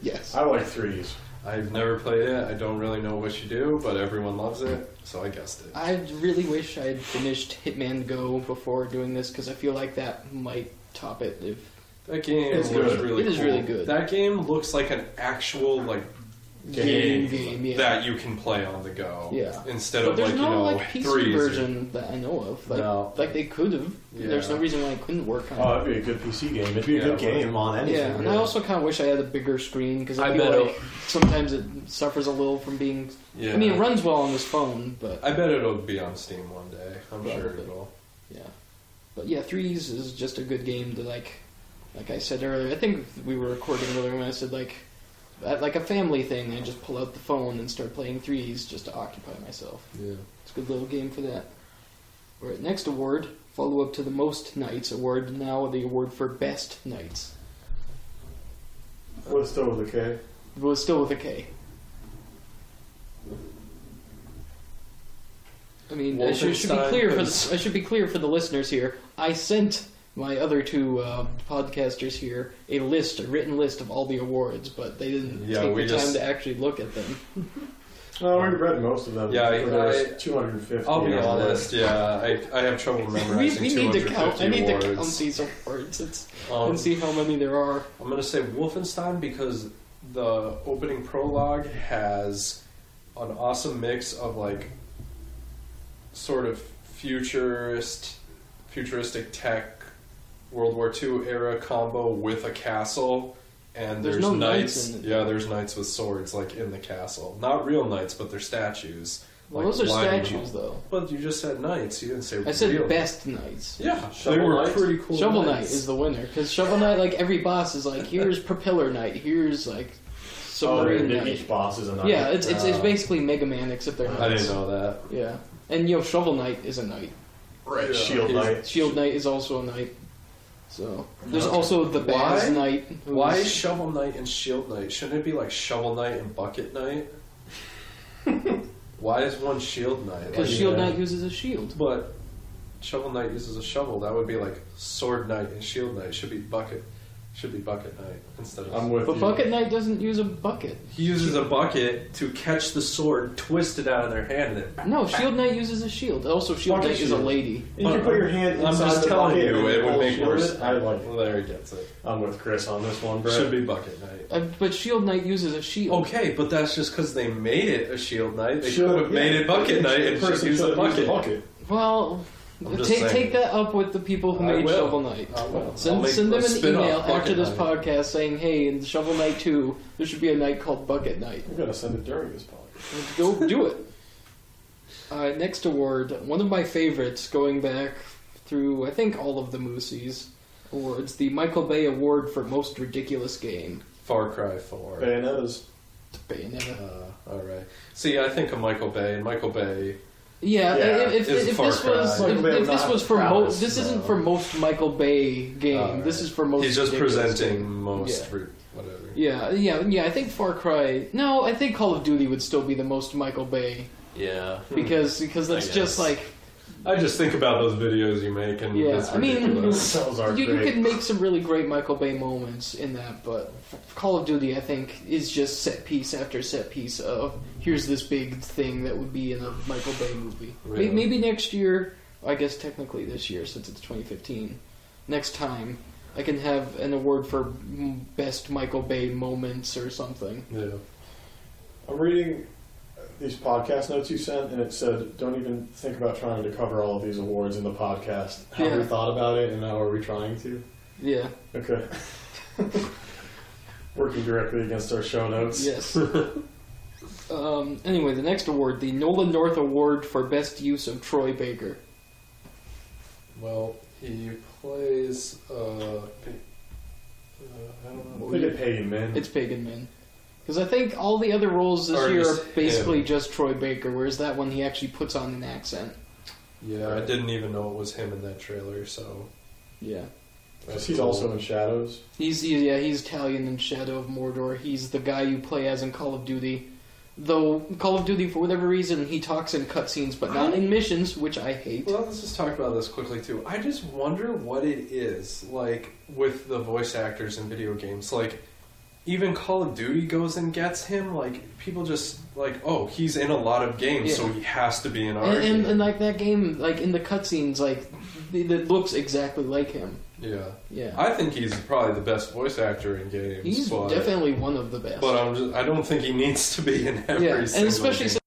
yes. I like threes. I've never played it. I don't really know what you do, but everyone loves it, so I guessed it. I really wish I had finished Hitman Go before doing this because I feel like that might top it if That game It's looks good. really It is cool. really good. That game looks like an actual like game, game. game, yeah. that you can play on the go. Yeah. Instead but of like there's you no know like PC threes. or- version that I know of. Like, No. like they could have. There's Yeah. no reason why it couldn't work on. Oh, that'd be a good PC game. It'd be a Yeah, good it would. game on yeah, anything. and I really. also kind of wish I had a bigger screen because I, I feel bet like sometimes it suffers a little from being. Yeah. I mean, it runs well on this phone, but I bet it'll be on Steam one day. I'm sure Probably. it'll. yeah, but yeah, threes is just a good game to like. Like I said earlier, I think we were recording earlier when I said like, at, like a family thing. I just pull out the phone and start playing threes just to occupy myself. Yeah. It's a good little game for that. All right, next award, follow up to the most nights award. Now the award for best nights What's still with the K? It was still with a K. I mean, I should, should be Wolfenstein clear for is- the, I should be clear for the listeners here. I sent my other two uh, podcasters here a list, a written list of all the awards, but they didn't Yeah, take we the time just- to actually look at them. No, I already read most of them. Yeah, I- I- two hundred and fifty. I'll be honest. Yeah, I, I have trouble We, memorizing we need to 250 count. I need awards. to count these awards it's, Um, and see how many there are. I'm gonna say Wolfenstein because the opening prologue has an awesome mix of like sort of futurist, futuristic tech, World War II era combo with a castle, and There's there's, no knights knights. in it. yeah, there's knights with swords like in the castle. Not real knights, but they're statues. Well, like, those are lining statues, up. though. But you just said knights. You didn't say. I said real. best knights. Yeah, Shovel they were Knight? pretty cool. Shovel Knight knights. is the winner because Shovel Knight, like every boss, is like here's Propeller Knight, here's like Oh, Submarine and Knight. each boss is a knight. Yeah, it's it's, it's Uh, basically Mega Man except they're knights. I didn't know that. Yeah, and you know Shovel Knight is a knight. right. Yeah. Shield He's- knight. Shield Knight is also a knight. So there's Okay. also the Baz Why? Knight. who's- Why is Shovel Knight and Shield Knight? Shouldn't it be like Shovel Knight and Bucket Knight? Why is one Shield Knight? Like, Because Shield Yeah. Knight uses a shield. But Shovel Knight uses a shovel. That would be like Sword Knight and Shield Knight. Should be Bucket. Should be Bucket Knight instead of. I'm with But you. Bucket Knight doesn't use a bucket. he uses a bucket to catch the sword, twist it out of their hand, and then. No, Shield Knight uses a shield. Also, Shield Bucket Knight is a shield. lady. You can put your hand I'm inside just the telling bucket you, and it would pull make shield more sense. I like. It. Well, there he gets it. I'm with Chris on this one, Brett. Should be Bucket Knight. Uh, but Shield Knight uses a shield. Okay, but that's just because they made it a Shield Knight. They Should- should have made yeah. it Bucket Knight and just person used a should have used bucket. a bucket. Well, I'm ta- just saying. take that up with the people who I made will. Shovel Knight. I will. I'll Send, make send them a an spin-off email after Bucket this Knight. podcast saying, "Hey, in Shovel Knight Two, there should be a night called Bucket Night. We're gonna send it during this podcast. Go do it." Uh, next award, one of my favorites, going back through I think all of the Moosies awards, the Michael Bay Award for Most Ridiculous Game. Far Cry 4. Bayonetta's. Uh, Bayonetta. all right. See, I think of Michael Bay, and Michael Bay. Yeah, Yeah, i- if, it's if, if Far this Cry. was Michael if, Bay if was this not was for most, prowess, this isn't though. for most Michael Bay game. Alright. This is for most. He's just ridiculous presenting game. most Yeah. re- whatever. Yeah, yeah, yeah. I think Far Cry. No, I think Call of Duty would still be the most Michael Bay Yeah. because because Hmm. I that's just guess. like I just think about those videos you make, and Yeah, it's I mean- ridiculous. Cells are you, you great. can make some really great Michael Bay moments in that, but Call of Duty I think is just set piece after set piece of here's this big thing that would be in a Michael Bay movie. May- Yeah. Maybe next year, I guess technically this year since it's 2015. Next time. I can have an award for mm, best Michael Bay moments or something. yeah. I'm reading these podcast notes you sent, and it said, "Don't even think about trying to cover all of these awards in the podcast." Have Yeah. we thought about it, and now are we trying to? Yeah. Okay. Working directly against our show notes. Yes. um, anyway, the next award, the Nolan North Award for Best Use of Troy Baker. Well, he plays. Uh, P- uh, I don't know. They get paid, man. It's Pagan Man. Because I think all the other roles this Or year just are basically him. just Troy Baker, whereas that one he actually puts on an accent. Yeah, I didn't even know it was him in that trailer. So Yeah. Yes, he's also in Shadows. He's he, yeah, he's Italian in Shadow of Mordor. He's the guy you play as in Call of Duty. Though Call of Duty, for whatever reason, he talks in cutscenes, but not in missions, which I hate. Well, let's just talk about this quickly too. I just wonder what it is like with the voice actors in video games. Like, even Call of Duty goes and gets him. Like, people just like, oh, he's in a lot of games, Yeah. so he has to be an And, artist. and, and like that game, like in the cutscenes, like it, it looks exactly like him. Yeah. Yeah, I think he's probably the best voice actor in games. he's but, definitely one of the best. But I'm just, I don't think he needs to be in every yeah, and single especially game. since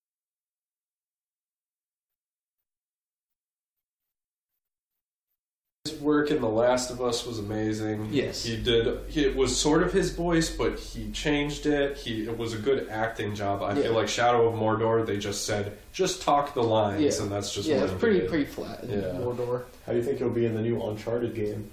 His work in The Last of Us was amazing. Yes. he did. He, it was sort of his voice, but he changed it. He it was a good acting job. I Yeah. feel like Shadow of Mordor. They just said just talk the lines, Yeah. and that's just yeah, what it's he pretty did. pretty flat. in Yeah. Mordor How do you think he'll be in the new Uncharted game?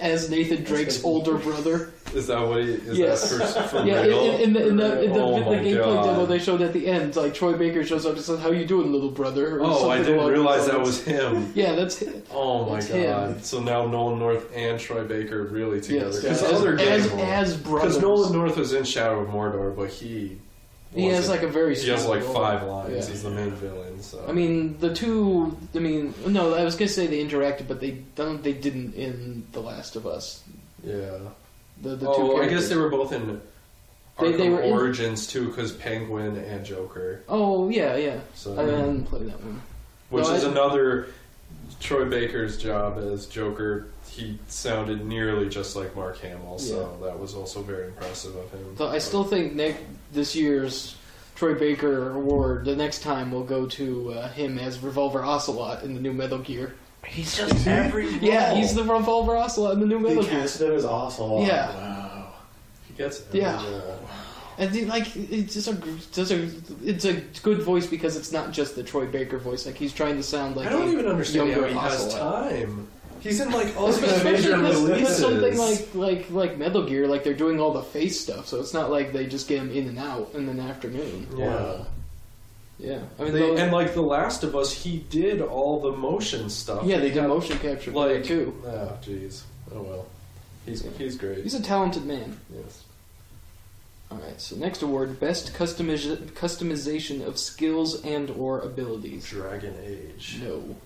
as Nathan Drake's older brother. Is that what he? Is Yes. that for, for Yeah, in, real? in, in the, in the, in the, Oh in the my gameplay God. demo they showed at the end, like Troy Baker shows up and says, "How you doing, little brother?" Or Oh, I something didn't along those realize that lines. was him. Yeah, that's it. Oh my That's god! him. So now Nolan North and Troy Baker really together Yes, because as, other as, game as brothers. because Nolan North was in Shadow of Mordor, but he he has wasn't. like a very. he has small like role. five lines. Yeah. He's the main villain. So I mean, the two. I mean, no, I was gonna say they interacted, but they don't. They didn't in The Last of Us. yeah. The, the two Oh, I characters. guess they were both in They- Arkham they were in- Origins too, because Penguin and Joker. Oh yeah, yeah. So I didn't play that one. which No, is I- another Troy Baker's job as Joker. He sounded nearly just like Mark Hamill, so that was also very impressive of him. So I still think next this year's Troy Baker Award the next time will go to uh, him as Revolver Ocelot in the new Metal Gear. He's just every Yeah, he's the Revolver Ocelot in the new They Metal Gear. casted him as awesome. Yeah. Wow. He gets uh, it. Yeah. And he, like it's just a just a it's a good voice because it's not just the Troy Baker voice. Like he's trying to sound like I don't a even understand how younger he has Ocelot. time. He's in like all the Especially major with, with releases. something like like like Metal Gear, like they're doing all the face stuff, so it's not like they just get him in and out in an afternoon. yeah. Yeah, I mean, They- though- and like The Last of Us, he did all the motion stuff. yeah, they He do got- motion capture for Like that too. Oh, jeez. Oh well. He's he's great. He's a talented man. yes. All right, so next award: best customiz- customization of skills and or abilities. Dragon Age. No,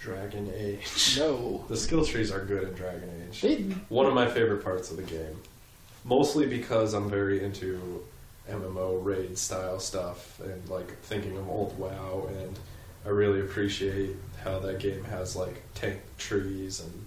Dragon Age. no, The skill trees are good in Dragon Age. they One of my favorite parts of the game. Mostly because I'm very into MMO raid style stuff and like thinking of old WoW and I really appreciate how that game has like tank trees and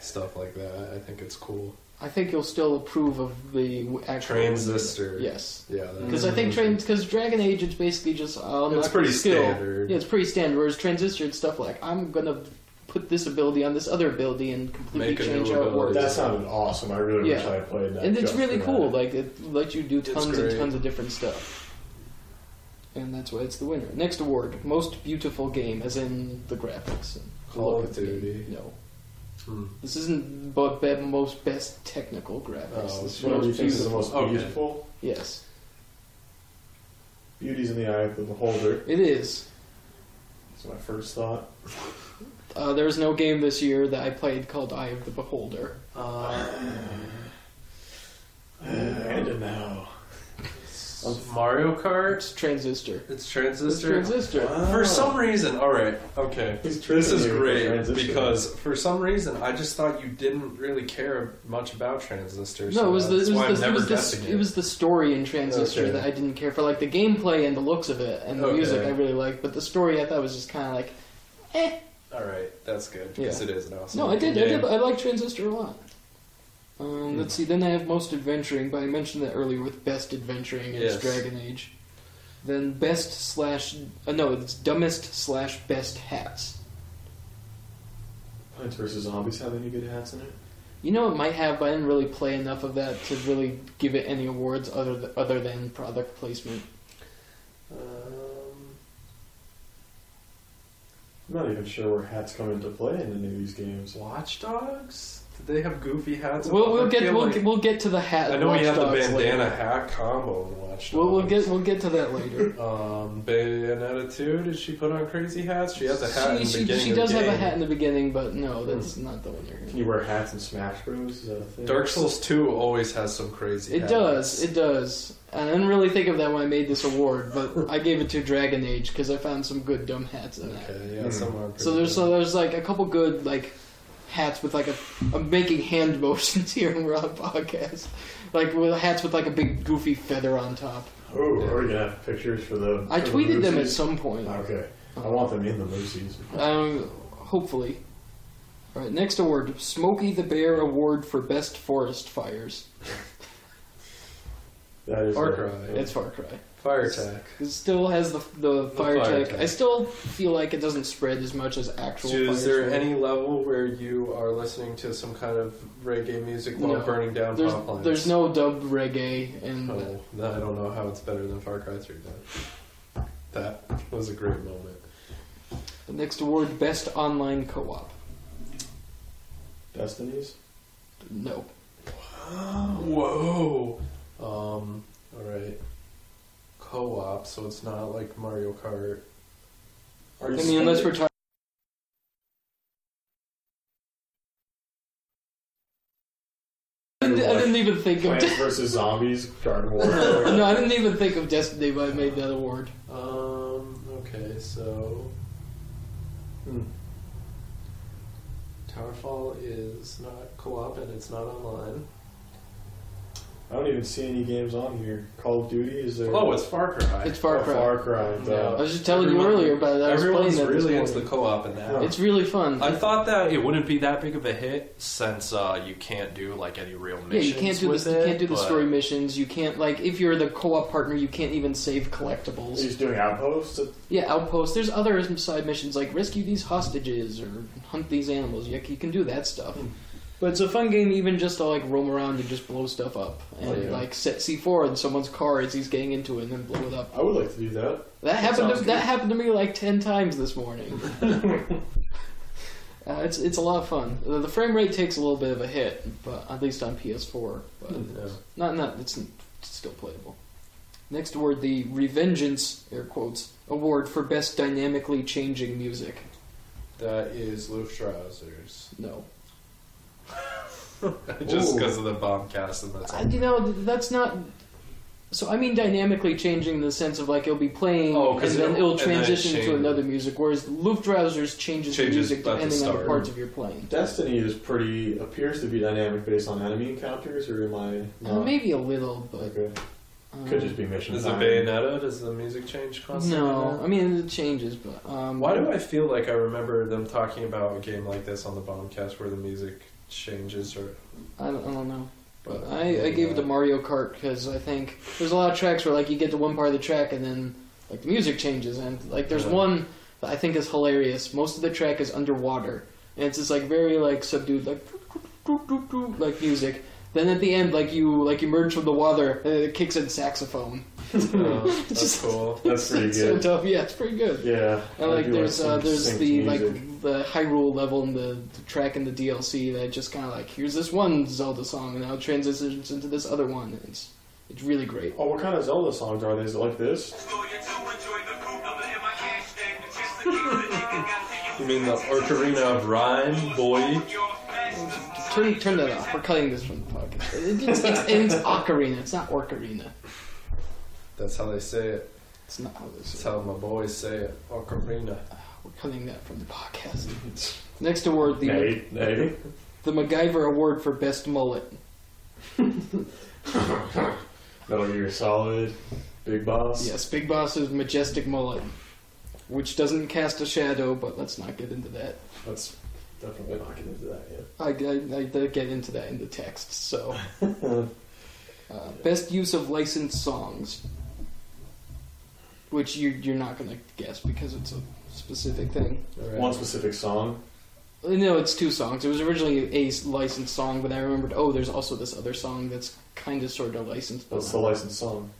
stuff like that. I think it's cool. I think you'll still approve of the w- actual Transistor. Yes, Yeah. that- because I think trans because Dragon Age it's basically just uh, It's unlock pretty the skill. standard. Yeah, it's pretty standard. Whereas Transistor and stuff like I'm gonna put this ability on this other ability and completely Make a change new how it works. ability. That sounded awesome. I really wish Yeah. I played that. and it's just really for cool. that. Like it lets you do tons and great. tons of different stuff. And that's why it's the winner. Next award: most beautiful game, as in the graphics. and the Call look of the game. Duty. No, Hmm. this isn't but be- most best technical Uh, graphics. Oh, This is What do you most think is the beautiful. most Okay. beautiful? Yes, Beauty's in the eye of the beholder. it is. That's my first thought. Uh, there was no game this year that I played called Eye of the Beholder. And a no. Hmm. Mario Kart. It's Transistor. It's It's Transistor. Transistor. Oh. For some reason, all right, okay. He's This tricking is you with great Transistor. because for some reason I just thought you didn't really care much about transistors. No, so it was the uh, that's it why I've was, the, it, never was guessed the, again. it was the story in Transistor Okay. that I didn't care for, like the gameplay and the looks of it and the Okay. music I really liked, but the story I thought was just kind of like, eh. all right. That's good because Yeah. it is an awesome. No, I did, I game. did, I like Transistor a lot. Hmm. Um, Let's see, then I have most adventuring, but I mentioned that earlier with best adventuring is Yes. Dragon Age. Then best slash uh, no, it's dumbest slash best hats. Plants vs. Zombies have any good hats in it? You know, it might have, but I didn't really play enough of that to really give it any awards other th- other than product placement. Um, I'm not even sure where hats come into play in any of these games. Watch Dogs. Did they have goofy hats? We'll, we'll I get feel we'll, like- get- we'll get to the hat. I know we Watch have the Dogs bandana Later. hat combo in Watch Dogs. We'll, we'll get we'll get to that later. Um, Bayonetta 2, did she put on crazy hats? She has a hat in she, the she, beginning she of does the have a game. Hmm. hat in the beginning, but no, that's not the winner. Can you wear hats in Smash Bros? Is that a thing? Dark Souls 2 always has some crazy It hats. does, it does. And I didn't really think of that when I made this award, but I gave it to Dragon Age because I found some good dumb hats in that. Okay, yeah, some are Hmm. So pretty there's good. so there's like a couple good like hats with like a I'm making hand motions here when we're on podcast, like with hats with like a big goofy feather on top. Oh, are we gonna have pictures for the? I for the tweeted them at Moosies? some point. Okay, I want them in the Moosies. Um, hopefully. All right, next award Smokey the Bear Award for Best Forest Fires. That is Far a- Cry. It's Far Cry. Fire attack. It still has the, the, fire, fire tech. tech. I still feel like it doesn't spread as much as actual Dude, is fire there spread. any level where you are listening to some kind of reggae music while No. burning down There's, pop lines? there's no dubbed reggae, and Oh, no, I don't know how it's better than Far Cry 3. then. That was a great moment. the next award Best Online Co op. Destinies? No. Oh. Whoa. Um. All right. Co-op, so it's not like Mario Kart. Are I you mean, unless we're talking. I didn't, I didn't even think of. Plants vs. Zombies, Garden War. no, I didn't even think of Destiny, but I made that award. Um. Okay. So. Hmm. Towerfall is not co-op and it's not online. I don't even see any games on here. Call of Duty is there? Oh, it's Far Cry. It's Far Oh, Cry. Far Cry. Yeah. duh. I was just telling Everyone- you earlier about it. I was playing Everyone's that really this into the co-op in that. morning. It's really fun. I thought that it wouldn't be that big of a hit since uh, you can't do like any real yeah, missions. you can't do with this. You it, can't do the but- story missions. You can't like if you're the co-op partner, you can't even save collectibles. He's doing outposts. Yeah, outposts. There's other side missions like rescue these hostages or hunt these animals. You, you can do that stuff. Hmm. But it's a fun game even just to like roam around and just blow stuff up and Oh, yeah. like set C4 in someone's car as he's getting into it and then blow it up. I would like to do that. That happened. To, Sounds that happened to me like ten times this morning. uh, it's it's a lot of fun. The, the frame rate takes a little bit of a hit, but at least on PS4, but not not it's, it's still playable. Next award, the Revengeance air quotes award for best dynamically changing music. That is Luke Trousers. No, Just because of the bomb cast and that's I, all. you know th- that's not. So I mean dynamically changing in the sense of like it'll be playing Oh, and 'cause then it'll- it'll and then it transition to changes. another music, whereas Luftrausers changes, the Changes music about the depending on the start. parts of your playing. Destiny is pretty appears to be dynamic based on enemy encounters, or am I? Uh, Not? maybe a little, but Okay. um, Could just be mission. Is it time. Bayonetta? Does the music change constantly? no. I mean, it changes, but um, Why do I feel like I remember them talking about a game like this on the Bombcast where the music changes or? I don't, I don't know. But I, I gave it to Mario Kart because I think there's a lot of tracks where like you get to one part of the track and then like the music changes and like there's Uh-huh. Yeah. one that I think is hilarious. Most of the track is underwater and it's just like very like subdued like like music. Then at the end like you like emerge from the water and it kicks in saxophone. Uh, that's cool. That's pretty It's so good. tough. Yeah, it's pretty good. Yeah. And I like do there's uh, some there's synced the music. like the Hyrule level and the, the track in the DLC that just kind of like here's this one Zelda song and now it transitions into this other one. And it's it's really great. Oh, what kind of Zelda songs are they? Is it like this? You mean the Ocarina of Rhyme, boy? Turn turn that off. We're cutting this from the podcast. It- It's, it's, it's ocarina. It's not orcarina. That's how they say it. It's not how this That's is. how my boys say it. Ocarina. We're cutting that from the podcast. Next award the Maybe. Maybe. the MacGyver Award for best mullet. Metal Gear Solid. Big Boss. Yes, Big Boss's majestic mullet, which doesn't cast a shadow. But let's not get into that. That's definitely not getting into that yet. I, I, I did get into that in the text, so. uh, best use of licensed songs. Which you, you're not going to guess because it's a specific thing. All right. One specific song. Uh, No, it's two songs. It was originally a s- licensed song, but I remembered, oh, there's also this other song that's kind of sort of licensed. But What's the licensed song?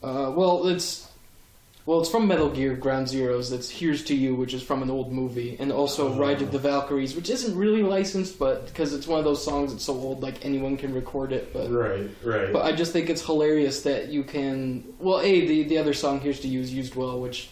uh, well, it's. Well, it's from Metal Gear Ground Zeroes. That's "Here's to You," which is from an old movie, and also Oh. "Ride of the Valkyries," which isn't really licensed, but because it's one of those songs that's so old, like anyone can record it. But Right. Right. But I just think it's hilarious that you can. Well, a the the other song here's to use used well, which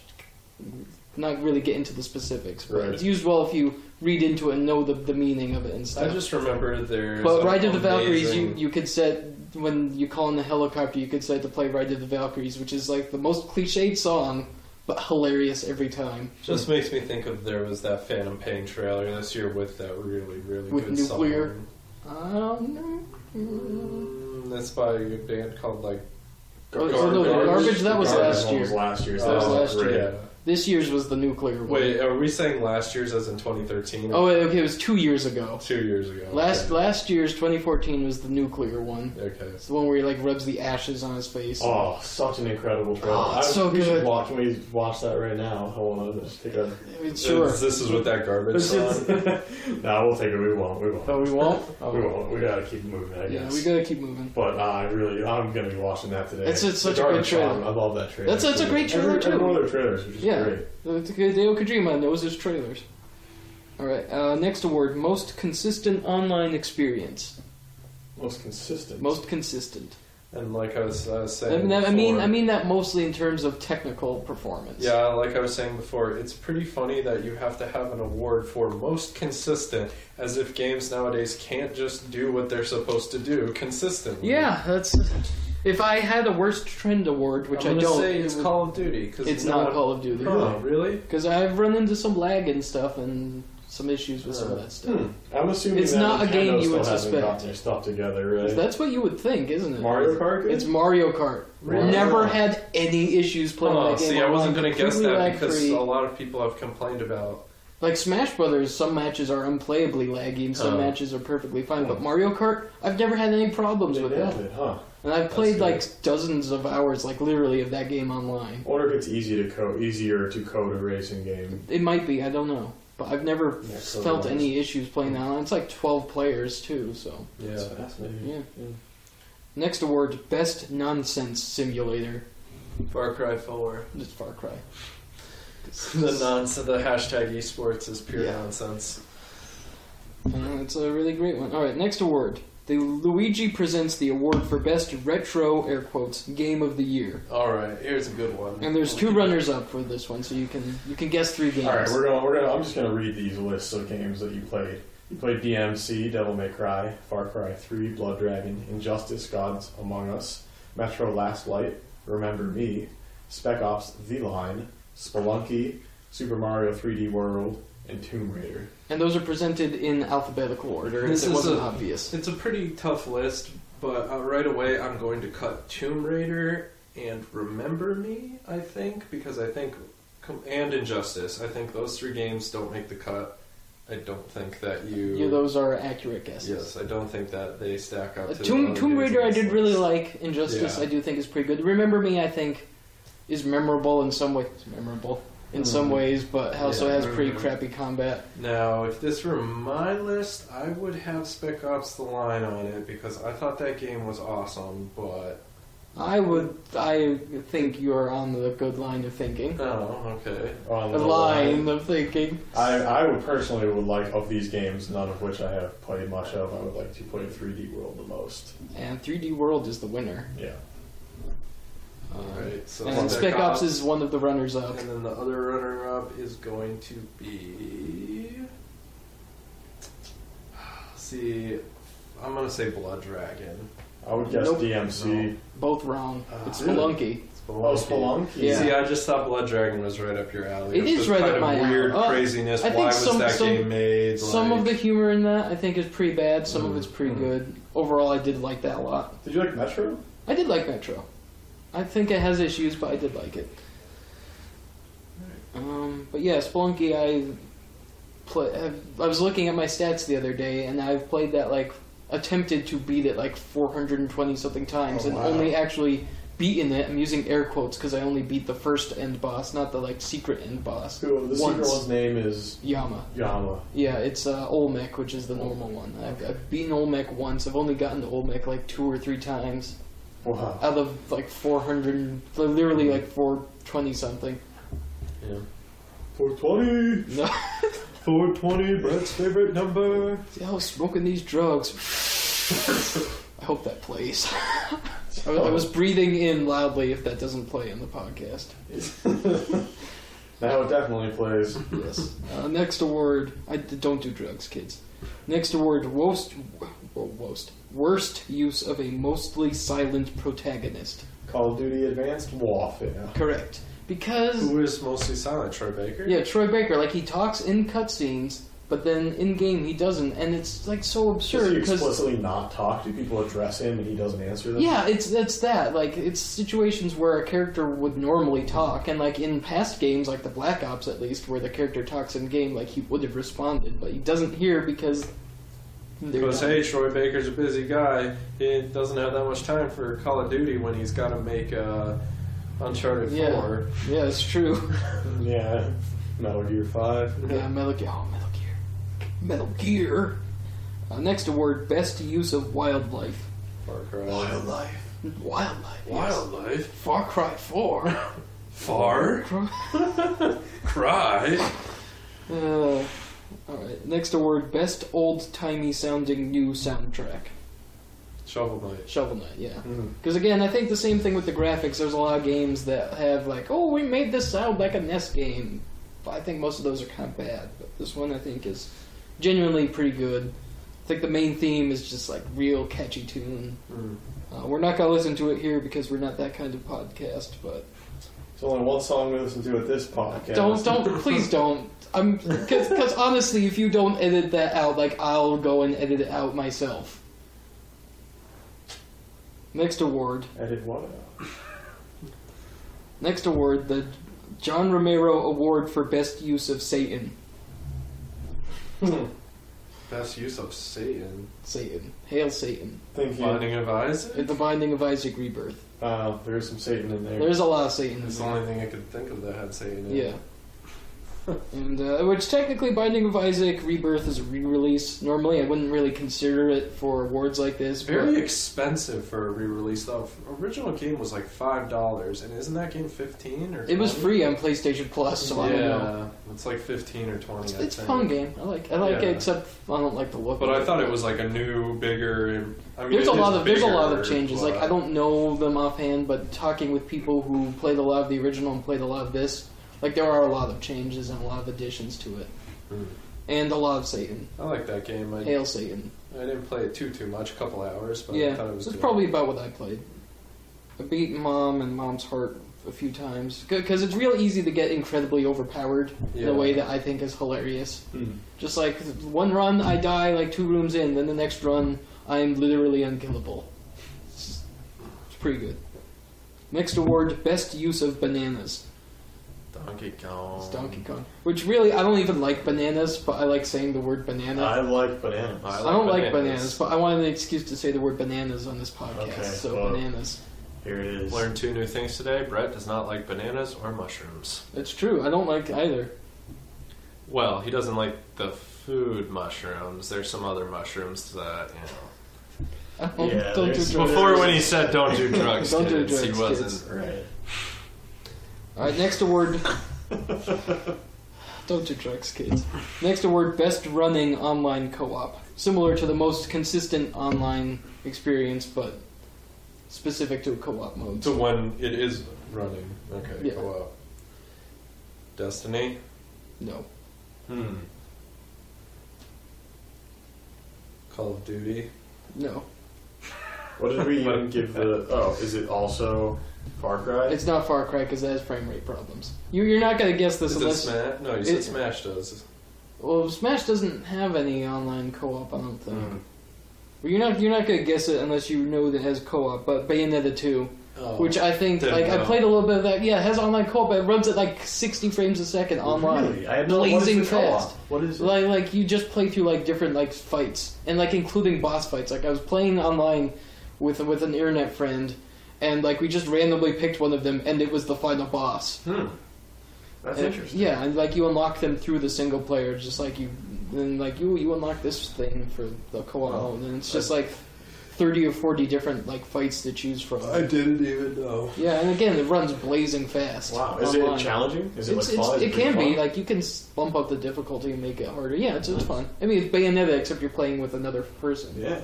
not really get into the specifics, but Right. it's used well if you read into it and know the the meaning of it and I stuff. just remember there's. but an Ride of the Valkyries, amazing- you you could set when you call in the helicopter, you could set to play Ride of the Valkyries, which is like the most cliched song, but hilarious every time Just makes me think of there was that Phantom Pain trailer this year with that really, really with good nuclear. song. I don't know. Mm, that's by a band called like Oh, so no, garbage. That was Garden last Home year. was last year. so That was that's last great. year. yeah. This year's was the nuclear one. Oh, Wait, are we saying last year's as in 2013? Oh, wait, okay, it was two years ago. Two years ago. Last okay. last year's 2014 was the nuclear one. Okay. It's the one where he like rubs the ashes on his face. Oh, such an incredible trailer. Oh, it's I- so we should good. Watch, can we watch that right now? Hold on, let's take a. I mean, sure. This, this is with that garbage This is- song. no, we'll take it. We won't. We won't. Oh, we won't. Oh, We won't. We gotta keep moving. I yeah, guess. we gotta keep moving. But uh, I really, I'm gonna be watching that today. It's- it's such The a great Garbage trailer. Time, I love that trailer. That's- that's a great trailer, every, too. Every one of their trailers, which is Yeah. great. Uh, it's good. Hideo Kojima knows his trailers. All right. Uh, next award: most consistent online experience. Most consistent. Most consistent. And like I was uh, I saying, mean, I mean, before- I mean that mostly in terms of technical performance. Yeah, like I was saying before, it's pretty funny that you have to have an award for most consistent, as if games nowadays can't just do what they're supposed to do consistently. Yeah, that's. If I had a worst trend award, which I'm I gonna don't, say it it's would- Call of Duty because it's not Call of Duty. Oh, really? Because I've run into some lag and stuff and some issues with some of that stuff. Hmm. I'm assuming It's that not a Nintendo game you still would hasn't suspect. gotten their stuff together, right? That's what you would think, isn't it? Mario Kart. It's Mario Kart. Really? Never had any issues playing Oh, that game. see, I wasn't going to guess that because a lot of people have complained about. Like Smash Brothers, some matches are unplayably laggy, and some Oh. matches are perfectly fine. But Mario Kart, I've never had any problems They with nailed that. it, huh? And I've played good. like dozens of hours, like literally, of that game online. I wonder if it's easy to code, easier to code a racing game. It might be, I don't know. But I've never Yeah, so felt it was. any issues playing that online. It's like 12 players, too, so. Yeah. That's fascinating. Yeah. Next award, best nonsense simulator. Far Cry 4. It's Far Cry. The nonsense, the hashtag esports is pure Yeah. nonsense. Uh, It's a really great one. All right, next award. The Luigi presents the award for best retro air quotes game of the year. All right, here's a good one. And there's two runners up for this one, so you can you can guess three games. All right, we're going. We're going. I'm just going to read these lists of games that you played. You played DMC, Devil May Cry, Far Cry 3, Blood Dragon, Injustice, Gods Among Us, Metro: Last Light, Remember Me, Spec Ops: The Line, Spelunky, Super Mario 3D World, and Tomb Raider. and those are presented in alphabetical order. This if it is wasn't a- obvious. It's a pretty tough list, but uh, right away I'm going to cut Tomb Raider and Remember Me, I think, because I think, and Injustice. I think those three games don't make the cut. I don't think that you. Yeah, those are accurate guesses. yes, I don't think that they stack up Uh, to the Tomb, other Tomb games Raider, on I this did really list. like. Injustice, Yeah. I do think is pretty good. Remember Me, I think, is memorable in some ways. Memorable in some ways, but also Mm-hmm. Yeah, has pretty Remember Me. crappy combat. Now, if this were my list, I would have Spec Ops The Line on it because I thought that game was awesome, but. I would. I think you're on the good line of thinking. Oh, okay. On The line of thinking. I, I would personally would like of these games, none of which I have played much of. I would like to play 3D World the most. And 3D World is the winner. Um, Yeah. Alright, so And Spec Ops is one of the runners up. And then the other runner up is going to be. See, I'm going to say Blood Dragon. I would guess Nope. DMC. Both wrong. Ah, It's really? Spelunky. Oh, Spelunky. Yeah. See, I just thought Blood Dragon was right up your alley. It With is this right kind up of my alley. weird Uh, craziness. I think Why was some- that some- game made? Some like- of the humor in that I think is pretty bad. Some of Mm, it's pretty mm. good. Overall, I did like that a lot. Did you like Metro? I did like Metro. I think it has issues, but I did like it. Um, but yeah, Spelunky, I play, have, I was looking at my stats the other day, and I've played that like attempted to beat it like 420 something times, Oh, and wow. only actually beaten it. I'm using air quotes because I only beat the first end boss, not the like secret end boss. Cool. Once. The secret one's name is Yama. Yama. Yeah, it's uh, Olmec, which is the normal one. I've, I've beaten Olmec once. I've only gotten to Olmec like two or three times Wow. out of like 400, literally like 420 something. 420. No, 420. Brett's favorite number. See, I was smoking these drugs. I hope that plays. I, was- I was breathing in loudly if that doesn't play in the podcast. Now it definitely plays. Yes. Uh, next award. I d- don't do drugs, kids. Next award. Worst, wo- worst, worst use of a mostly silent protagonist. Call of Duty Advanced Warfare. Correct. Because Who is mostly silent? Troy Baker? Yeah, Troy Baker, like he talks in cutscenes, but then in game he doesn't, and it's like so Does absurd he because explicitly not talk? Do people address him and he doesn't answer them? yeah, it's it's that like it's situations where a character would normally talk, and like in past games, like the Black Ops at least, where the character talks in game, like he would have responded, but he doesn't hear because they're Because not- hey, Troy Baker's a busy guy. He doesn't have that much time for Call of Duty when he's got to make uh, Uncharted Yeah. Four. yeah, it's true. Yeah. Metal Gear 5. Yeah, Metal Gear. Oh, Metal Gear. Metal Gear. Uh, next award: best use of wildlife. Far Cry. Wildlife, Wildlife. wildlife, Far Cry Four. far cry. Uh, all right. Next award: best old timey sounding new soundtrack. Shovel Knight. Shovel Knight. Yeah. Mm. Because again, I think the same thing with the graphics. There's a lot of games that have like, oh, we made this sound like a NES game. But I think most of those are kind of bad, but this one I think is genuinely pretty good. I think the main theme is just like real catchy tune. Mm. Uh, we're not gonna listen to it here because we're not that kind of podcast. But There's only one song we listen to at this podcast. don't, don't, please don't. I'm because honestly, if you don't edit that out, like I'll go and edit it out myself. Next award. Edit what? out. Next award, the John Romero Award for Best Use of Satan. Best use of Satan. Satan. Hail Satan. Thinking. Binding of Isaac. In the Binding of Isaac Rebirth. Uh, there's some Satan in there. There's a lot of Satan. in It's the there. only thing I could think of that had Satan. in it. Yeah. and uh, which technically, Binding of Isaac Rebirth is a re-release. Normally, I wouldn't really consider it for awards like this. It's but- very expensive for a re-release though. Original game was like five dollars, and isn't that game fifteen or? It was 20? free on PlayStation Plus, so I yeah, don't know. it's like fifteen or twenty. It's, I it's a think. fun game. I like. I like Yeah. it, except I don't like the look. But of I thought it was like a new, bigger. I mean, there's it a is lot of there's a bigger, lot of changes. Like but- I don't know them offhand, but talking with people who played a lot of the original and played a lot of this, like there are a lot of changes and a lot of additions to it, Mm. and a lot of Satan, I like that game. I, Hail Satan. I didn't play it too too much, a couple hours, but I yeah, thought it was that's good. probably about what I played. I beat Mom and Mom's Heart a few times because it's real easy to get incredibly overpowered in Yeah. a way that I think is hilarious. Hmm. Just like one run, I die like two rooms in. Then the next run, I'm literally unkillable. It's it's pretty good. Next award: best use of bananas. Donkey Kong. It's Donkey Kong, which really I don't even like bananas, but I like saying the word banana. I like bananas. I I like don't like bananas. bananas, but I wanted an excuse to say the word bananas on this podcast. Okay, so well. bananas. Here it is. Learned two new things today. Brett does not like bananas or mushrooms. That's true. I don't like either. Well, he doesn't like the food mushrooms. There's some other mushrooms that you know. I don't, Yeah, don't do there's- drugs. Before when he said "Don't do drugs, Don't do kids," he drugs, wasn't. kids. Right. All right, next award. Don't do drugs, kids. Next award, best running online co-op. Similar to the most consistent online experience, but specific to a co-op mode. So when it is running, okay, Yeah. go up. Destiny. no, Hmm. Call of Duty. no, What did we even give the? Oh, is it also Far Cry? it's not Far Cry because that has frame rate problems. You, you're not gonna guess this Is it unless. Smash? No, you said it- Smash does. Well, Smash doesn't have any online co-op. I don't think. Hmm. Mm. Well, you're not you're not gonna guess it unless you know that it has co-op. But Bayonetta two, Oh. which I think Didn't like I know. played a little bit of that. Yeah, it has online co-op. It runs at like 60 frames a second online. Really? I had no Blazing what is the co-op? fast. What is it? Like, like you just play through like different like fights and like including boss fights. Like I was playing online with with an internet friend, and like we just randomly picked one of them, and it was the final boss. Hmm. That's And- interesting. Yeah, and like you unlock them through the single player, just like you, and like you you unlock this thing for the co-op, Oh. mode, and it's just like thirty or forty different like fights to choose from. didn't even know. yeah, and again, it runs blazing fast. Wow. Is online. it challenging? Is it It's, like it's, fun? Is it pretty can be fun? like you can s- bump up the difficulty and make it harder. Yeah, it's, it's fun. I mean, it's Bayonetta except you're playing with another person, Yeah.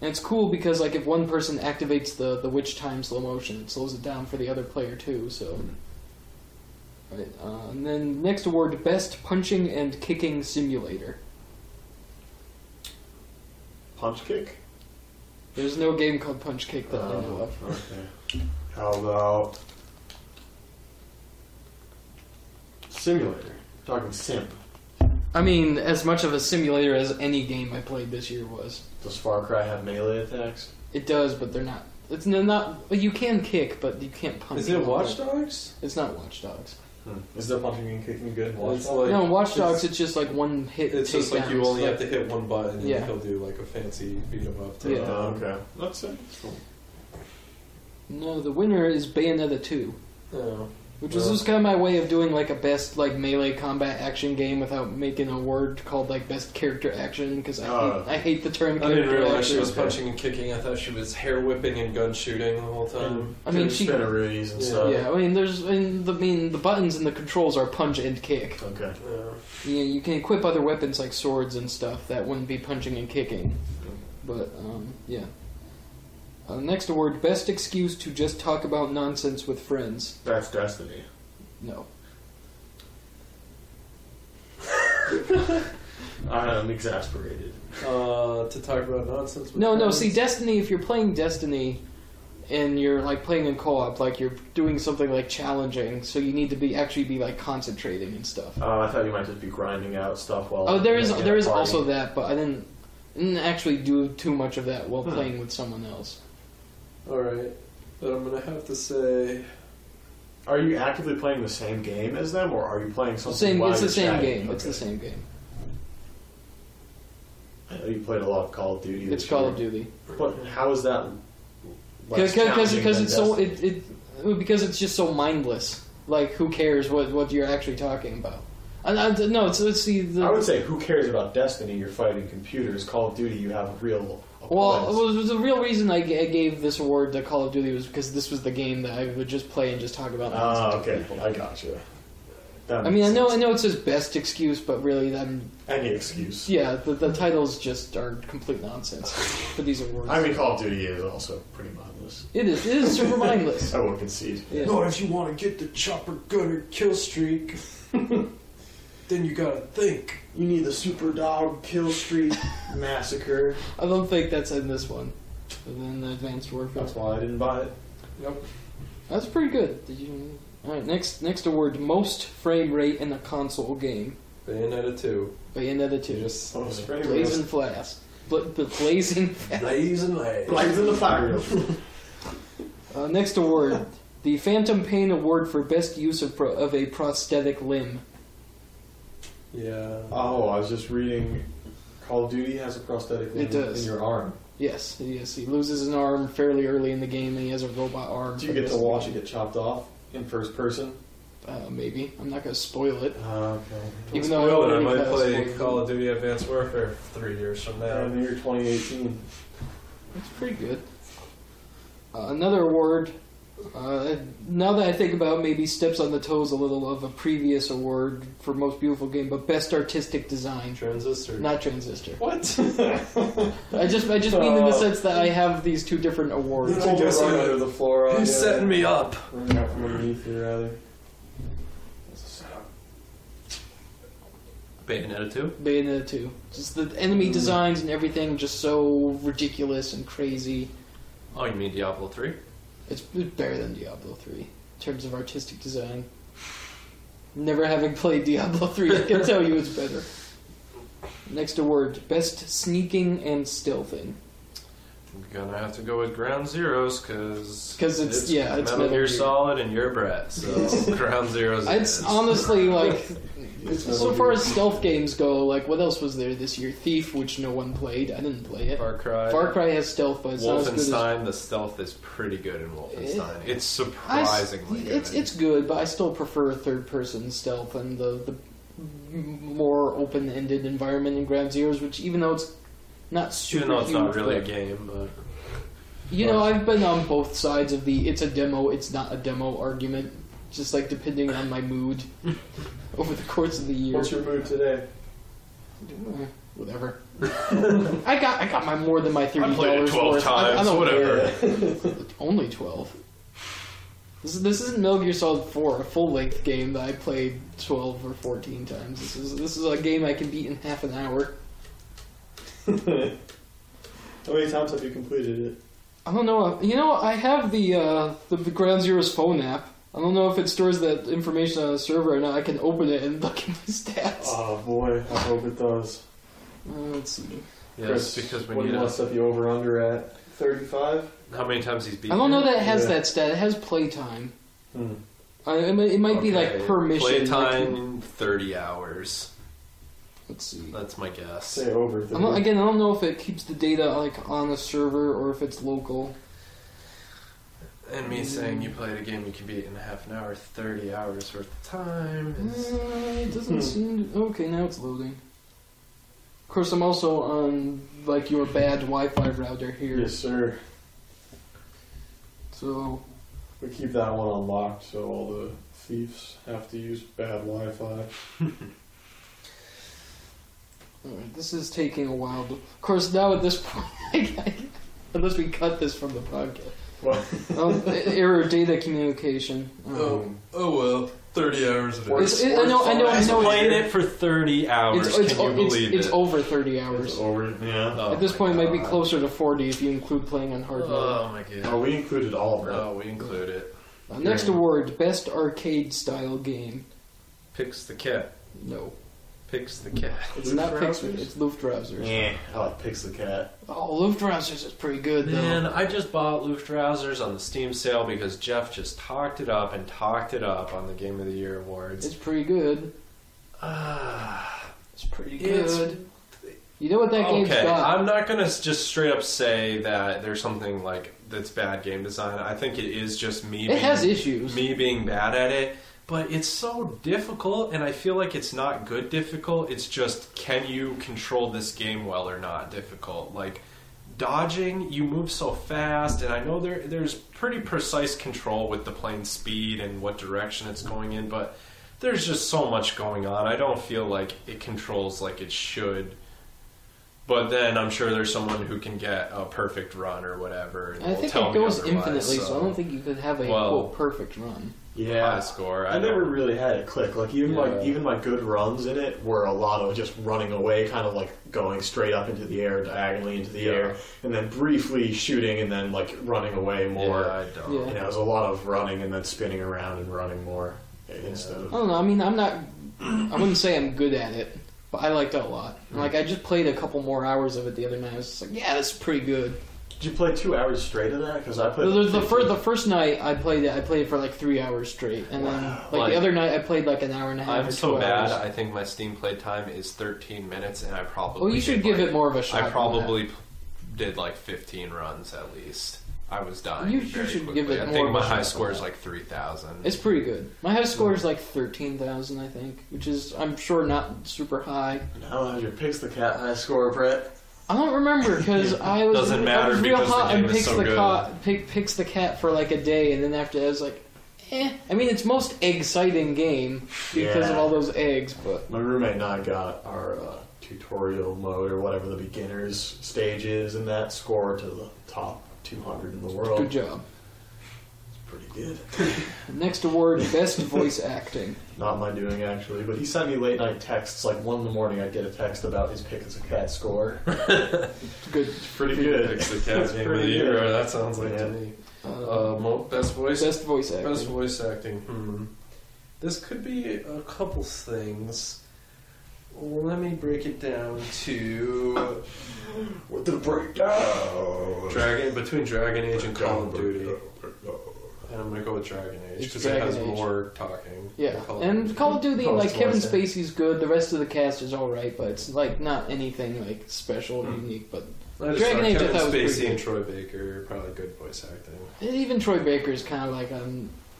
and it's cool because like if one person activates the the witch time slow motion, it slows it down for the other player too. So, Hmm. right, uh, and then next award, best punching and kicking simulator. Punch kick. There's no game called Punch Kick that I know Oh, of. okay. How about simulator? Talking simp. I mean, as much of a simulator as any game I played this year was. Does Far Cry have melee attacks? It does, but they're not. It's n- not. well, You can kick, but you can't punch. Is it people. Watch Dogs? It's not Watch Dogs. Is the punching and kicking good? It's like no, Watch Dogs. It's, It's, just like one hit. it's just like you takedowns, only have to hit one button, and Yeah. he'll do like a fancy beat 'em up. Yeah. takedown. Oh, okay. That's it. No, the winner is Bayonetta two, No. which was Yeah. just kind of my way of doing like a best like melee combat action game without making a word called like best character action because I Oh. hate, I hate the term. I Character didn't realize action. she was punching and kicking. I thought she was hair whipping and gun shooting the whole time. Mm. I mean, Doing she- spinneries and Yeah. stuff. Yeah, I mean, there's, I mean, the, I mean, the buttons and the controls are punch and kick. Okay. Yeah. You, know, you can equip other weapons like swords and stuff that wouldn't be punching and kicking. But, um, yeah. Uh, next award Best Excuse to Just Talk About Nonsense with Friends. That's Destiny. No. I am exasperated. Uh, to talk about nonsense. with No, no, friends. see, Destiny, if you're playing Destiny and you're, like, playing in co op, like, you're doing something, like, challenging, so you need to be actually be, like, concentrating and stuff. Oh, I thought you might just be grinding out stuff while. Oh, there is yeah, there is party. also that, but I didn't didn't actually do too much of that while Hmm. playing with someone else. All right, but I'm gonna have to say Are you actively playing the same game as them, or are you playing something? Same, while it's the you're same chatting? game. It's Okay. the same game. I know you played a lot of Call of Duty. It's this Call year. of Duty But how is that? less because challenging than it's so Destiny? it, it because it's just so mindless. Like who cares what what you're actually talking about? And I, no, it's let's see the I would say, who cares about Destiny? You're fighting computers. Call of Duty, you have a real. Well, opponents. it was- was the real reason I, g- I gave this award to Call of Duty was because this was the game that I would just play and just talk about. Ah, nonsense with okay. people. I gotcha. That I mean, I makes know, I sense. know it's his best excuse, but really, I'm any excuse. Yeah, the, the titles just are complete nonsense for these awards. I mean, Call of Duty is also pretty mindless. it is it is super mindless. I will concede. Yeah. No, if you want to get the chopper gunner kill streak, then you gotta think. You need the Super Dog Kill Street Massacre. I don't think that's in this one. And then the Advanced Warfare. That's why I didn't buy it. Yep. That's pretty good. Did you? All right, next next award: most frame rate in a console game. Bayonetta two. Bayonetta two. Just Oh, it's pretty blazing fast. Bla- bla- blazing. Fast. blaze and lay. Lights in the fire. Uh, next award: the Phantom Pain Award for best use of pro- of a prosthetic limb. Yeah. Oh, I was just reading. Call of Duty has a prosthetic limb It does. in your arm. Yes, yes. He loses an arm fairly early in the game, and he has a robot arm. Do for you get this. to watch it get chopped off in first person? Uh, maybe. I'm not going to spoil it. Oh, Okay. Even though Spoil it, I already might kinda play spoiled Call it. of Duty Advanced Warfare three years from Yeah, now. in the year 2018. It's pretty good. Uh, another award. Uh, now that I think about it, maybe steps on the toes a little of a previous award for most beautiful game, but best artistic design. Transistor. Not transistor. what? I just I just mean in the Oh. sense that I have these two different awards. No. Don't run under the floor. on Who's you. setting me up? Running out from underneath you, rather. That's a setup. Bayonetta two. Bayonetta 2. Just the enemy designs and everything just so ridiculous and crazy. Oh, you mean Diablo three? It's better than Diablo 3 in terms of artistic design. Never having played Diablo 3, I can tell you it's better. Next award Best Sneaking and Stealthing. I'm gonna have to go with Ground Zeroes because 'Cause it's- yeah, it's Metal, Metal Gear Gear. Solid and you're Brett, so Ground Zeroes. it It's is. honestly like, It's so Metal far Gear. as stealth games go, like, what else was there this year? Thief, which no one played. I didn't play it. Far Cry. Far Cry has stealth, but it's not as good as. Wolfenstein, the stealth is pretty good in Wolfenstein. It's I s- surprisingly good. It's, it's good, but I still prefer third person stealth and the, the m- more open ended environment in Ground Zeroes, which even though it's not super even though it's not huge, really a but- game, but You know, I've been on both sides of the it's a demo, it's not a demo argument, just like depending on my mood over the course of the year. What's your mood today? Eh, Whatever. I got I got my more than my thirty dollars worth. I, I don't care. Only twelve. This, this isn't Metal Gear Solid Four, a full length game that I played twelve or fourteen times. This is this is a game I can beat in half an hour. How many times have you completed it? I don't know. You know, I have the uh, the, the Ground Zero's phone app. I don't know if it stores that information on the server or not. I can open it and look at my stats. Oh boy, I hope it does. Uh, let's see. Chris, Yes, because we what need do you to. want to set the over under at? 35? How many times he's beaten? I don't know that it has Yeah. that stat. It has playtime. Hmm. Uh, it might, it might be like per mission. like- Playtime, thirty hours. let's see. That's my guess. Say over I'm not, 30. again, I don't know if it keeps the data like on a server or if it's local. And me saying you played a game you can beat in half an hour, thirty hours worth of time. Uh, Is... it Hmm. doesn't seem. okay, now it's loading. Of course, I'm also on like your bad Wi-Fi router here, Yes, sir. so We keep that one unlocked so all the thieves have to use bad Wi Fi. alright, this is taking a while. To, of course, now at this point, unless we cut this from the podcast, Well, um, error data communication. Oh. um, Oh well, thirty hours of It's, it, I know, I know, I know. Playing it for thirty hours. It's, it's, can you it's, believe it's it? over 30 hours. It's over. Yeah. Oh At this my point, it might be God. closer to 40 if you include playing on hard mode. Oh my god. Oh, we included all of that. Oh, we include it. Uh, Next award Best Arcade Style Game. Picks the cat. No. Picks the cat. It's not Pixar, Luftrausers? it's Luftrausers. Yeah, I like Pix the Cat. Oh, Luftrausers is pretty good, though. Man, I just bought Luftrausers on the Steam sale because Jeff just talked it up and talked it up on the Game of the Year It's awards. pretty good. Ah, It's pretty It's- good. you know what that game's Oh, okay, got? I'm not gonna s- just straight up say that there's something like that's bad game design. I think it is just me. it has issues. me being bad at it. But it's so difficult, and I feel like it's not good difficult. It's just can you control this game well or not difficult. Like dodging, you move so fast, and I know there there's pretty precise control with the plane's speed and what direction it's going in, but there's just so much going on. I don't feel like it controls like it should. But then I'm sure there's someone who can get a perfect run or whatever. And I will think tell it me goes otherwise, infinitely, so. I don't think you could have a Well- quote perfect run. high Yeah. score. I don't- never really had it click. Like even Yeah. my even my good runs in it were a lot of just running away, kind of like going straight up into the air, diagonally into the Yeah. air, and then briefly shooting, and then like running away more. Yeah, I don't. Yeah. You know, it was a lot of running and then spinning around and running more instead I of. don't know. I mean, I'm not. I wouldn't say I'm good at it, but I liked it a lot. And, Like I just played a couple more hours of it the other night. I was just like, yeah, that's pretty good. Did you play two hours straight of that? Because I played. The, the, fir- the first night I played it, I played it for like three hours straight, and then Wow. like, Like- the other night I played like an hour and a half. I'm or so two bad. Hours. I think my Steam play time is 13 minutes, and I probably. Well, you should did, give like- it more of a shot. I than probably p- did like 15 runs at least. I was dying. You- you very should quickly. give it I more think of my a high shot score than is that. like 3,000. that. It's pretty good. My Hmm. high score is like thirteen thousand, I think, which is I'm sure not super high. How high is your picks the cat high score, Brett? I don't remember because I was Doesn't I matter was real because the hot game and is picks so the good. cat pick, picks the cat for like a day, and then after that, I was like, eh. I mean, it's most exciting game because of Yeah. all those eggs, but My roommate and I got our uh, tutorial mode or whatever the beginners stage is, and that score to the top 200 in the world. good job. It's pretty good. Next award, best voice acting. Not my doing actually, but he sent me late night texts. Like one in the morning, I'd get a text about his pick as a cat score. Good. It's pretty good. Picks the cat It's game of pretty the year. good. That sounds like Yeah. to me. Uh, Uh, mo- best voice. best voice Best acting. voice acting. Hmm. This could be a couple things. Let me break it down to With the breakdown. Dragon between Dragon Age and Call of Duty. Duty. And I'm gonna go with Dragon Age It's because it has Dragon Age. more talking. Yeah, Call of and Duty. Call of Duty, Call of like Duty. Kevin Spacey's good. The rest of the cast is all right, but it's like not anything like special or Hmm. unique. But I just Dragon thought Age I Kevin thought was pretty Spacey good. and Troy Baker are probably good voice acting. even Troy Baker's kind of like a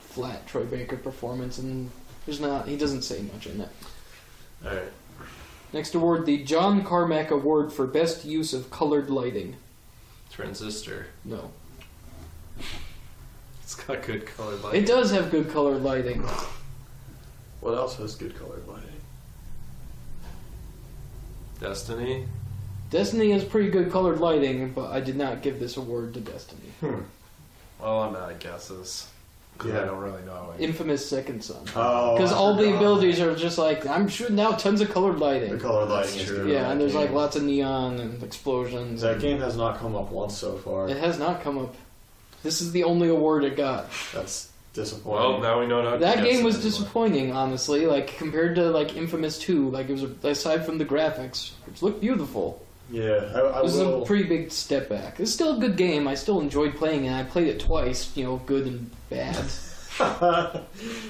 flat Troy Baker performance, and there's not he doesn't say much in it. All right, Next award, the John Carmack Award for Best Use of Colored Lighting. Transistor. No. It's got good color lighting. It does have good colored lighting. What else has good colored lighting? Destiny. Destiny has pretty good colored lighting, but I did not give this award to Destiny. Well, I'm out of guesses because I Yeah. don't really know. it. Infamous Second Son. Oh, Because I all the forgot. abilities are just like, I'm shooting out tons of colored The lighting. colored lighting That's is true. good. Yeah, and there's like Yeah. lots of neon and explosions. That game has not come up once so far. It has not come up. This is the only award it got. That's disappointing. Well, now we know not. to That guess game was anymore. disappointing, honestly. Like compared to like Infamous Two, like it was aside from the graphics, which looked beautiful. yeah, I, I This is a will. pretty big step back. It's still a good game. I still enjoyed playing it. I played it twice, you know, good and bad. yeah,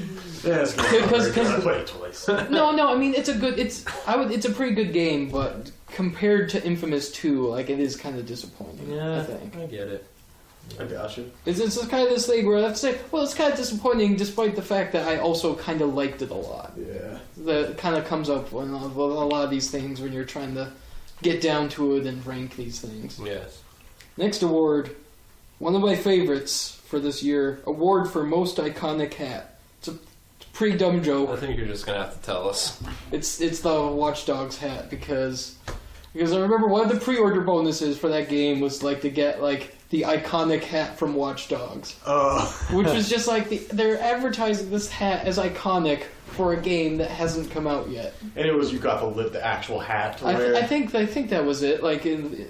it's gonna Dude, 'cause- sound very good. I 'cause- played it twice. no, no. I mean, it's a good. It's I would. It's a pretty good game, but compared to Infamous Two, like it is kind of disappointing. I think I get it. I got you. it's it's kind of this thing where I have to say, well, it's kind of disappointing, despite the fact that I also kind of liked it a lot. Yeah, That kind of comes up when a with a lot of these things when you're trying to get down to it and rank these things. Yes. Next award, one of my favorites for this year, award for most iconic hat. It's a pretty dumb joke. I think you're just gonna have to tell us. It's it's the Watch Dogs hat because because I remember one of the pre-order bonuses for that game was like to get like the iconic hat from Watch Dogs, oh, which was just like the, they're advertising this hat as iconic for a game that hasn't come out yet. and it was you got the li- the actual hat to I, wear. th- I think I think that was it. Like in,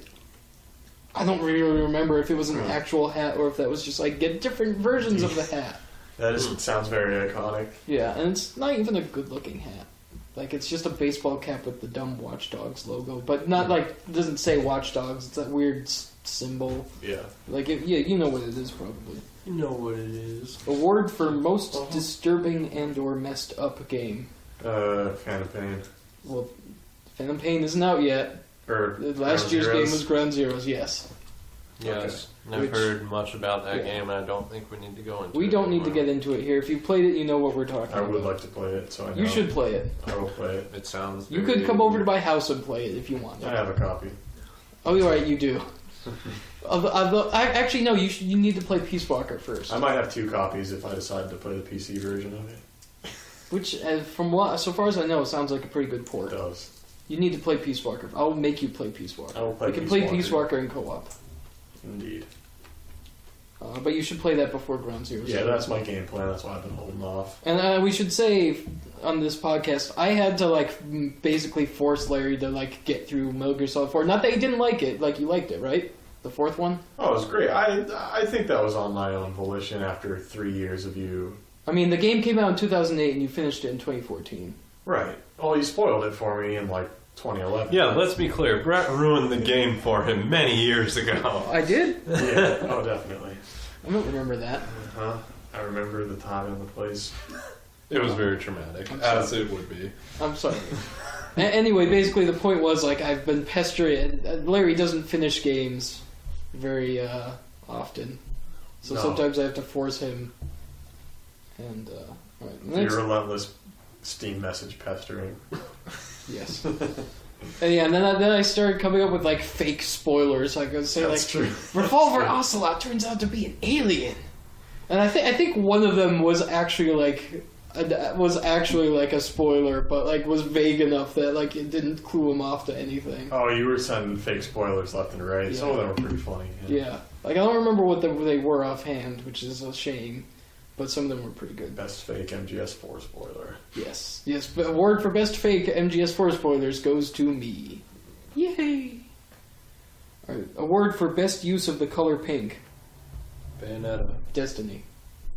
I don't really remember if it was an actual hat or if that was just like get different versions of the hat. that is, sounds very iconic. Yeah, and it's not even a good looking hat. Like it's just a baseball cap with the dumb Watch Dogs logo, but not like it doesn't say Watch Dogs. It's that weird s- symbol. Yeah, Like it, yeah, you know what it is probably. You know what it is. Award for most Uh-huh. disturbing and or messed up game. uh, Phantom Pain Well, Phantom Pain isn't out yet. or Last Ground year's Zeroes. game was Ground Zeroes. Yes, Yes. Okay. I've Which- heard much about that Yeah. game, and I don't think we need to go into. we it don't need to anymore. get into it here. If you played it, you know what we're talking I about. would like to play it, so I know. You should play it. I will play it. It sounds. You very- could come over to my house and play it if you want. I have a copy. Oh, you're right, you do. Although- although- I, actually, no, you, should, you need to play Peace Walker first. I might have two copies if I decide to play the PC version of it. Which, uh, from what, so far as I know, sounds like a pretty good It port. does. You need to play Peace Walker. I'll make you play Peace Walker. I will play we can Peace play Walker. Peace Walker in co op. Indeed. Uh, but you should play that before Ground Zero. Yeah, that's my game plan. That's why I've been holding off. And uh, we should say on this podcast, I had to, like, m- basically force Larry to, like, get through Metal Gear Solid 4. Not that he didn't like it, like, you liked it, right? The fourth one? Oh, it was great. I I think that was on my own volition after three years of you. I mean, the game came out in 2008 and you finished it in 2014. Right. Well, you spoiled it for me in like 2011. Yeah, let's be clear. Brett ruined the game for him many years ago. I did? yeah. Oh, definitely. I don't remember that. Uh huh. I remember the time and the place. It was very traumatic, as it would be. I'm sorry. A- anyway, basically the point was like I've been pestering. uh, Larry doesn't finish games very uh, often, so No. sometimes I have to force him. And uh, all right, Your next- relentless Steam message pestering. yes. And yeah, and then I, then I started coming up with like fake spoilers. I could say That's like true. Revolver Ocelot turns out to be an alien, and I think I think one of them was actually like a- was actually like a spoiler, but like was vague enough that like it didn't clue him off to anything. Oh, you were sending fake spoilers left and right. Some of them were pretty funny. Yeah, like I don't remember what the, they were offhand, which is a shame. But some of them were pretty good. Best fake MGS4 spoiler. Yes, yes. But award for best fake MGS4 spoilers goes to me. Yay! All right, award for best use of the color pink, Bayonetta. Destiny,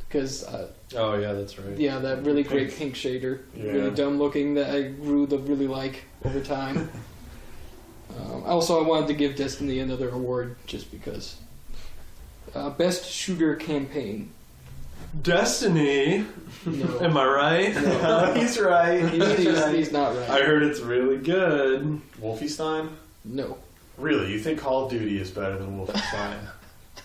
because uh, Oh yeah, that's right. yeah, that really great pink shader, Yeah. really dumb looking that I grew to really like over time. um, also, I wanted to give Destiny another award just because. Uh, best shooter campaign. Destiny. No. Am I right? he's right. He's, he's, he's not I right. heard it's really good. Wolfenstein? No. Really? You think Call of Duty is better than Wolfenstein?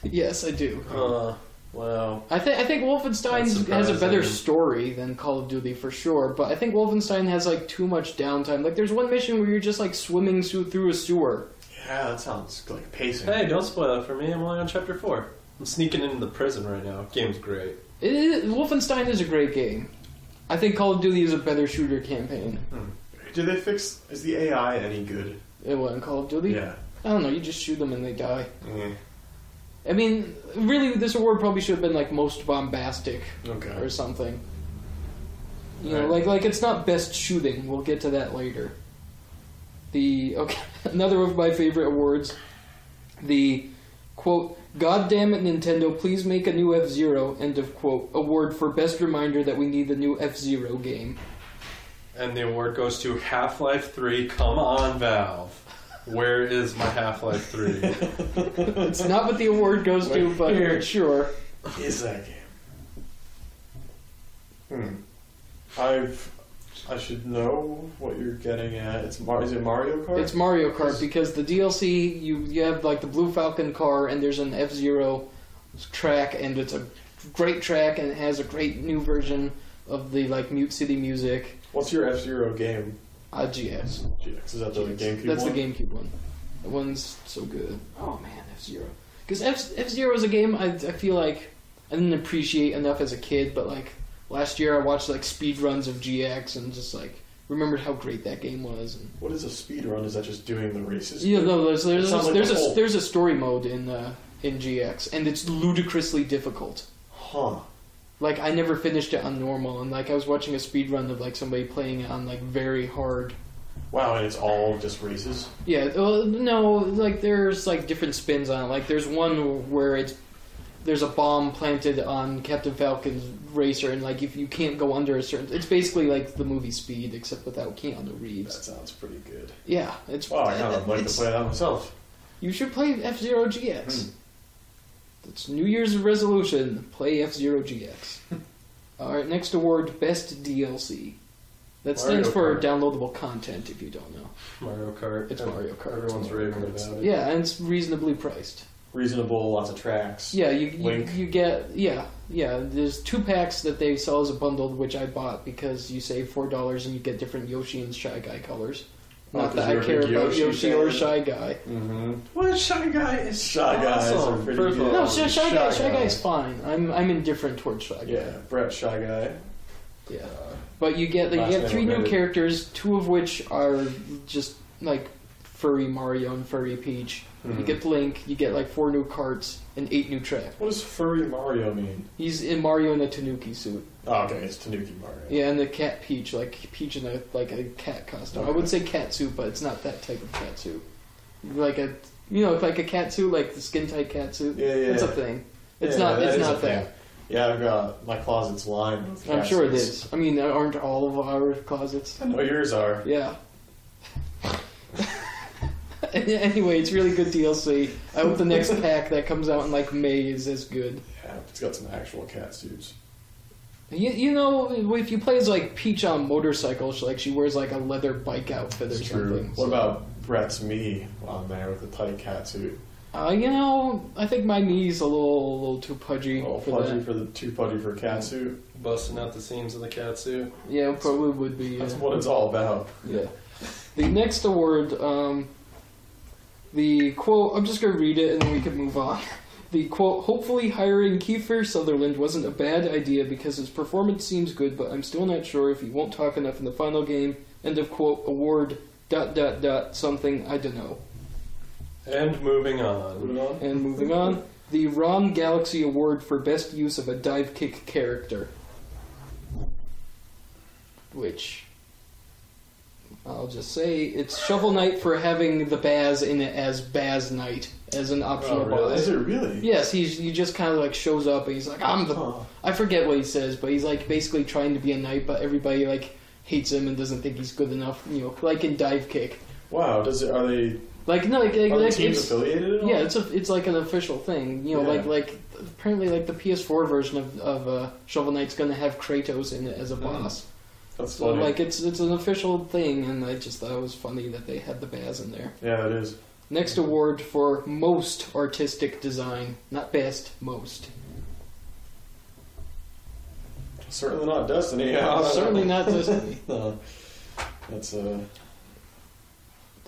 Yes, I do. uh, well, I think I think Wolfenstein That's has a better surprising. story than Call of Duty for sure, but I think Wolfenstein has like too much downtime. Like there's one mission where you're just like swimming su- through a sewer. yeah, that sounds like pacing. Hey, don't spoil it for me. I'm only on chapter four. I'm sneaking into the prison right now. Game's great. It, it, Wolfenstein is a great game. I think Call of Duty is a better shooter campaign. Do they fix? Is the AI any good? It wasn't Call of Duty. I don't know. You just shoot them and they die. Eh, I mean, really, this award probably should have been like most bombastic or Okay. something. You know, Right. like like it's not best shooting. We'll get to that later. The okay, another of my favorite awards, the quote, God damn it, Nintendo, please make a new F Zero, end of quote, award for best reminder that we need a new F Zero game. And the award goes to Half Life 3. Come on, Valve. Where is my Half Life 3? It's not what the award goes to, but Here. sure. is that game? Hmm. I've. I should know what you're getting at. It's Mar- is it Mario Kart? It's Mario Kart because the DLC you, you have like the Blue Falcon car and there's an F Zero track and it's a great track and it has a great new version of the like Mute City music. What's your F Zero game? Uh, GS. GX is that the GameCube That's one? the GameCube one. That one's so good. Oh man, F Zero. Because F F Zero is a game I, I feel like I didn't appreciate enough as a kid, but like last year I watched like speed runs of GX and just like remembered how great that game was. And, What is a speedrun? Is that just doing the races? yeah, no, there's It there's sounds like there's the a whole- there's a story mode in uh, in GX, and it's ludicrously difficult. Huh. Like I never finished it on normal, and like I was watching a speed run of like somebody playing it on like very hard Wow, and it's all just races. Yeah, well, no, like there's like different spins on it. Like there's one where it's there's a bomb planted on Captain Falcon's racer, and like if you can't go under a certain, it's basically like the movie Speed except without Keanu That Reeves. sounds pretty good. Yeah, it's. Wow, I kind of like to it's- play that myself. You should play F Zero Hmm. GX. That's New Year's resolution. Play F Zero GX. All right, next award, best DLC. That stands for Mario Kart. downloadable content. If you don't know, Mario Kart. It's Mario Kart. Everyone's raving It's- about it. yeah, and it's reasonably priced. Reasonable, lots of tracks. Yeah, you, you Link. you get yeah yeah. There's two packs that they sell as a bundled, which I bought because you save four dollars and you get different Yoshi and Shy Guy colors. Oh, Not 'cause that I you're a care big about Yoshi Yoshi or fan. Shy Guy. Mm-hmm. What? Shy Guy is Shy Guys awesome. are pretty First of good. all, No, Shy, Shy Shy Guy Shy Guy. Guy's fine. I'm I'm indifferent towards Shy Guy. Yeah, Brett Shy Guy. Yeah. But you get you Last get name three new omitted. characters, two of which are just like furry Mario and furry Peach. You Mhm. get Link. You get like four new carts and eight new tracks. What does furry Mario mean? He's in Mario in a Tanuki suit. Oh, okay, it's Tanuki Mario. Yeah, and the cat Peach, like Peach in a like a cat costume. I would say cat suit, but it's not that type of cat suit. Like a you know, like a cat suit, like the skin tight cat suit. Yeah, yeah. It's a thing. It's Yeah, not. that it's is a not thing. that. Yeah, I've got my closet's lined with I'm sure it caskets. is. I mean, aren't all of our closets? I know yours are. Yeah. anyway, it's really good DLC. I hope the next pack that comes out in like May is as good. Yeah, it's got some actual cat suits. You, you know, if you play as like Peach on motorcycle, she, like she wears like a leather bike outfit or It's something. true. so- What about Brett's me on there with the tight cat suit? Uh, you know, I think my knee's a little, a little too pudgy Oh, for pudgy that. for the too pudgy for a cat suit. Busting out the seams of the catsuit. Yeah, it probably would be. Yeah. That's what it's all about. yeah. The next award, um, the quote. I'm just gonna read it and then we can move on. The quote. Hopefully, hiring Kiefer Sutherland wasn't a bad idea because his performance seems good, but I'm still not sure if he won't talk enough in the final game. End of quote. Award. Dot dot dot. Something I don't know. And moving on. And moving on, the Ron Galaxy Award for best use of a dive kick character, which I'll just say it's Shovel Knight for having the Baz in it as Baz Knight as an optional Oh, really? boss. Is it really? Yes, he's he just kind of like shows up and he's like, I'm the Huh. I forget what he says, but he's like basically trying to be a knight, but everybody like hates him and doesn't think he's good enough. You know, like in dive kick, Wow. Does it? Are they? like no, like, like, Are the like, teams it's- affiliated at all? yeah, it's a, it's like an official thing. You know, like Yeah. like apparently like the PS4 version of of uh, Shovel Knight's gonna have Kratos in it as a Mm. boss. That's So funny. like it's it's an official thing, and I just thought it was funny that they had the Baz in there. yeah, it is. Next Mm. award for most artistic design, not best, most. Certainly not Destiny. Certainly not Destiny. No. That's uh.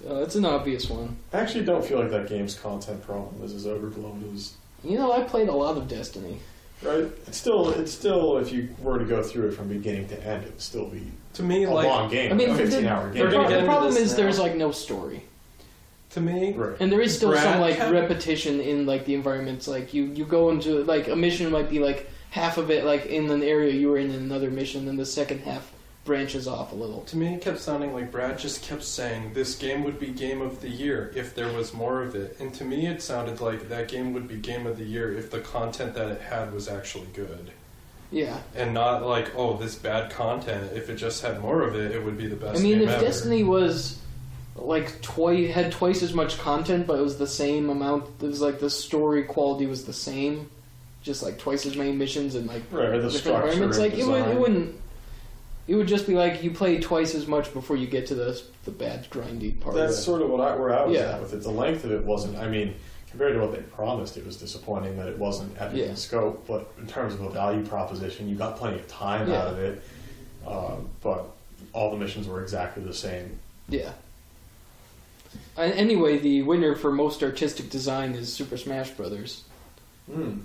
Uh, it's an obvious one. I actually don't feel like that game's content problem is as overblown as You know, I played a lot of Destiny. right. It's still, it's still. If you were to go through it from beginning to end, it would still be To me, a like long game. I mean, a the- fifteen-hour the game. We're gonna pro- get the into problem this is there's now. like no story. to me, Right. And there is still some Brad like kept- repetition in like the environments. Like you, you go into like a mission might be like half of it like in an area you were in another mission, and the second half branches off a little. To me, it kept sounding like Brad just kept saying this game would be game of the year if there was more of it. And to me, it sounded like that game would be game of the year if the content that it had was actually good. Yeah. And not like, oh, this bad content. If it just had more of it, it would be the best I mean, game if ever. Destiny was like twice had twice as much content, but it was the same amount. It was like the story quality was the same, just like twice as many missions and like Right, or the different structure. environments. Like it, would, design. it wouldn't. It would just be like you play twice as much before you get to the the bad grindy part. That's of it. sort of what I, where I was Yeah. at with it. The length of it wasn't. I mean, compared to what they promised, it was disappointing that it wasn't epic Yeah. in scope. But in terms of a value proposition, you got plenty of time Yeah. out of it. Um, but all the missions were exactly the same. yeah. A- Anyway, the winner for most artistic design is Super Smash Brothers. Hmm.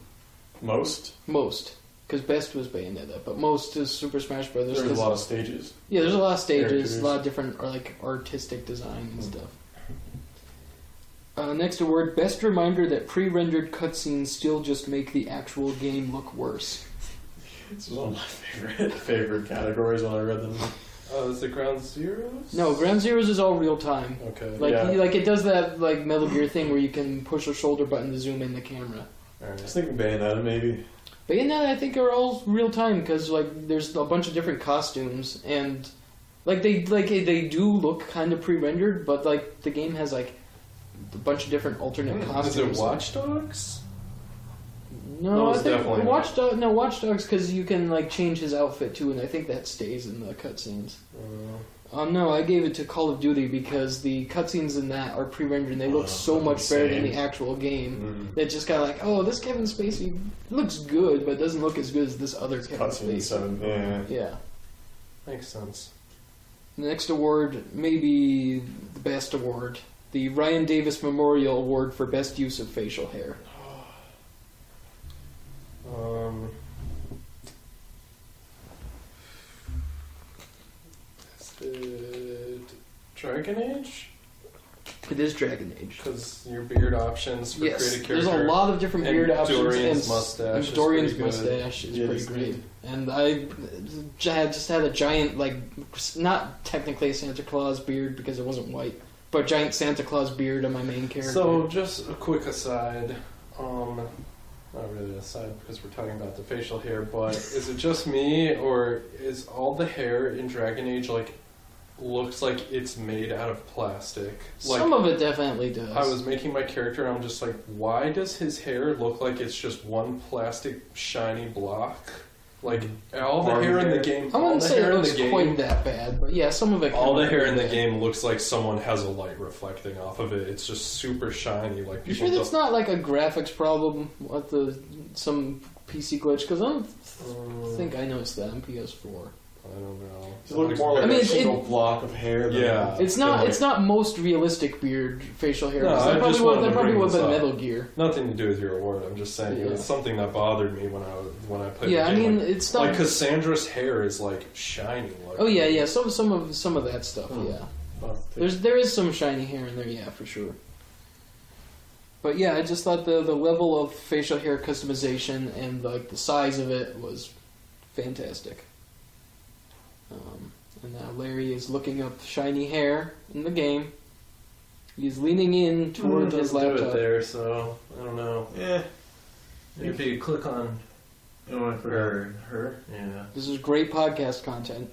Most. Most, because best was Bayonetta, but most is Super Smash Brothers. There's a 'cause- lot of stages. Yeah, there's a lot of stages, Characters. a lot of different or like artistic design and stuff. Uh, next award, best reminder that pre-rendered cutscenes still just make the actual game look worse. This was one of my favorite favorite categories when I read them. Oh, is it Ground Zeroes? No, Ground Zeroes is all real time. Okay. Like Yeah. like it does that like Metal Gear thing where you can push a shoulder button to zoom in the camera. All I right. was thinking Bayonetta maybe. But in that, I think are all real time because like there's a bunch of different costumes and like they like they do look kind of pre-rendered, but like the game has like a bunch of different alternate costumes. Is it Watch Dogs? No, That I was definitely think not. Watch Dog, no Watch Dogs because you can like change his outfit too, and I think that stays in the cutscenes. Uh, Um, no, I gave it to Call of Duty because the cutscenes in that are pre-rendered and they look Oh, so that's much better than insane. the actual game. Mm. That just kind of like, oh, this Kevin Spacey looks good, but doesn't look as good as this other Kevin Cutscene Spacey. seven. Yeah. Yeah. Makes sense. The next award, maybe the best award, the Ryan Davis Memorial Award for best use of facial hair. Um, is it Dragon Age? It is Dragon Age. Because your beard options for Yes, creative there's character. a lot of different and beard options. Dorian's and s- mustache and is Dorian's pretty good. mustache is Yeah, pretty it's great. And I j- had- just had a giant, like, s- not technically a Santa Claus beard because it wasn't white, but giant Santa Claus beard on my main character. So, just a quick aside. Um, not really an aside because we're talking about the facial hair, but is it just me or is all the hair in Dragon Age like looks like it's made out of plastic? Like, some of it definitely does. I was making my character, and I'm just like, why does his hair look like it's just one plastic shiny block? Like all the Arm hair in the hair. game, Mm-hmm. I all wouldn't the say hair it in looks the game, quite that bad, but yeah, some of it. all kinda the hair in the looked game looks like someone has a light reflecting off of it. It's just super shiny. Like bad. You people sure that's don't- not like a graphics problem with the some PC glitch? Because I don't Mm, think I noticed that on PS4. I don't know. It looked more like I mean, a it- single block of hair. than Yeah. a- It's not. than It's not most realistic beard facial hair. No, That I probably just would- wanted that to probably bring would have this been up. Metal Gear. Nothing to do with your award. I'm just saying it was Yeah. something that bothered me when I when I played. Yeah, the I game. mean, like, it's not. like Cassandra's hair is like shiny. Like, oh yeah, yeah. Some some of some of that stuff. Mm. Hmm. Yeah, Oh, there's there is some shiny hair in there. Yeah, for sure. But yeah, I just thought the the level of facial hair customization and like the size of it was fantastic. Um, and now Larry is looking up shiny hair in the game. He's leaning in toward Hmm, his laptop. there, so I don't know. Yeah. If you click on No one for her. her. yeah. This is great podcast content.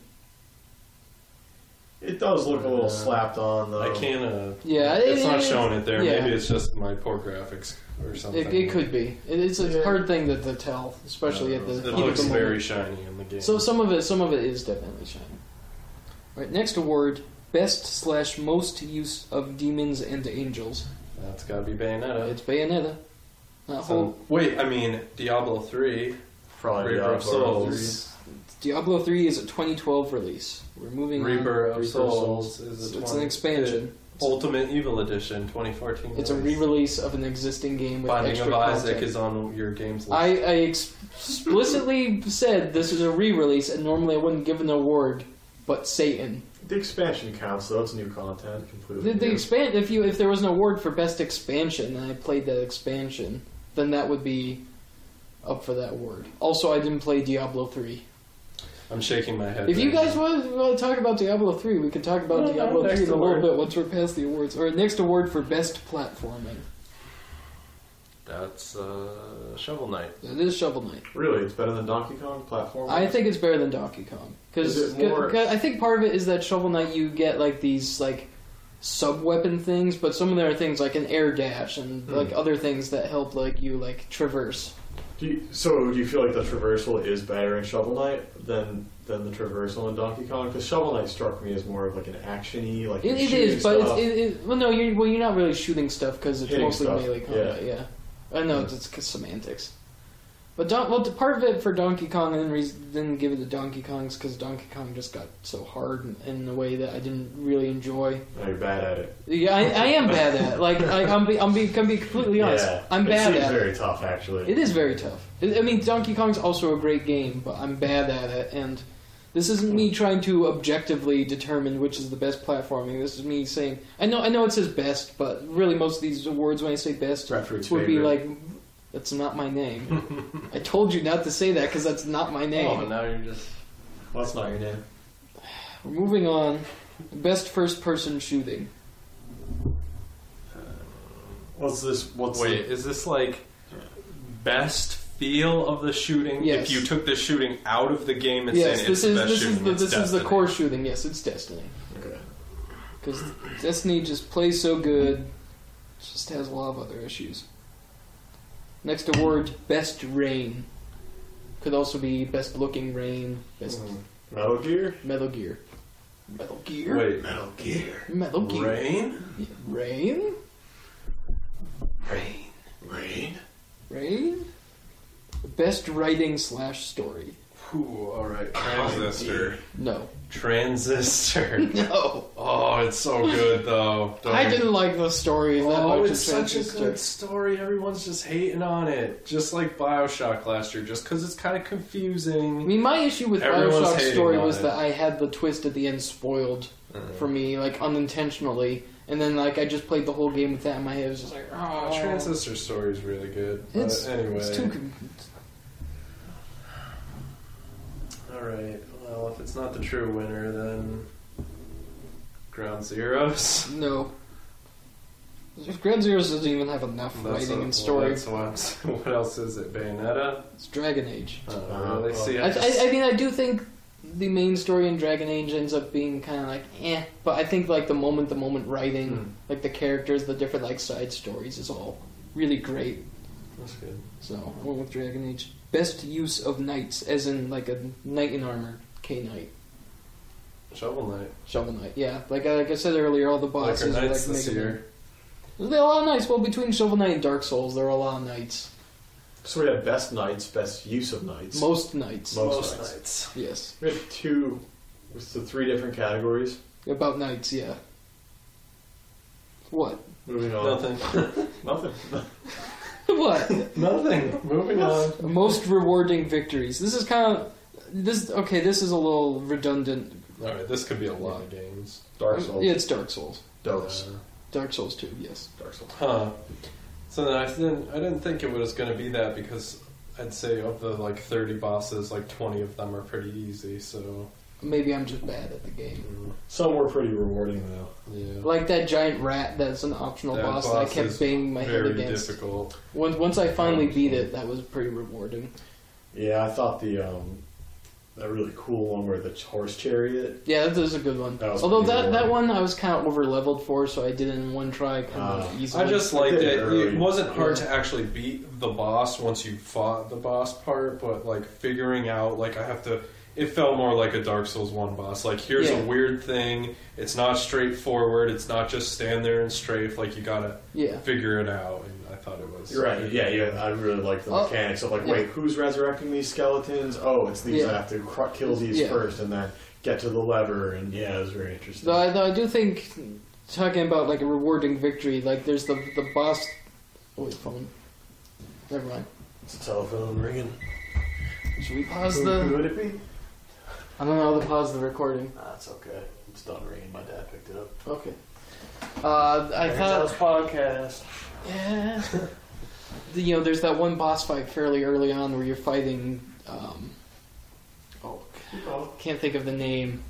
It does look a little Uh, slapped on though. I can't. Uh, Yeah, it's it- not it- showing it there. yeah. Maybe it's just my poor graphics or something. It, it could be. It, it's a Yeah. hard thing to, to tell, especially at the. heat Uh, It of looks the moment. very shiny in the game. So some of it, some of it is definitely shiny. All right, next award: best slash most use of demons and angels. that's got to be Bayonetta. It's Bayonetta. Not So- whole wait, I mean Diablo three, Probably Reaper Diablo of Souls. III. Diablo three is a 2012 release. We're moving. on. Reaper Reaper of of Souls Souls. is It's, a it's 20 an expansion. Ultimate Evil Edition, 2014. It's a release. re-release of an existing game with Binding extra of Isaac content. is on your games list. I, I explicitly said this is a re-release, and normally I wouldn't give an award, but Satan. The expansion counts though. It's new content completely. The, the new. expand if you if there was an award for best expansion and I played that expansion, then that would be up for that award. Also, I didn't play Diablo three. I I'm shaking my head. If you right guys now. want, want to talk about Diablo 3, we can talk about No, no, Diablo 3 in next a little award. bit once we're past the awards. Or next award for best platforming. That's uh, Shovel Knight. That is Shovel Knight. Really, it's better than Donkey Kong platform. I think it's better than Donkey Kong because Is it more- I think part of it is that Shovel Knight you get like these like sub weapon things, but some of them are things like an air dash and Hmm. like other things that help like you like traverse. Do you- So, do you feel like the traversal is better in Shovel Knight than than the traversal in Donkey Kong? Because Shovel Knight struck me as more of like an actiony, like It, you're it shooting is, but it's, stuff. it, it, well, no, you're well, you're not really shooting stuff because it's Hitting mostly stuff, melee combat. Yeah, I know it's, it's 'cause semantics. But Don, well, part of it for Donkey Kong, and then re- then give it to Donkey Kong's because Donkey Kong just got so hard in, in a way that I didn't really enjoy. No, you're bad at it. Yeah, I, I am bad at. it. Like I, I'm, be, I'm be, can be completely honest. yeah, I'm it bad seems at. It. very tough, actually. it is very tough. I I mean, Donkey Kong's also a great game, but I'm bad at it. And this isn't me trying to objectively determine which is the best platforming. This is me saying I know I know it says best, but really most of these awards when I say best Bradford's would be favorite. like that's not my name. I told you not to say that because that's not my name. Oh, now you're just. Well, that's not your name. We're moving on. Best first person shooting. What's this? What's Wait, is this like best feel of the shooting? Yes. If you took the shooting out of the game and yes, saying this is it's the best this is shooting, the, it's this is the Destiny. core shooting. Yes, it's Destiny. Okay. Because Destiny just plays so good, it just has a lot of other issues. Next award, Best Rain. Could also be Best Looking Rain, Best Hmm. Metal Gear. Metal Gear. Metal Gear? Wait, Metal Gear. Metal Gear. rain? Rain? Rain. Rain. Rain? Best Writing slash Story. Ooh, all right, transistor, No. transistor. No. oh, it's so good though. Don't- I didn't like the story that much. Oh, of it's such a Transistor. good story. Everyone's just hating on it, just like Bioshock last year, just because it's kind of I confusing. mean, my issue with Everyone's Bioshock's hating story on was it. Uh-huh. that I had the twist at the end spoiled for me, like unintentionally, and then like I just played the whole game with that in my head. It was just like, oh, Uh, Transistor story is really good. But It's, anyway, it's too. Con- All right. Well, if it's not the true winner, then Ground Zeroes. no. Ground Zeroes doesn't even have enough That's writing a- and story. That's what, what else is it? Bayonetta. it's Dragon Age. I don't really see. Uh, I, I just- I, I mean, I do think the main story in Dragon Age ends up being kind of like eh, but I think like the moment the moment writing, Hmm. like the characters, the different like side stories is all really great. that's good. So I went with Dragon Age. Best use of knights, as in like a knight in armor, K knight, Shovel Knight. Shovel Knight. Yeah, like I, like I said earlier, all the Like our bosses are like Knights this Mega Man. year. There's a lot of knights. Well, between Shovel Knight and Dark Souls, there are a lot of knights. So we have best knights, best use of knights. Most knights. Most Most knights. Knights. Yes, We have two, with the three different categories. about knights. Yeah. What? Moving on. Nothing. Nothing. what? Nothing. Moving on. Most rewarding victories. This is kind of this. Okay, this is a little redundant. All right. This could be a lot of games. Dark Souls. Yeah, it's Dark Souls. Dose. Dark Souls Two. Yes. Dark Souls. Huh. So then I didn't. I didn't think it was going to be that because I'd say of the like thirty bosses, like twenty of them are pretty easy. So Maybe I'm just bad at the game. Some were pretty rewarding though. yeah. Like that giant rat that's an optional That boss, that I boss kept is banging my head Very against. difficult. Once, once I finally beat it, that was pretty rewarding. Yeah, I thought the um, that really cool one where the horse chariot. Yeah, that was a good one. That was Although pretty that, that rewarding. one I was kind of over leveled for, so I did it in one try kind of Ah. easily. I just liked did it it. It early. wasn't hard to actually beat the boss once you fought the boss part, but like figuring out like I have to. It felt more like a Dark Souls one boss. Like here's Yeah. a weird thing. It's not straightforward. It's not just stand there and strafe. Like you gotta yeah. figure it out. And I thought it was You're right. Yeah, yeah. I really like the Oh. mechanics of like, Yeah. wait, who's resurrecting these skeletons? Oh, it's these. Yeah. I have to cr- kill these Yeah. first, and then get to the lever. And yeah, it was very interesting. Though I, though I do think talking about like a rewarding victory, like there's the the boss. Oh, wait, phone. Never mind. it's a telephone ringing. Should we pause Who, who the? would it be? I don't know. how to pause the recording. That's okay. It's done ringing. My dad picked it up. Okay. Uh, I thought podcast. Yeah. you know, there's that one boss fight fairly early on where you're fighting. Um, oh, Oh, can't think of the name.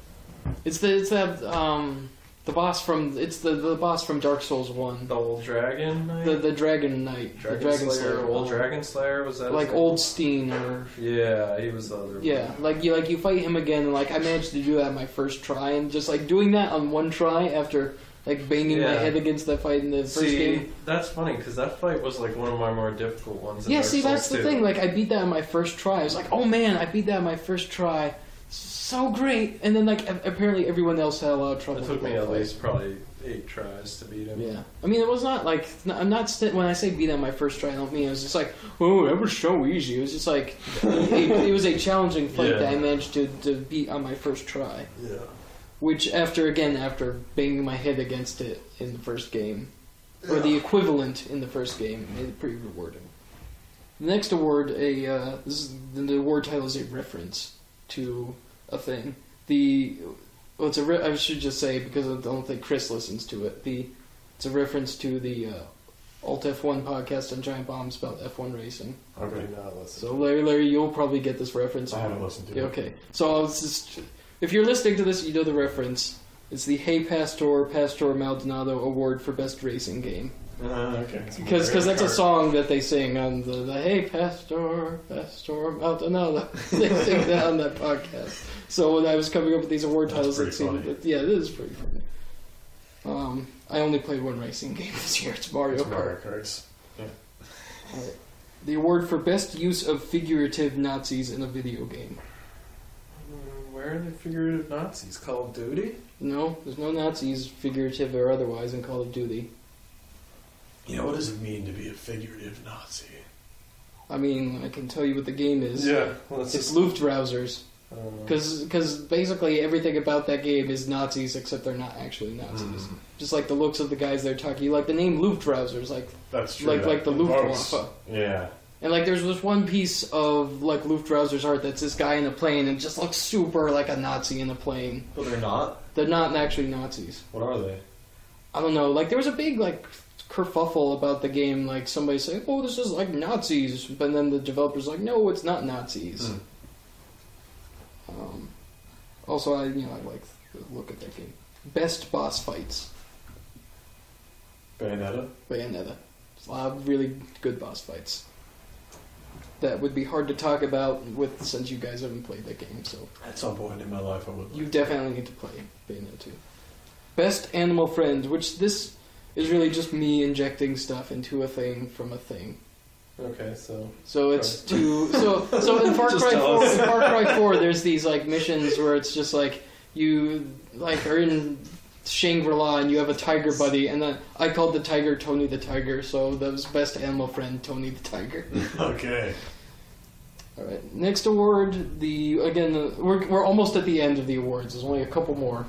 It's the it's that um the boss from it's the the boss from Dark Souls one. The old dragon. Knight? The the Dragon Knight. dragon, the Dragon slayer. Old uh, dragon slayer was that? his Like name? Oldstein or Yeah, he was the other. one. yeah, like you like you fight him again and like I managed to do that my first try and just like doing that on one try after like banging my Yeah. head against that fight in the first See, game. that's funny because that fight was like one of my more difficult ones. in Yeah, Dark see, that's the Souls 2. thing. Like, I beat that on my first try. I was like, oh man, I beat that on my first try. So great. And then, like, a- apparently everyone else had a lot of trouble. It took with me that at fight. least probably eight tries to beat him. Yeah. I mean, it was not like. n- I'm not. St- when I say beat on my first try, I don't mean it was just like, oh, that was so easy. It was just like. it, it was a challenging fight Yeah. that I managed to, to beat on my first try. Yeah. Which, after, again, after banging my head against it in the first game, or the equivalent in the first game, it- pretty rewarding. The next award, a uh, this is, the award title is a reference to a thing. The well, it's a re- I should just say because I don't think Chris listens to it. The it's a reference to the uh, Alt F1 podcast on Giant Bombs about F1 racing. I do not listen. So Larry, Larry, you'll probably get this reference. I haven't listened to Yeah, it. okay. So I was just, if you're listening to this, you know the reference. It's the Hey Pastor Pastor Maldonado Award for Best Racing Game Uh, Ah, okay. because Great that's a card. song that they sing on the, the Hey Pastor Pastor Maldonado. they sing that on that podcast. So when I was coming up with these award That's titles, it pretty seemed funny. that, yeah, it is pretty funny. Um, I only played one racing game this year. It's Mario It's Kart. Mario Karts. The award for best use of figurative Nazis in a video game. Mm, Where are the figurative Nazis? Call of Duty? No, there's no Nazis, figurative or otherwise, in Call of Duty. You know, what does it mean to be a figurative Nazi? I mean, I can tell you what the game is. Yeah. Well, that's It's just, uh, Luftrausers. I don't know. Because basically everything about that game is Nazis, except they're not actually Nazis. Just like the looks of the guys they're talking. Like the name Luftrausers, like That's true. like that like the invokes- Luftwaffe. Yeah. And like there's this one piece of like Luftrausers art that's this guy in a plane and just looks super like a Nazi in a plane. But they're not. They're not actually Nazis. What are they? I don't know. Like there was a big like kerfuffle about the game. Like somebody saying, "Oh, this is like Nazis," but then the developers like, "No, it's not Nazis." Hmm. Um, also, I you know I like the look at that game. Best boss fights, Bayonetta? Bayonetta. There's a lot of really good boss fights. That would be hard to talk about with since you guys haven't played that game. So At some point in my life, I would. You definitely need to play Bayonetta 2. Best Animal Friend, which this is really just me injecting stuff into a thing from a thing. Okay, so. So it's to so so in Far Just Cry tell 4, us. in Far Cry 4 there's these like missions where it's just like you like are in Shangri-La and you have a tiger buddy and then I called the tiger Tony the Tiger, so that was best animal friend Tony the Tiger. Okay. All right. Next award, the again the, we're we're almost at the end of the awards. There's only a couple more.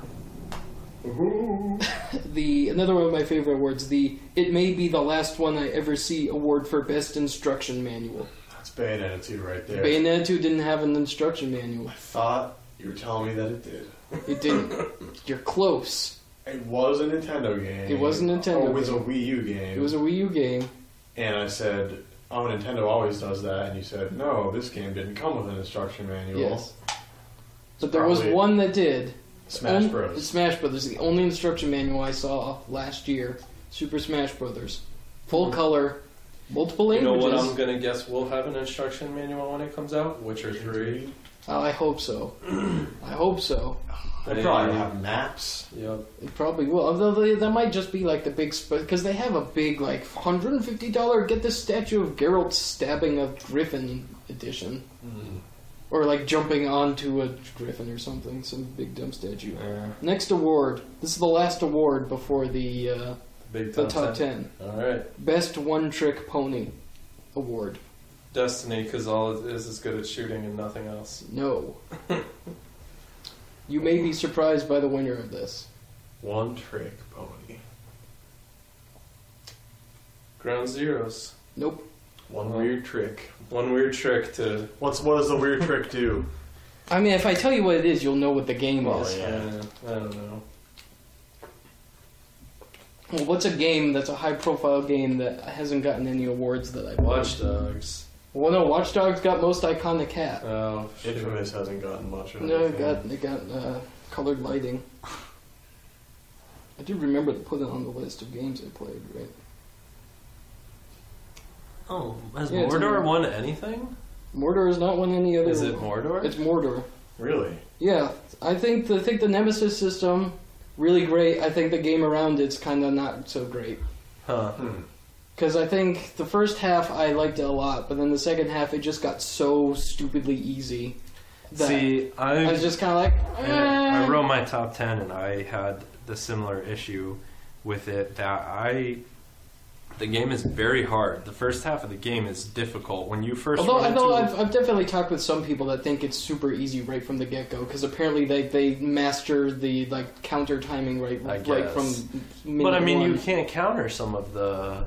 the another one of my favorite awards, the it may be the last one I ever see award for best instruction manual. That's Bayonetta 2 right there. Bayonetta 2 didn't have an instruction manual. I thought you were telling me that it did. It didn't. You're close. It was a Nintendo game. It was a Nintendo Oh, it was a Wii U game. It was a Wii U game. and I said, "Oh, Nintendo always does that." And you said, "No, this game didn't come with an instruction manual." Yes. But there was Probably one that did. Smash Un- Bros. Smash Brothers. The only instruction manual I saw last year. Super Smash Brothers. Full Mm-hmm. color, multiple You know languages. what I'm gonna guess we'll have an instruction manual when it comes out? Witcher 3. Oh, I hope so. I hope so. They probably have maps. Yep. It probably will. Although they, that might just be like the big because they have a big like hundred and fifty dollar get this statue of Geralt stabbing a griffin edition, Mm-hmm. or like jumping onto a griffin or something, some big dumb statue. Next award. This is the last award before the uh, Big the top, top ten. Alright. Best One Trick Pony award. Destiny, because all it is is good at shooting and nothing else. No. you may be surprised by the winner of this. One trick pony. Ground zeros. Nope. One weird trick. One weird trick to. What's what does the weird trick do? I mean, if I tell you what it is, you'll know what the game Well, is. Yeah. Uh, I don't know. Well, what's a game that's a high profile game that hasn't gotten any awards that I Watch Dogs. Well, no, Watch Dogs got most iconic hat. Oh, shit. Infamous hasn't gotten much Oh, of No, it anything. got it got uh, colored lighting. I do remember to put it on the list of games I played, right? Oh, has Yeah, it's Mordor on- won anything? Mordor has not won any other. Is it Mordor? It's Mordor. Really? Yeah, I think the, I think the Nemesis system really great. I think the game around it's kind of not so great huh. Hmm. because I think the first half I liked it a lot, but then the second half it just got so stupidly easy. That See, I, I was just kind of like, I eh. wrote my top 10 and I had the similar issue with it that I the game is very hard. The first half of the game is difficult. When you first Although, run although into- I've, I've definitely talked with some people that think it's super easy right from the get go because apparently they, they master the like counter timing right I like from. guess. minute But I mean, one. you can't counter some of the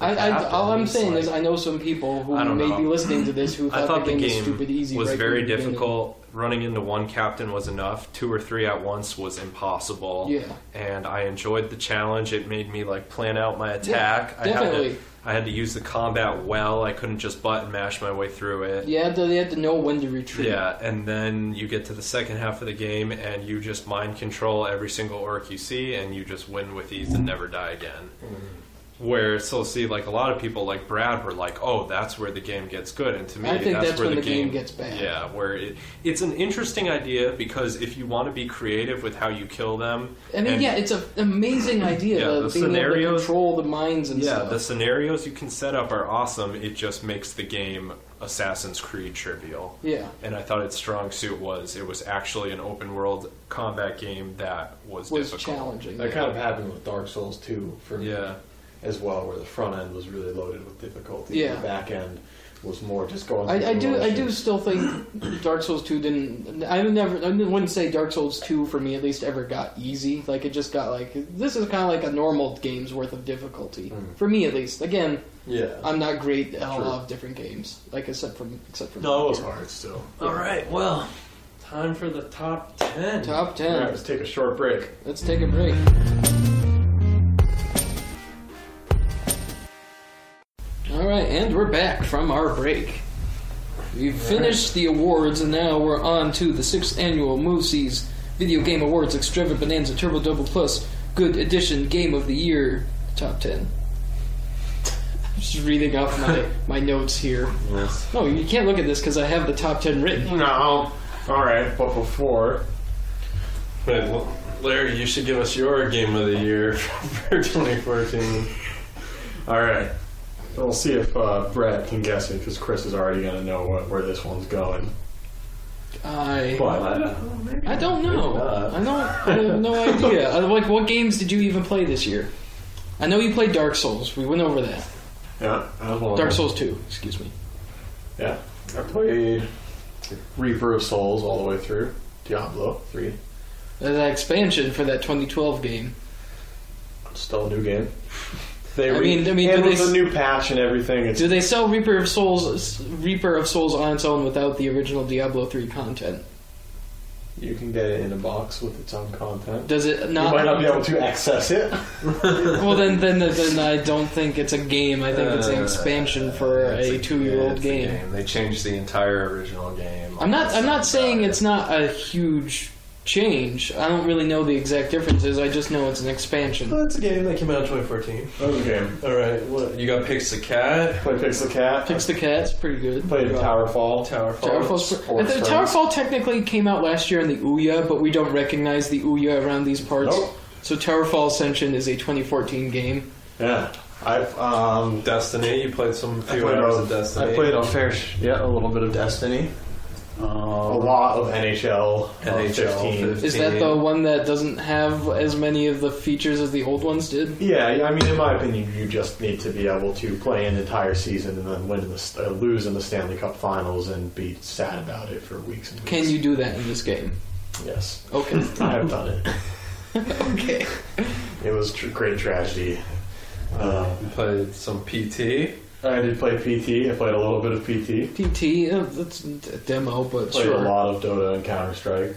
I, I, all I'm happens, saying is like- I know some people who I don't may know. be listening to this who thought, I thought the was game stupid easy was right from very the beginning. difficult. Running into one captain was enough. Two or three at once was impossible. Yeah. And I enjoyed the challenge. It made me like plan out my attack. I had definitely. to I had to use the combat well. I couldn't just button mash my way through it. You had to, they had to know when to retreat. Yeah, and then you get to the second half of the game and you just mind control every single orc you see and you just win with ease and never die again. Mm-hmm. Where so see like a lot of people like Brad were like, "Oh, that's where the game gets good." And to me, I think that's where when the the game gets bad. Yeah, where it it's an interesting idea because if you want to be creative with how you kill them, I mean, and- yeah, it's an amazing idea. Yeah, the the being able to scenarios- control the minds and yeah, stuff. the scenarios you can set up are awesome. It just makes the game Assassin's Creed trivial. yeah, and I thought its strong suit was it was actually an open world combat game that was, was difficult. challenging. That kind of happened with Dark Souls 2 for me Yeah, as well, where the front end was really loaded with difficulty. Yeah. The back end was more just going. I, through I the do. I do motions. still think Dark Souls Two didn't. I would never. I wouldn't say Dark Souls Two for me at least ever got easy. Like it just got like this is kind of like a normal game's worth of difficulty Hmm. for me at least. Again, Yeah. I'm not great at a lot of different games. Like except from except for No, it was hard still. All right, well, time for the top ten. top ten. All right, let's take a short break. Let's take a break. All right, and we're back from our break. We've finished the awards, and now we're on to the sixth annual Movies Video Game Awards Extrava Bonanza Turbo Double Plus Good Edition Game of the Year Top Ten. I'm just reading off my, my notes here. Yes. No, you can't look at this because I have the top ten written. No. All right, but before Wait, well, Larry, you should give us your game of the year for 2014. All right. We'll see if uh, Brett can guess it because Chris is already going to know what, where this one's going. I But I don't know. not. I don't. I have no idea. I, like, what games did you even play this year? I know you played Dark Souls. We went over that. yeah, that was one of Dark them. Souls Two. Excuse me. Yeah, I played Reaper of Souls all the way through Diablo three. Uh, That expansion for that 2012 game. Still a new game. They I mean- I mean, and do with they- the new patch and everything, it's Do they sell Reaper of Souls, Reaper of Souls on its own without the original Diablo Three content? you can get it in a box with its own content. Does it You not? might not be able to access it. well, then, then, then I don't think it's a game. I think it's an Uh, expansion for it's a two-year-old it's a game. They changed the entire original game. I'm not. I'm not saying it's not a huge change. I don't really know the exact differences. I just know it's an expansion. Well, it's a game that came out in 2014. That was a game. All right, what you got? Pix the Cat, Played Pixel Cat. Pix the Cat's pretty good. played Towerfall. Towerfall. Towerfall's pre- I Sports think Friends. Towerfall technically came out last year in the Ouya, but we don't recognize the Ouya around these parts. Nope. So Towerfall Ascension is a 2014 game. Yeah, I've um, Destiny. You played some I few played, hours a, of Destiny. I played a fair, sh- yeah, a little bit of Destiny. a Um, lot of NHL, of NHL, 15. Is that the one that doesn't have as many of the features as the old ones did? Yeah, yeah, I mean, in my opinion, you just need to be able to play an entire season and then win in the, st- uh, lose in the Stanley Cup Finals and be sad about it for weeks and weeks. Can you do that in this game? Yes, Okay. I have done it. okay. It was tr- great tragedy. Uh, You played some PT. I did play PT. I played a little bit of PT. PT, uh, that's a demo, but Played sure. a lot of Dota and Counter Strike.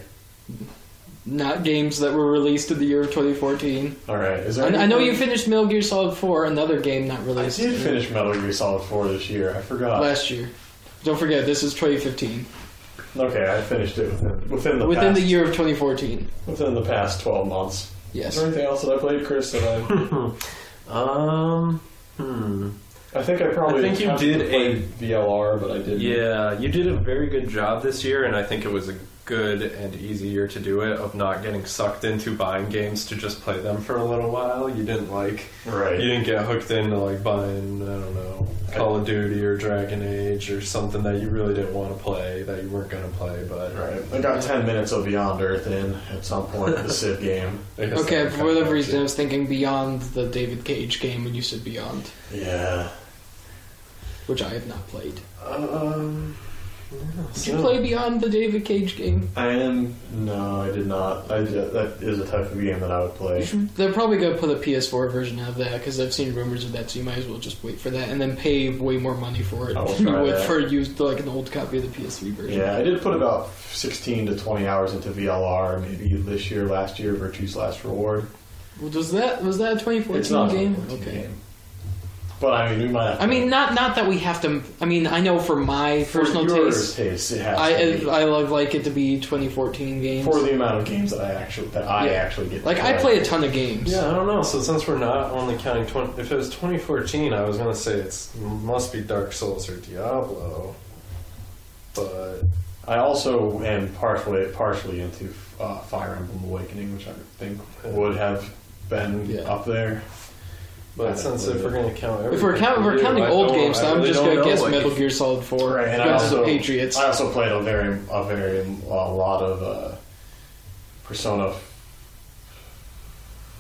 not games that were released in the year of 2014. All right. Is there I, I know anything- you finished Metal Gear Solid 4, another game not I released did finish Metal Gear Solid 4 this year. I forgot. last year. Don't forget, this is 2015. okay, I finished it within, within the Within past, the year of 2014. within the past 12 months. Is Yes. there anything else that I played, Chris? That I Um. Hmm. I think I probably I think you have to did play a- VLR, but I didn't. Yeah, you did a very good job this year, and I think it was a good and easy year to do it of not getting sucked into buying games to just play them for a little while. You didn't like Right. you didn't get hooked into like buying I don't know Call of Duty or Dragon Age or something that you really didn't want to play that you weren't gonna play, but Right. I got 10 minutes of Beyond Earth in at some point the Civ game. I guess Okay, that for would whatever count. reason, I was thinking Beyond the David Cage game when you said Beyond, Yeah. which I have not played. Um. Did Oh. you play Beyond the David Cage game? I am. No, I did not. I did, that is a type of game that I would You play. should, they're probably going to put a PS4 version of that because I've seen rumors of that, so you might as well just wait for that and then pay way more money for it I will than you try would that. for used like an old copy of the PS3 version. Yeah, I did put about 16 to 20 hours into VLR, maybe this year, last year, Virtue's Last Reward. Well, was that was that a 2014 It's not a game? 14 okay. game. But I mean, we might have to I mean, not not that we have to. I mean, I know for my For personal yours taste, taste, it has to I uh, be. I love like it to be 2014 games. for the amount of games that I actually that I Yeah. actually get. to like I play a ton of games. Yeah, I don't know. So since we're not only counting 20, if it was 2014, I was gonna say it's must be Dark Souls or Diablo, but I also am partially partially into uh, Fire Emblem Awakening, which I think would have been Yeah. up there. I But don't since believe if we're it. gonna count, If we're, everything count, if we we're do, counting I old don't- games, I then I'm really just don't gonna know, guess like, Metal Gear Solid 4 Right, and I Guns of also- the Patriots. I also played a very a very a lot of uh, Persona.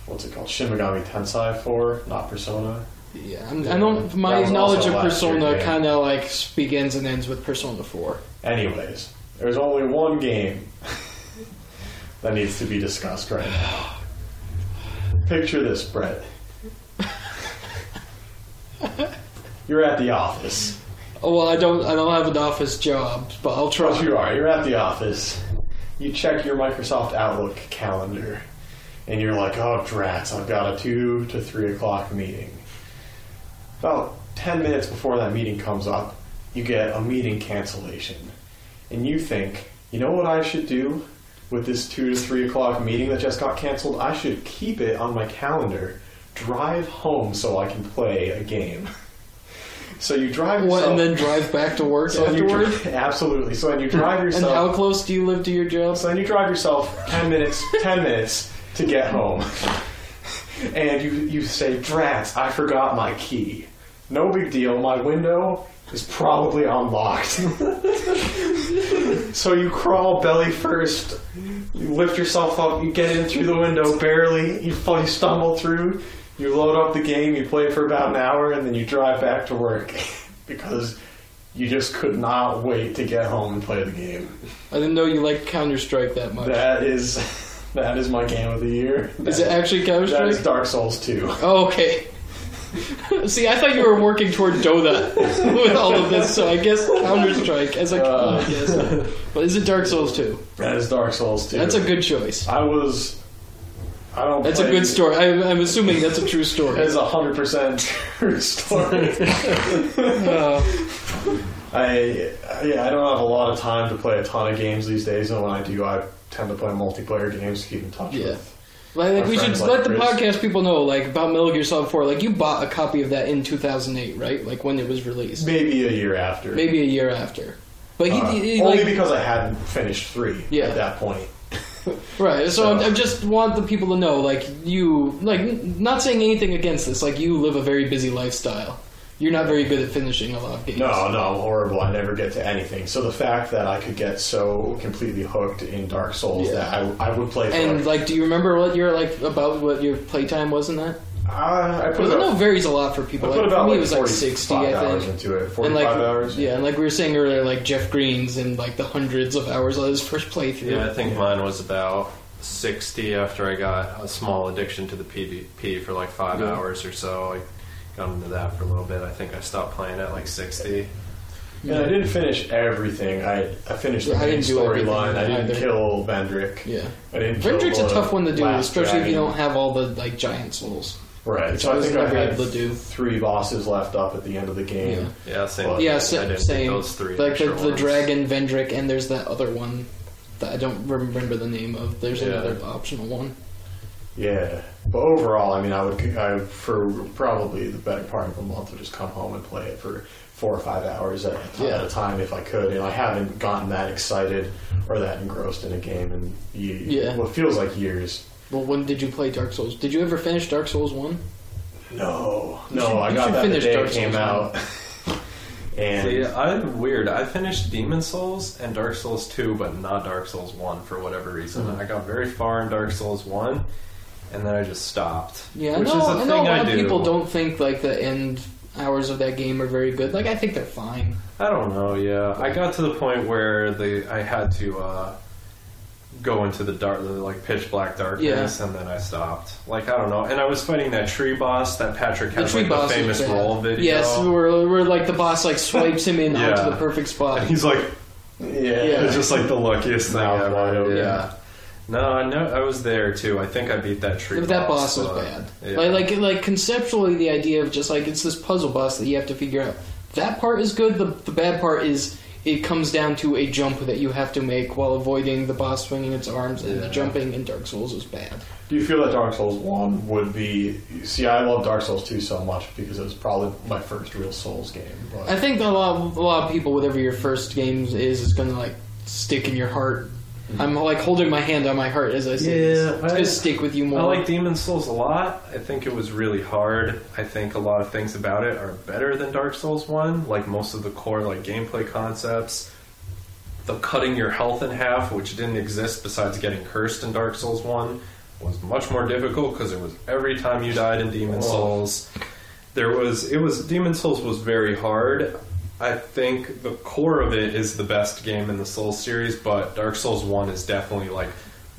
What's it called? Shin Megami Tensei 4, not Persona. yeah, I'm, I don't. My That was knowledge also of last year, Persona yeah. kind of like begins and ends with Persona 4. Anyways, there's only one game that needs to be discussed right now. Picture this, Brett. You're at the office. Oh well, I don't. I don't have an office job, but I'll Trust try. you are. You're at the office. You check your Microsoft Outlook calendar, and you're like, "Oh, drats! I've got a two to three o'clock meeting." About ten minutes before that meeting comes up, you get a meeting cancellation, and you think, "You know what I should do with this two to three o'clock meeting that just got canceled? I should keep it on my calendar, drive home so I can play a game." So you drive What, yourself and then drive back to work so you afterward. dri- absolutely. So then you drive And how yourself. close do you live to your job? so then you drive yourself ten minutes. ten minutes to get home, and you you say, "Drats! I forgot my key." No big deal. My window is probably unlocked. so you crawl belly first. You lift yourself up. You get in through the window barely. You, fall- you stumble through. You load up the game. You play for about an hour, and then you drive back to work because you just could not wait to get home and play the game. I didn't know you liked Counter Strike that much. Is That is that is my game of the year. it actually Counter that Strike? is Dark Souls 2. Oh, okay. See, I thought you were working toward Dota with all of this, so I guess Counter Strike as a Uh. guess. But is it Dark Souls 2? That is Dark Souls 2. That's a good choice. I was I don't That's a play- good story. I'm, I'm assuming that's a true That story. is a hundred percent true story. Uh, I yeah, I don't have a lot of time to play a ton of games these days, and when I do, I tend to play multiplayer games to keep in touch Yeah. with. but I think Our we should friends like let the Chris. podcast people know, like about Metal Gear Solid 4. Like you bought a copy of that in 2008, right? Like when it was released, Maybe a year after. maybe a year after. But he, Uh, he- he, only like, because I hadn't finished three Yeah. at that point. Right. So, So- I'm- I just want the people to know, like you, like n- not saying anything against this. Like you live a very busy lifestyle. You're not very good at finishing a lot of games. No, no, I'm horrible. I never get to anything. So the fact that I could get so completely hooked in Dark Souls Yeah. that I, I would play. And for, like, do you remember what your like about what your playtime was in that? uh, I, I put Because I know it about, varies a lot for I people. put Like, about for me, like it was like 60, forty-five I hours think. into it. And Forty-five like, hours. yeah, and like we were saying earlier, like Jeff Green's in like the hundreds of hours on his first playthrough. Yeah, I think mine was about 60 after I got a small addiction to the PvP for like five Yeah. hours or so. I got into that for a little bit. I think I stopped playing at like 60. And I didn't finish everything. I I finished Yeah, the I main didn't do storyline. everything I didn't either. kill Vendrick. Yeah. I didn't. kill Vendrick's a the tough one to do, last especially if you dragon. don't have all the like giant souls. Right. which So I I was think I never had able to do. three bosses left up at the end of the game. Yeah. Oh, Yeah, same. Well, thing. Yeah, I sa- didn't get same. Those three. Like the, extra the ones. dragon Vendrick, and there's that other one that I don't remember the name of. There's Yeah. another optional one. Yeah, but overall, I mean, I would, I for probably the better part of a month, would just come home and play it for four or five hours at, a ti- Yeah. at a time if I could. And I haven't gotten that excited or that engrossed in a game in ye- Yeah. what feels like years. Well, when did you play Dark Souls? Did you ever finish Dark Souls One? No, You no, should- I you got should that the finish day Dark it came Souls out. and See, I'm weird. I finished Demon Souls and Dark Souls 2, but not Dark Souls 1 for whatever reason. Hmm. I got very far in Dark Souls 1, and then I just stopped. Yeah, which I know. is a I thing know a lot I of do. people don't think like the end hours of that game are very good. Like I think they're fine. I don't know. Yeah, I got to the point where the I had to uh, go into the dark, the, like pitch black darkness, and then I stopped. Like I don't know. And I was fighting that tree boss that Patrick The has tree like boss the is famous bad. roll video. Yes, where, where like the boss like swipes him in Yeah. onto the perfect spot. and he's like, yeah, Yeah. it's just like the luckiest thing Mouth wide ever. open. Yeah. No, I know. I was there too. I think I beat that tree. But that boss was but- bad. Yeah. Like, like, like conceptually, the idea of just like it's this puzzle boss that you have to figure out. That part is good. The, the bad part is it comes down to a jump that you have to make while avoiding the boss swinging its arms, and the jumping in Dark Souls is bad. Do you feel that Dark Souls 1 would be. See, I love Dark Souls 2 so much because it was probably my first real Souls game. But I think a lot, of, a lot of people, whatever your first game is, is going to like stick in your heart. Mm-hmm. I'm like holding my hand on my heart as I say this. Yeah, It's I- going to stick with you more. I like Demon Souls a lot. I think it was really hard. I think a lot of things about it are better than Dark Souls One. Like most of the core like gameplay concepts, the cutting your health in half, which didn't exist besides getting cursed in Dark Souls One, was much more difficult because it was every time you died in Demon Souls. There was it was Demon Souls was very hard. I think the core of it is the best game in the Souls series, but Dark Souls One is definitely like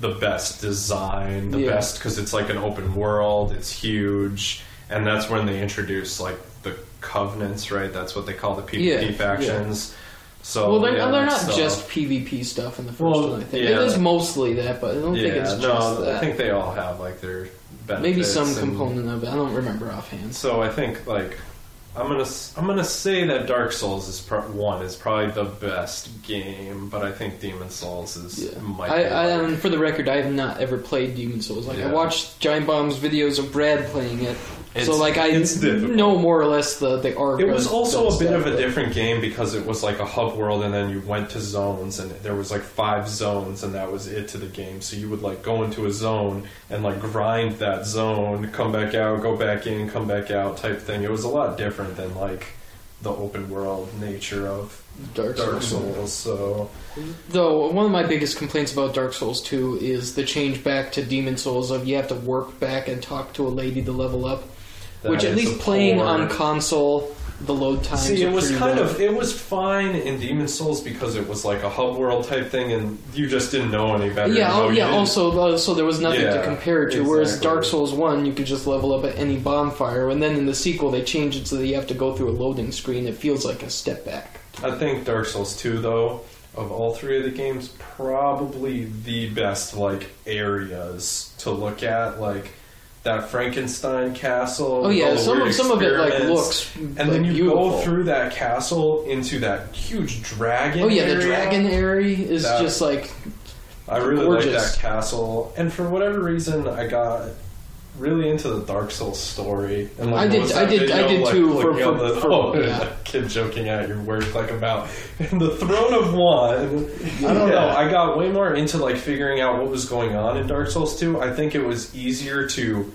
the best design, the Yeah. best because it's like an open world. It's huge, and that's when they introduce like the covenants, right? That's what they call the PvP Yeah, factions. So well, they're, yeah, they're not that's, uh, just PvP stuff in the first Well, one. I think yeah. it is mostly that, but I don't yeah. think it's just no, that. I think they all have like their benefits Maybe some and- component of it. I don't remember offhand. So I think like I'm gonna s- I'm gonna say that Dark Souls is pro- one is probably the best game, but I think Demon Souls is Yeah. might. I, be I like- and for the record, I have not ever played Demon Souls. Like I Yeah. watched Giant Bomb's videos of Brad playing it, so It's- like I it's difficult. know more or less the the arc. It was of also a that bit stuff, of a but- different game because it was like a hub world, and then you went to zones, and there was like five zones, and that was it to the game. So you would like go into a zone and like grind that zone, come back out, go back in, come back out, type thing. It was a lot different than like the open world nature of Dark Souls. Dark Souls. So Though one of my biggest complaints about Dark Souls 2 is the change back to Demon Souls of you have to work back and talk to a lady to level up, That which at is least a playing poor- on console, the load times. See, are it was pretty kind low. of it was fine in Demon Souls because it was like a hub world type thing, and you just didn't know any better. Yeah, No, oh, you yeah. didn't- Also, uh, so there was nothing to Yeah, compare it to. Whereas exactly. Dark Souls One, you could just level up at any bonfire, and then in the sequel they change it so that you have to go through a loading screen. It feels like a step back. I think Dark Souls 2, though, of all three of the games, probably the best like areas to look at, like that Frankenstein castle. Oh with all yeah, the some weird of, some of it like looks, experiments. And like, then you beautiful. go through that castle into that huge dragon. Oh yeah, the area. dragon area is That- just like I really Gorgeous. like that castle, and for whatever reason, I got really into the Dark Souls story. And I did- what's I that did- I video, did like, too, for- looking on for- the for- oh, yeah. that kid joking at your words like about and the throne of one. I don't know. I got way more into like figuring out what was going on in Dark Souls two. I think it was easier to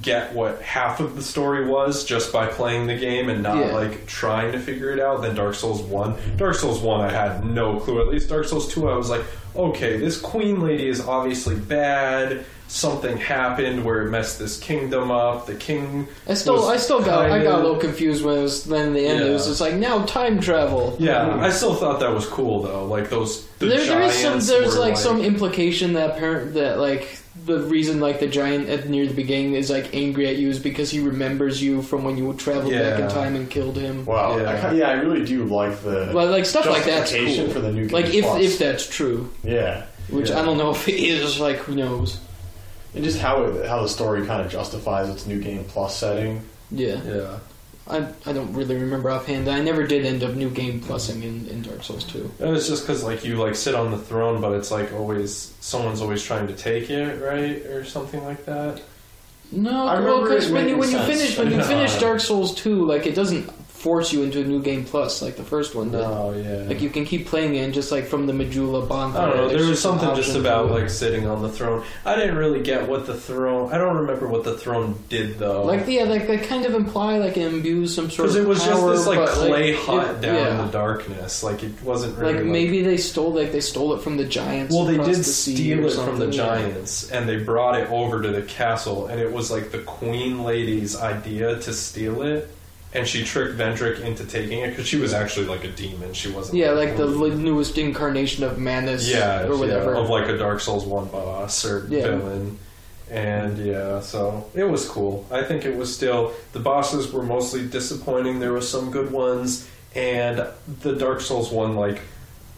get what half of the story was just by playing the game and not Yeah. like trying to figure it out than Dark Souls 1. Dark Souls 1 I had no clue. At least Dark Souls 2 I was like, okay, this queen lady is obviously bad. Something happened where it messed this kingdom up. The king I still was I still got I got a kinda- little confused when it was then the end. It was Yeah. just like now time travel. Yeah, I still thought that was cool though. Like those the there, there is some giants there's were, like, some implication that apparent that like the reason like the giant at near the beginning is like angry at you is because he remembers you from when you traveled back Yeah. in time and killed him. Wow. Yeah. I kinda- yeah, I really do like the Well, like stuff like that's justification cool. for the new game Like if plus. if that's true, yeah, which Yeah. I don't know if it is. Like who knows? and just how it, how the story kind of justifies its new game plus setting. Yeah, Yeah. I I don't really remember offhand. I never did end up new game plusing in, in Dark Souls two. And it's just because like you like sit on the throne, but it's like always someone's always trying to take it, right, or something like that. No, I remember because it when you making when you sense. finish when you finish Yeah. Dark Souls two, like it doesn't force you into a new game plus like the first one did. Oh yeah. Like you can keep playing it, and just like from the Majula bonfire. I don't know. there's There was just an something just option about for- like sitting on the throne. I didn't really get what the throne. I don't remember what the throne did though. Like yeah, like they kind of imply like it imbues some sort because of it was just power, this like but, clay it- hut down yeah. in the darkness. Like it wasn't really Like maybe they stole like they stole it from the giants. Well, they across did the sea steal or it from something, the yeah. giants, and they brought it over to the castle, and it was like the queen lady's idea to steal it, and she tricked Vendrick into taking it because she was actually like a demon. She wasn't. Yeah, like the a- like, newest incarnation of Manus. yeah or whatever. yeah, of like a Dark Souls one boss or Yeah. villain. And yeah, so it was cool. I think it was still the bosses were mostly disappointing. There were some good ones, and the Dark Souls one like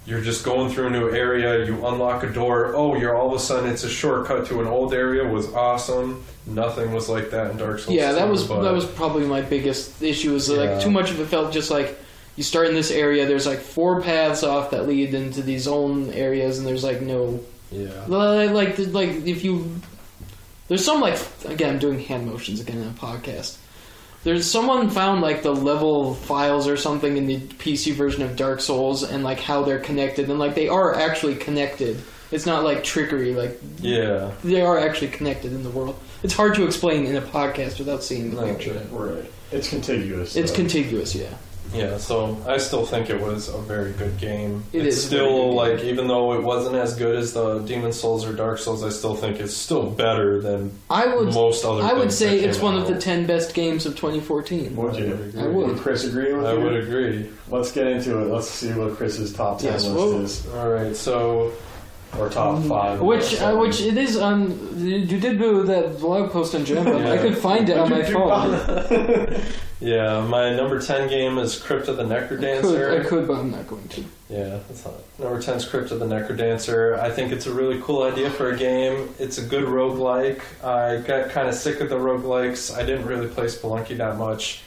you're just going through a new area, you unlock a door. Oh, you're all of a sudden it's a shortcut to an old area. Was awesome. Nothing was like that in Dark Souls. yeah, that 2, was but- that was probably my biggest issue. Is Yeah. like too much of it felt just like you start in this area. There's like four paths off that lead into these own areas, and there's like no yeah. Like, like, the- like if you, there's some like again, I'm doing hand motions again in a podcast. There's someone found like the level files or something in the PC version of Dark Souls and like how they're connected and like they are actually connected. It's not like trickery. Like Yeah. they are actually connected in the world. It's hard to explain in a podcast without seeing the No, picture. Right. It's contiguous. It's so- contiguous, yeah. Yeah, so I still think it was a very good game. It it's is a very good still game. like even though it wasn't as good as the Demon Souls or Dark Souls, I still think it's still better than I would, most other. I would things that say it's came one of out. the ten best games of 2014. Would you? I would. Chris agree with I you? would agree. Let's get into it. Let's see what Chris's top ten Yes, list well- is, All right, so or top five. Which, or uh, which it is on. You you did do that blog post on Jamba. I could find it on my phone. yeah, my number ten game is Crypt of the I could, I Necrodancer. could, but I'm not going to. Yeah, that's not number ten is Crypt of the Necrodancer. I think it's a really cool idea for a game. It's a good roguelike. I got kind of sick of the roguelikes. I didn't really play Spelunky that much.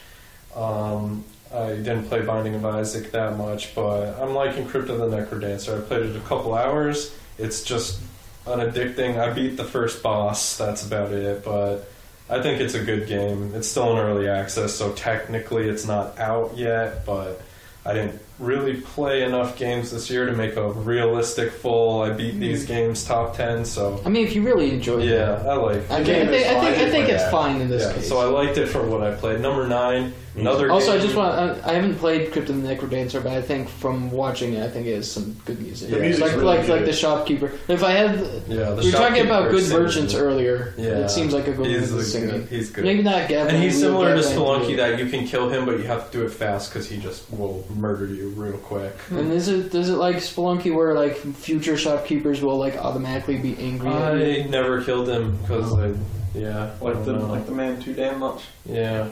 Um, I didn't play Binding of Isaac that much, but I'm liking Crypt of the Necrodancer. I played it a couple hours. It's just unaddicting. I beat the first boss. That's about it. But I think it's a good game. It's still in early access, so technically it's not out yet. But I didn't really play enough games this year to make a realistic full. I Hmm. beat these games top ten. So I mean, if you really enjoyed it, yeah, I like. it. I, The think, I game is think, I fine, think, I think but it's yeah. fine in this Yeah, case. so I liked it for what I played. Number nine, another. also, I game- just want. I, I haven't played Crypt of the Necrodancer, but I think from watching it, I think it is some good music. The music's like, really like, like good. the shopkeeper. If I had, Yeah, the we were talking about shopkeeper good singing. merchants earlier. Yeah. it seems like a good He's one a- singing. he's good. Maybe not Gavin. And he's Leo similar to Gavin, but- Spelunky that you can kill him, but you have to do it fast because he just will murder you real quick. And is it does it like Spelunky where like future shopkeepers will like automatically be angry? at you? I never killed him because I, yeah, I Like don't the know. like the man too damn much. yeah.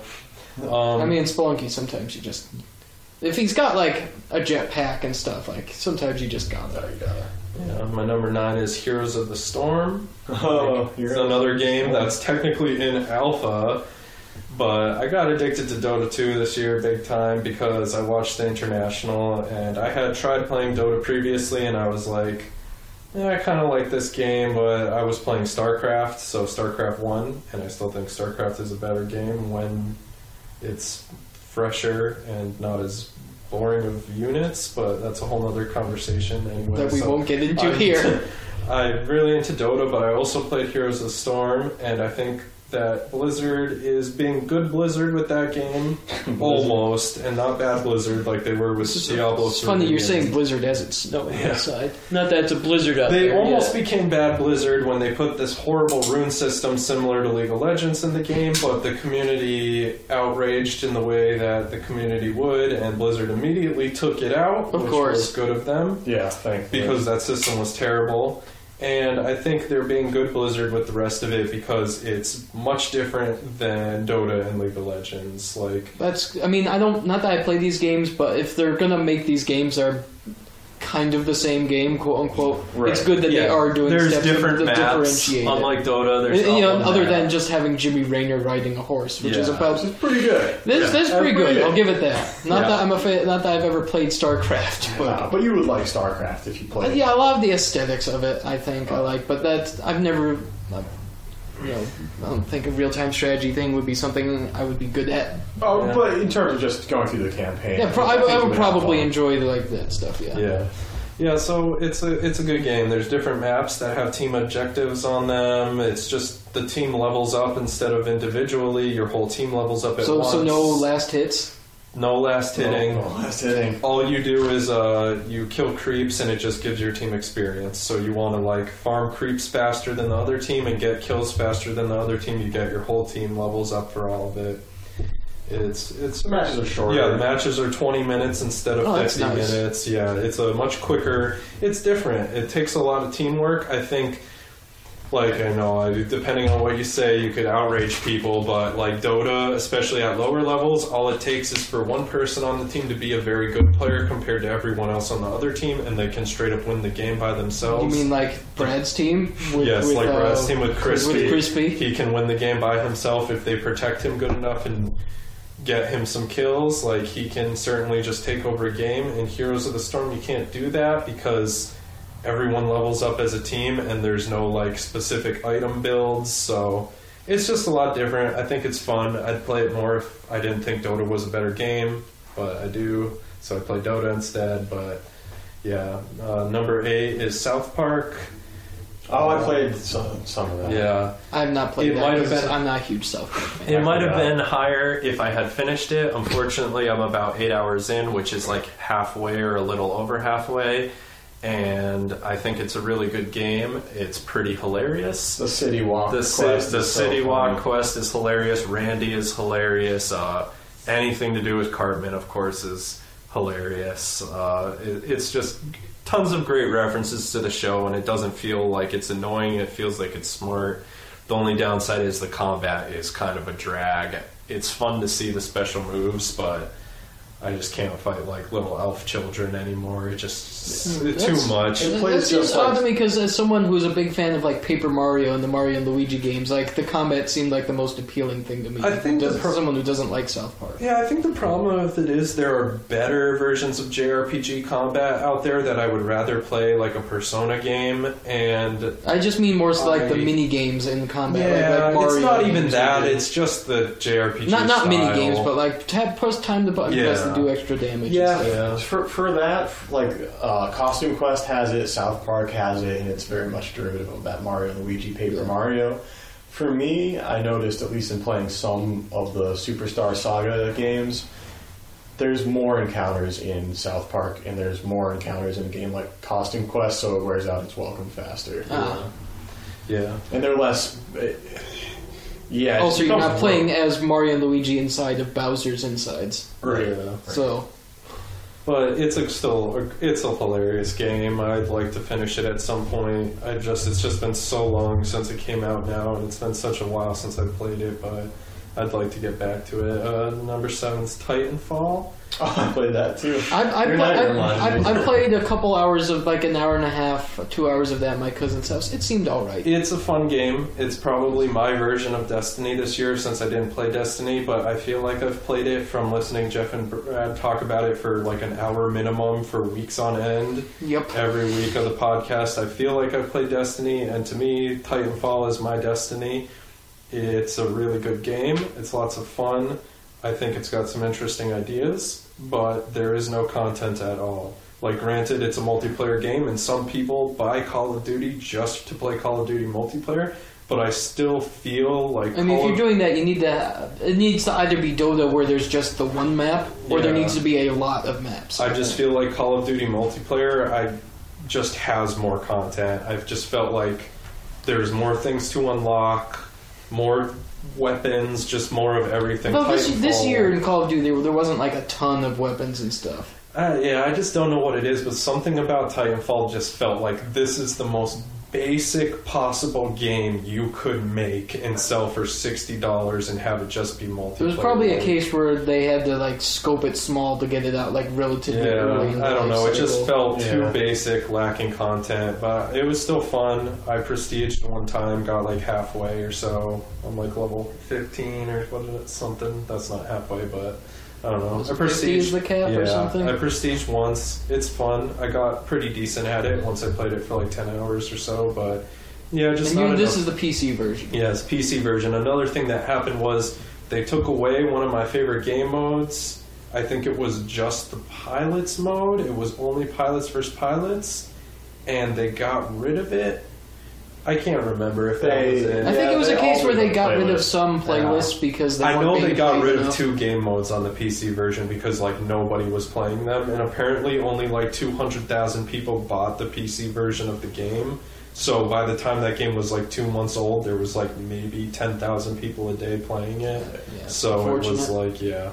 Um, I mean, in Spelunky, sometimes you just. If he's got, like, a jetpack and stuff, like, sometimes you just got that. yeah, my number nine is Heroes of the Storm. Oh, It's another game that's technically in alpha, but I got addicted to Dota 2 this year big time because I watched the international and I had tried playing Dota previously and I was like, yeah, I kind of like this game, but I was playing StarCraft, so StarCraft 1, and I still think StarCraft is a better game when it's fresher and not as boring of units, but that's a whole nother conversation anyway. That we so- won't get into I'm- here. I'm really into Dota, but I also played Heroes of the Storm, and I think that Blizzard is being good Blizzard with that game, almost, and not bad Blizzard like they were with Diablo. It's funny, 3 you're and- saying blizzard as it's snowing Yeah. outside. Not that it's a blizzard out They there. almost yeah. became bad Blizzard when they put this horrible rune system similar to League of Legends in the game, but the community outraged in the way that the community would, and Blizzard immediately took it out, Of which course. was good of them yeah, thank because that system was terrible. And I think they're being good Blizzard with the rest of it because it's much different than Dota and League of Legends. Like, That's. I mean, I don't. Not that I play these games, but if they're gonna make these games, are kind of the same game, quote unquote. It's Right. good that they Yeah. are doing there's steps different to maps. differentiate. it. Unlike Dota, there's you know, not one other map. than just having Jimmy Rayner riding a horse, which is Yeah. about It's pretty good. This, Yeah. this is pretty Pretty good. good. I'll give it that. Not Yeah. that I'm a fan, not that I've ever played StarCraft, but Uh, but you would like StarCraft if you played. but yeah, I love the aesthetics of it. I think I like, but that's I've never, like, you know, I don't think a real time strategy thing would be something I would be good at. Oh, Yeah. but in terms of just going through the campaign, Yeah, pro- I, think I you would have probably fun. enjoy like that stuff. Yeah. Yeah. Yeah, so it's a it's a good game. There's different maps that have team objectives on them. It's just the team levels up instead of individually. Your whole team levels up at So once. so no last hits. No last hitting. Oh, that's hitting. All you do is uh, you kill creeps, and it just gives your team experience. So you want to like farm creeps faster than the other team and get kills faster than the other team. You get your whole team levels up for all of it. It's it's The matches are shorter. yeah, the matches are 20 minutes instead of Oh, that's 50 nice. minutes. Yeah, it's a much quicker. It's different. It takes a lot of teamwork. I think, like, I know, I- depending on what you say, you could outrage people, but like Dota, especially at lower levels, all it takes is for one person on the team to be a very good player compared to everyone else on the other team, and they can straight up win the game by themselves. You mean like Brad's team? With, Yes, with, like uh, Brad's team with Crispy. With Crispy. He can win the game by himself if they protect him good enough and get him some kills. Like he can certainly just take over a game. In Heroes of the Storm, you can't do that because everyone levels up as a team and there's no like specific item builds. So it's just a lot different. I think it's fun. I'd play it more if I didn't think Dota was a better game, but I do. So I play Dota instead. But yeah, uh, number eight is South Park. Oh, I played some, some Uh-huh. of that. Yeah. I've not played It that. might have 'cause been- I'm not a huge South Park fan. It might have been higher if I had finished it. Unfortunately, I'm about eight hours in, which is like halfway or a little over halfway. And I think it's a really good game. It's pretty hilarious. The city walk. The, ci- quest the is so City fun. Walk quest is hilarious. Randy is hilarious. Uh, anything to do with Cartman, of course, is hilarious. Uh, it, it's just tons of great references to the show, and it doesn't feel like it's annoying. It feels like it's smart. The only downside is the combat is kind of a drag. It's fun to see the special moves, but I just can't fight like little elf children anymore. It just it's That's- too much. It That- plays that seems just odd like- to me because as someone who's a big fan of like Paper Mario and the Mario and Luigi games, like the combat seemed like the most appealing thing to me. I think Does- the pro- someone who doesn't like South Park. Yeah, I think the problem with it is there are better versions of JRPG combat out there that I would rather play, like a Persona game. And I just mean more so like the I- mini games in combat. like- yeah, like, Mario uh, it's not even games that. and- It's just the JRPG. not not mini style. games, but like tap, press time the button press Yeah. to do extra damage. Yeah, and stuff. Yeah. For, for that, like uh, Costume Quest has it, South Park has it, and it's very much derivative of that Mario and Luigi Paper Yeah. Mario. For me, I noticed at least in playing some of the Superstar Saga games, there's more encounters in South Park, and there's more encounters in a game like Costume Quest, so it wears out its welcome faster. Ah. yeah, And they're less. eh, It, yeah. it Also, you're becomes not more- playing as Mario and Luigi inside of Bowser's insides. Right. Yeah. So But it's a still a- it's a hilarious game. I'd like to finish it at some point. I just it's just been so long since it came out now, and it's been such a while since I played it. But I'd like to get back to it. Uh, number seven's Titanfall. Oh, I played that too. I, I, You're pla- not your I, mind. I, I played a couple hours of like an hour and a half, two hours of that at my cousin's house. It seemed all right. It's a fun game. It's probably my version of Destiny this year since I didn't play Destiny, but I feel like I've played it from listening Jeff and Brad talk about it for like an hour minimum for weeks on end. Yep. Every week of the podcast, I feel like I've played Destiny, and to me, Titanfall is my Destiny. It's a really good game. It's lots of fun. I think it's got some interesting ideas, but there is no content at all. Like, granted, it's a multiplayer game, and some people buy Call of Duty just to play Call of Duty multiplayer, but I still feel like. I mean, if Call you're of- doing that, you need to. It needs to either be Dota, where there's just the one map, or there Yeah. needs to be a lot of maps. I just feel like Call of Duty multiplayer, I just has more content. I've just felt like there's more things to unlock, more weapons, just more of everything. Well, this, this Titanfall- year in Call of Duty, there, there wasn't like a ton of weapons and stuff. Uh, yeah, I just don't know what it is, but something about Titanfall just felt like this is the most basic possible game you could make and sell for sixty dollars and have it just be multiplayer. There was probably a case where they had to like scope it small to get it out like relatively early. in Yeah, the I don't life know. It just cycle. felt Yeah. too basic, lacking content, but it was still fun. I prestiged one time, got like halfway or so. I'm like level 15 or what is it? Something. That's not halfway, but I don't know. Was I it 50 is prestiged. the cap yeah, or something. I prestiged once. It's fun. I got pretty decent at it once I played it for like 10 hours or so, but yeah, just and not you, enough this is the PC version. Yes, PC version. Another thing that happened was they took away one of my favorite game modes. I think it was just the pilots mode. It was only pilots versus pilots, and they got rid of it. I can't remember if that They- was it. I think Yeah, it was they a case all where were they got rid of playlists. some playlists because they I weren't know being they got played rid of enough. two game modes on the PC version because like nobody was playing them, and apparently only like two hundred thousand people bought the PC version of the game. So by the time that game was like two months old, there was like maybe ten thousand people a day playing it. Yeah, so it was unfortunate. like yeah,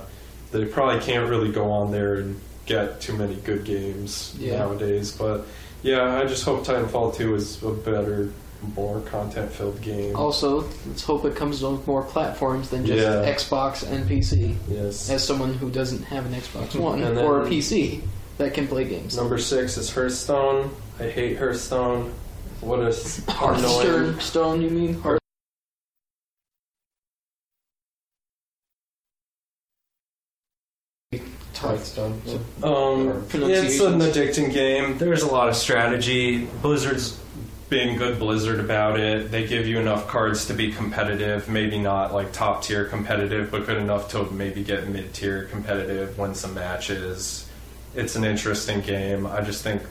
they probably can't really go on there and get too many good games Yeah. nowadays. But yeah, I just hope Titanfall Two is a better, more content-filled game. Also, let's hope it comes on more platforms than just Yeah. Xbox and PC. yes. As someone who doesn't have an Xbox One And or a then- PC that can play games, Number six is Hearthstone. I hate Hearthstone. What a s- annoying. Hearthstone, Stone, you mean? Hearth- Hearthstone. Yeah. Um, it's an addicting game. There's a lot of strategy. Blizzard's been good Blizzard about it. They give you enough cards to be competitive. Maybe not like top tier competitive, but good enough to maybe get mid tier competitive, win some matches. It's an interesting game. I just think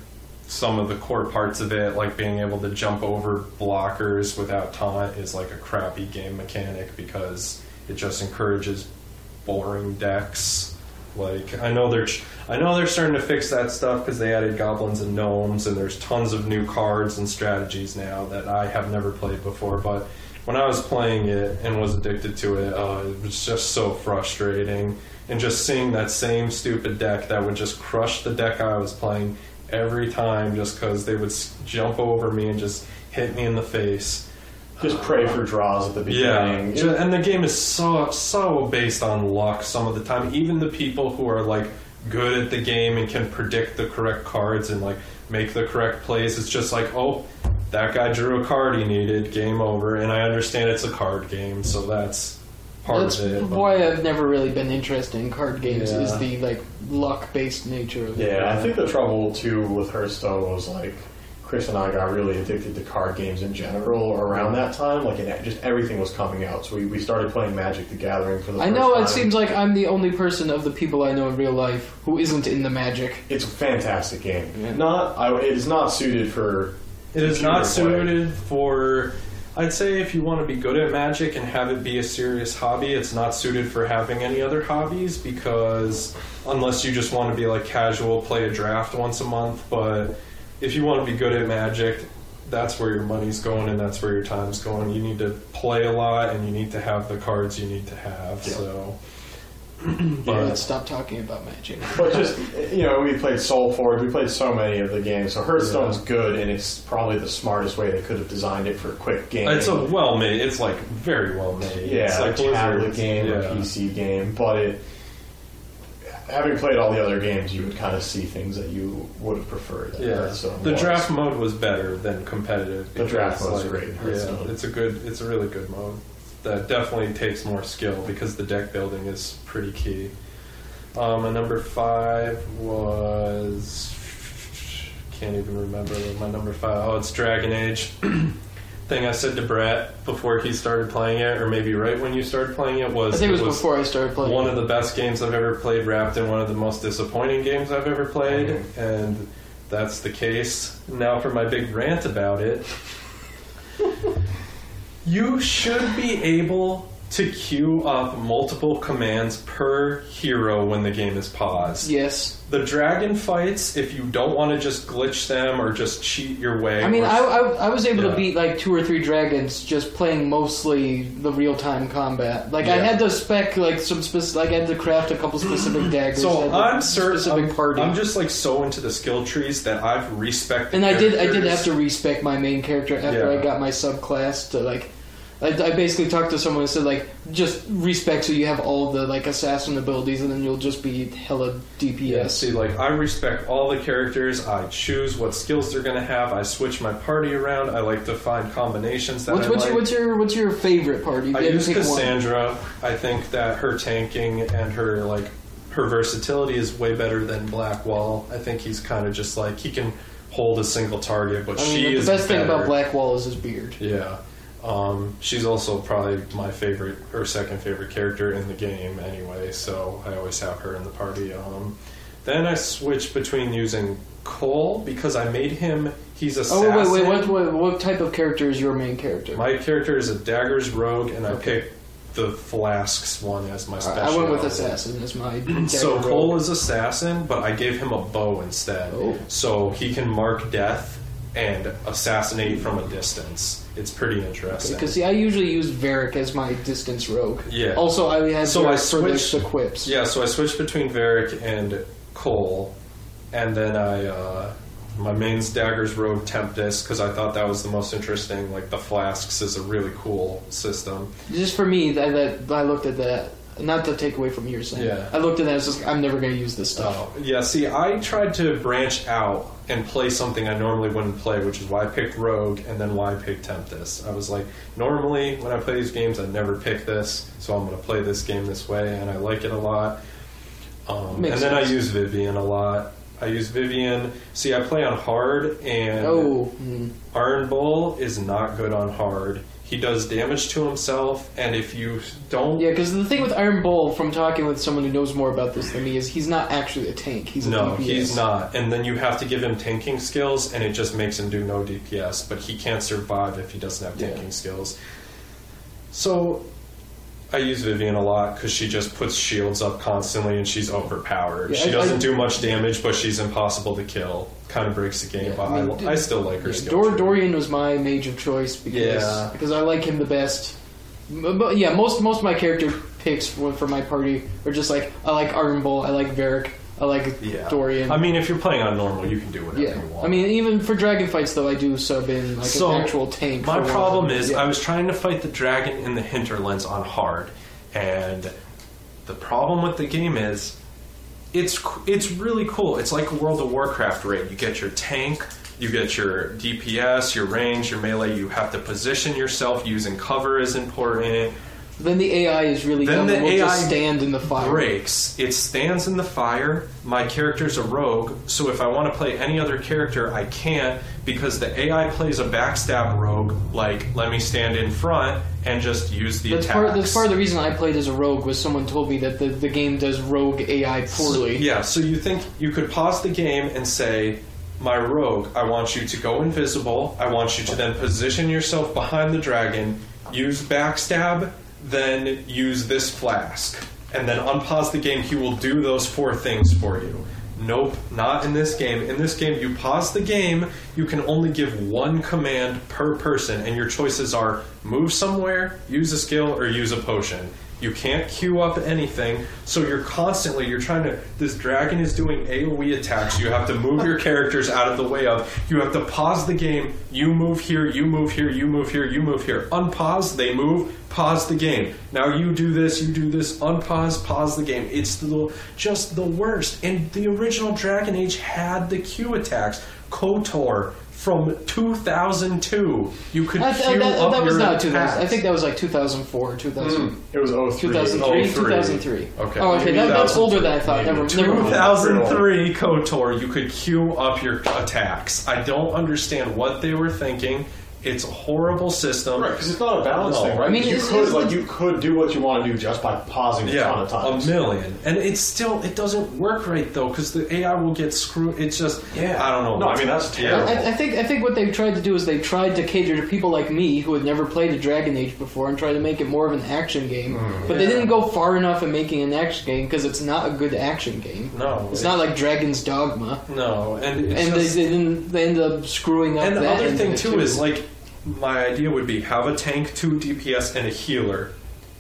some of the core parts of it, like being able to jump over blockers without taunt, is like a crappy game mechanic because it just encourages boring decks. Like I know they're I know they're starting to fix that stuff because they added goblins and gnomes and there's tons of new cards and strategies now that I have never played before. But when I was playing it and was addicted to it, uh, it was just so frustrating. And just seeing that same stupid deck that would just crush the deck I was playing every time, just because they would s- jump over me and just hit me in the face. Just pray for draws at the Yeah, beginning. ju- and the game is so so based on luck some of the time. Even the people who are like good at the game and can predict the correct cards and like make the correct plays, it's just like, oh, that guy drew a card he needed. Game over. And I understand it's a card game, so that's part That's of it. but- why I've never really been interested in card games. Yeah. Is the like luck-based nature of it. Yeah, I think the trouble too with Hearthstone was like Chris and I got really addicted to card games in general around that time. Like, it, just everything was coming out, so we, we started playing Magic: The Gathering for the I first know time. it seems like I'm the only person of the people I know in real life who isn't in the magic. it's a fantastic game. Not I, it is not suited for It is not Computer play. suited for. I'd say if you want to be good at magic and have it be a serious hobby, it's not suited for having any other hobbies because unless you just want to be like casual, play a draft once a month. But if you want to be good at magic, that's where your money's going and that's where your time's going. You need to play a lot and you need to have the cards you need to have. So, But but stop talking about magic. But just you know, we played Soul Forge. We played so many of the games. So Hearthstone's good, and it's probably the smartest way they could have designed it for a quick game. it's a well made. It's like very well made. yeah, it's like like a tablet Blizzard's- game or yeah. PC game. But it, having played all the other games, you would kind of see things that you would have preferred. that Yeah, Hearthstone the was. draft mode was better than competitive. The draft because, mode's great in Hearthstone. Yeah, it's a good, it's a really good mode. That definitely takes more skill because the deck building is pretty key. Um, and number five was can't even remember what my number five. Oh, it's Dragon Age. Thing I said to Brett before he started playing it, or maybe right when you started playing it, I was think it was before I started playing. one of the best games I've ever played, wrapped in one of the most disappointing games I've ever played, and that's the case. Now for my big rant about it. you should be able to queue up multiple commands per hero when the game is paused. Yes. The dragon fights, if you don't want to just glitch them or just cheat your way. I mean, or- I, I, I was able Yeah. to beat like two or three dragons just playing mostly the real time combat. Like I Yeah. had to spec like some specific, like I had to craft a couple specific daggers. so that I'm were certain specific I'm, party. I'm just like so into the skill trees that I've respected. and I did I did have to respec my main character after Yeah. I got my subclass to like. I, I basically talked to someone and said like, just respec so you have all the like assassin abilities, and then you'll just be hella DPS. Yeah, see, like I respect all the characters. I choose what skills they're gonna have. I switch my party around. I like to find combinations that what's I what's, like. your, what's your what's your favorite party? If I you had to use pick one. Cassandra. I think that her tanking and her like her versatility is way better than Blackwall. I think he's kind of just like he can hold a single target, but I mean, she the is best thing about better. Blackwall is his beard. Yeah. Um, she's also probably my favorite or second favorite character in the game anyway, so I always have her in the party. Um, then I switch between using Cole because I made him he's a Oh wait, wait, wait, what, what what type of character is your main character? My character is a daggers rogue and I Okay. picked the flasks one as my special. I went with assassin as my. So dagger Cole rogue. is assassin, but I gave him a bow instead, Oh. so he can mark death and assassinate from a distance. It's pretty interesting. Because see, I usually use Varric as my distance rogue. Yeah. Also, I had So Varric I for the, switched- the quips. Yeah, so I switched between Varric and Cole, and then I uh, my main's daggers rogue Tempest because I thought that was the most interesting. Like the flasks is a really cool system. Just for me, that, that I looked at that. Not to take away from your saying. Yeah. I looked at that. I was just, I'm never going to use this stuff. Oh, yeah. See, I tried to branch out and play something I normally wouldn't play, which is why I picked Rogue and then why I picked Tempest. I was like, normally when I play these games, I never pick this, so I'm going to play this game this way, and I like it a lot. Um, and Makes then I sense. use Vivian a lot. I use Vivian. See, I play on hard, and Oh, mm. Iron Bull is not good on hard. He does damage to himself, and if you don't yeah. Because the thing with Iron Bull, from talking with someone who knows more about this than me, is he's not actually a tank. He's a No, DPS. he's not. And then you have to give him tanking skills, and it just makes him do no DPS. But he can't survive if he doesn't have Yeah. tanking skills. So I use Vivian a lot because she just puts shields up constantly, and she's overpowered. Yeah, she I- doesn't I- do much damage, but she's impossible to kill. Kind of breaks the game, Yeah, but I I, mean, I still like her Yeah, skill. Dor- tree. Dorian was my mage of choice because Yeah. because I like him the best. M- But yeah, most most of my character picks for, for my party are just like I like Iron Bull, I like Varric, I like Yeah. Dorian. I mean, if you're playing on normal, you can do whatever yeah, you want. I mean even for dragon fights though, I do sub in like So, an actual tank. My for one. problem is Yeah. I was trying to fight the dragon in the hinterlands on hard, and the problem with the game is it's c- it's really cool. It's like a World of Warcraft raid. You get your tank, you get your DPS, your range, your melee. You have to position yourself. Using cover is important. then the AI is really Then dumb. the and we'll AI just stand in the fire. breaks. It stands in the fire. My character's a rogue, so if I want to play any other character, I can't because the AI plays a backstab rogue. Like, let me stand in front and just use the That's attacks. part, that's part of the reason I played as a rogue was someone told me that the, the game does rogue AI poorly. Yeah, so you think you could pause the game and say, My rogue, I want you to go invisible. I want you to then position yourself behind the dragon, use backstab, then use this flask. And then unpause the game. He will do those four things for you. Nope, not in this game. In this game, you pause the game. You can only give one command per person, and your choices are move somewhere, use a skill, or use a potion. You can't queue up anything, so you're constantly you're trying to. This dragon is doing AOE attacks. You have to move your characters out of the way of. You have to pause the game. You move here. You move here. You move here. You move here. Unpause. They move. Pause the game. Now you do this. You do this. Unpause. Pause the game. It's the just the worst. And the original Dragon Age had the queue attacks. Kotor from 2002. You could I th- queue oh, that, up that was your not 2000. I attacks. Hmm. think that was like 2004, 2000. It was 03. 2003, 03. 2003. Oh, Okay. Oh, okay. That, that's older than I thought. Never, never mind. 2003 KOTOR, you could queue up your attacks. I don't understand what they were thinking. It's a horrible system. Oh, Right, because it's not a balance No. thing, right? I mean, you it's- could it's- like you could do what you want to do just by pausing a Yeah, ton of times. a million, and it's still it doesn't work right though because the AI will get screwed. It's just Yeah. I don't know. No, I mean, that's Yeah. terrible. I, I think I think what they've tried to do is they tried to cater to people like me who had never played a Dragon Age before and try to make it more of an action game. Hmm. but they didn't go far enough in making an action game because it's not a good action game. No, It's not like Dragon's Dogma. no, and it's And they, just, they didn't. They ended up screwing up. and the that other end of thing it, too is like my idea would be have a tank, two DPS, and a healer.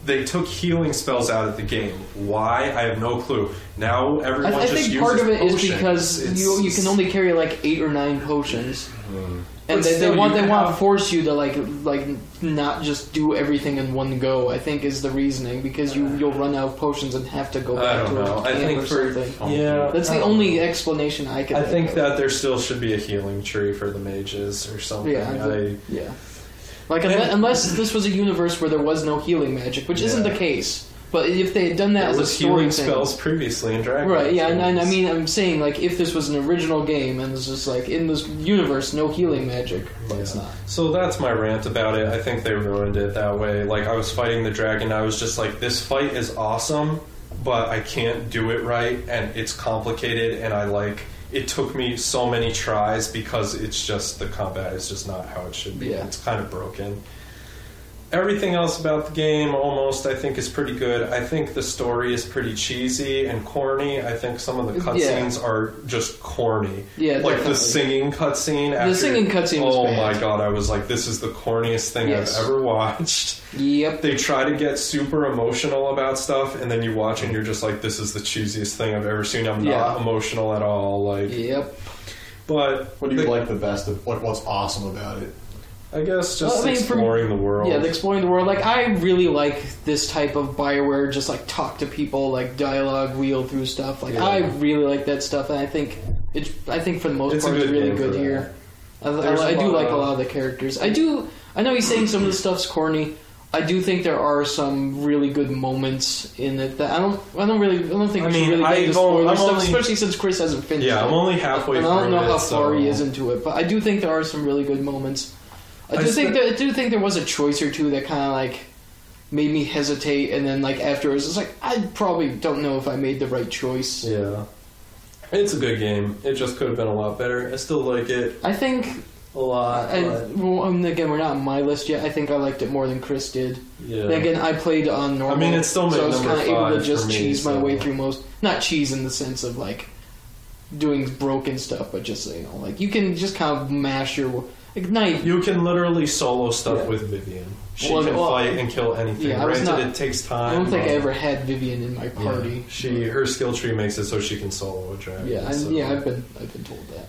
They took healing spells out of the game. Why? I have no clue. Now I, everyone I just think uses part of it is potions. because It's- Hmm. you you can only carry like eight or nine potions, and But they, they still, want you they want to have- force you to like like not just do everything in one go. I think is the reasoning because you you'll run out of potions and have to go I back don't to know. a I camp think or for something. yeah, That's I the don't only know. explanation I can. I think of. that there still should be a healing tree for the mages or something. Yeah, I I- yeah, like And- unless, unless this was a universe where there was no healing magic, which isn't Yeah. the case. But if they had done that as there a was story healing thing, spells previously in Dragon. Right, Age yeah, and, and I games. mean, I'm saying, like, if this was an original game and it's just like, in this universe, no healing magic, but it's Yeah. not. So that's my rant about it. I think they ruined it that way. Like I was fighting the dragon, I was just like, this fight is awesome, but I can't do it right, and it's complicated, and I like. It took me so many tries because it's just the combat is just not how it should be. Yeah. It's kind of broken. Everything else about the game, almost, I think, is pretty good. I think the story is pretty cheesy and corny. I think some of the Yeah. cutscenes are just corny. Yeah, like definitely. the singing cutscene The singing cutscene was Oh bad. my god, I was like, this is the corniest thing Yes. I've ever watched. Yep. They try to get super emotional about stuff, and then you watch and you're just like, this is the cheesiest thing I've ever seen. I'm Yeah. not emotional at all. Like, Yep. but What do you the- like the best? Of, like what's awesome about it? I guess just Well, I mean, from- exploring the world. Yeah, the exploring the world. Like, I really like this type of Bioware, just like talk to people, like dialogue wheel through stuff. Like, Yeah. I really like that stuff, and I think it's. I think for the most It's a part, it's good really game for good that. here. I, I, There's a I do lot like a of- lot of the characters. I do. I know he's saying some of the stuff's corny. I do think there are some really good moments in it that I don't. I don't really. I don't think I we should mean, really get I've into only- spoiler I'm stuff, only- especially since Chris hasn't finished. Yeah, it. I'm only halfway And I don't through know it, how so- far he is into it, but I do think there are some really good moments. I I do think spe- there, I do think there was a choice or two that kind of like made me hesitate, and then like afterwards, it's like I probably don't know if I made the right choice. Yeah. It's a good game. It just could have been a lot better. I still like it I think, a lot. I, but- well, um, again, we're not on my list yet. I think I liked it more than Chris did. yeah. And again, I played on normal. I mean, it's still so I made was number kinda able five to for just me, cheese my so- way through most. Not cheese in the sense of like doing broken stuff, but just you know, like you can just kind of mash your. Like, not even- You can literally solo stuff Yeah. with Vivian. She Well, can well, fight and kill anything. yeah, I was Granted, not- it takes time. I don't think I but- ever had Vivian in my Yeah. party. She her skill tree makes it so she can solo a dragon. Yeah, I, so- yeah, I've been I've been told that.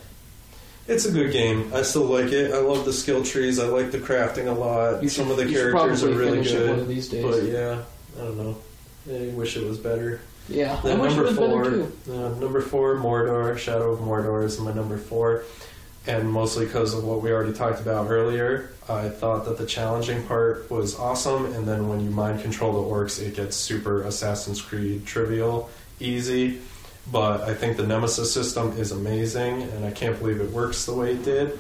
it's a good game. I still like it. I love the skill trees. I like the crafting a lot. You Some should- of the you should characters are probably really finish it good. one of these days. But yeah, I don't know. I wish it was better. Yeah, I Then wish it number was four, better too. uh, number four, Mordor, Shadow of Mordor is my number four, and mostly because of what we already talked about earlier. I thought that the challenging part was awesome, and then when you mind control the orcs, it gets super Assassin's Creed trivial, easy. But I think the Nemesis system is amazing, and I can't believe it works the way it did.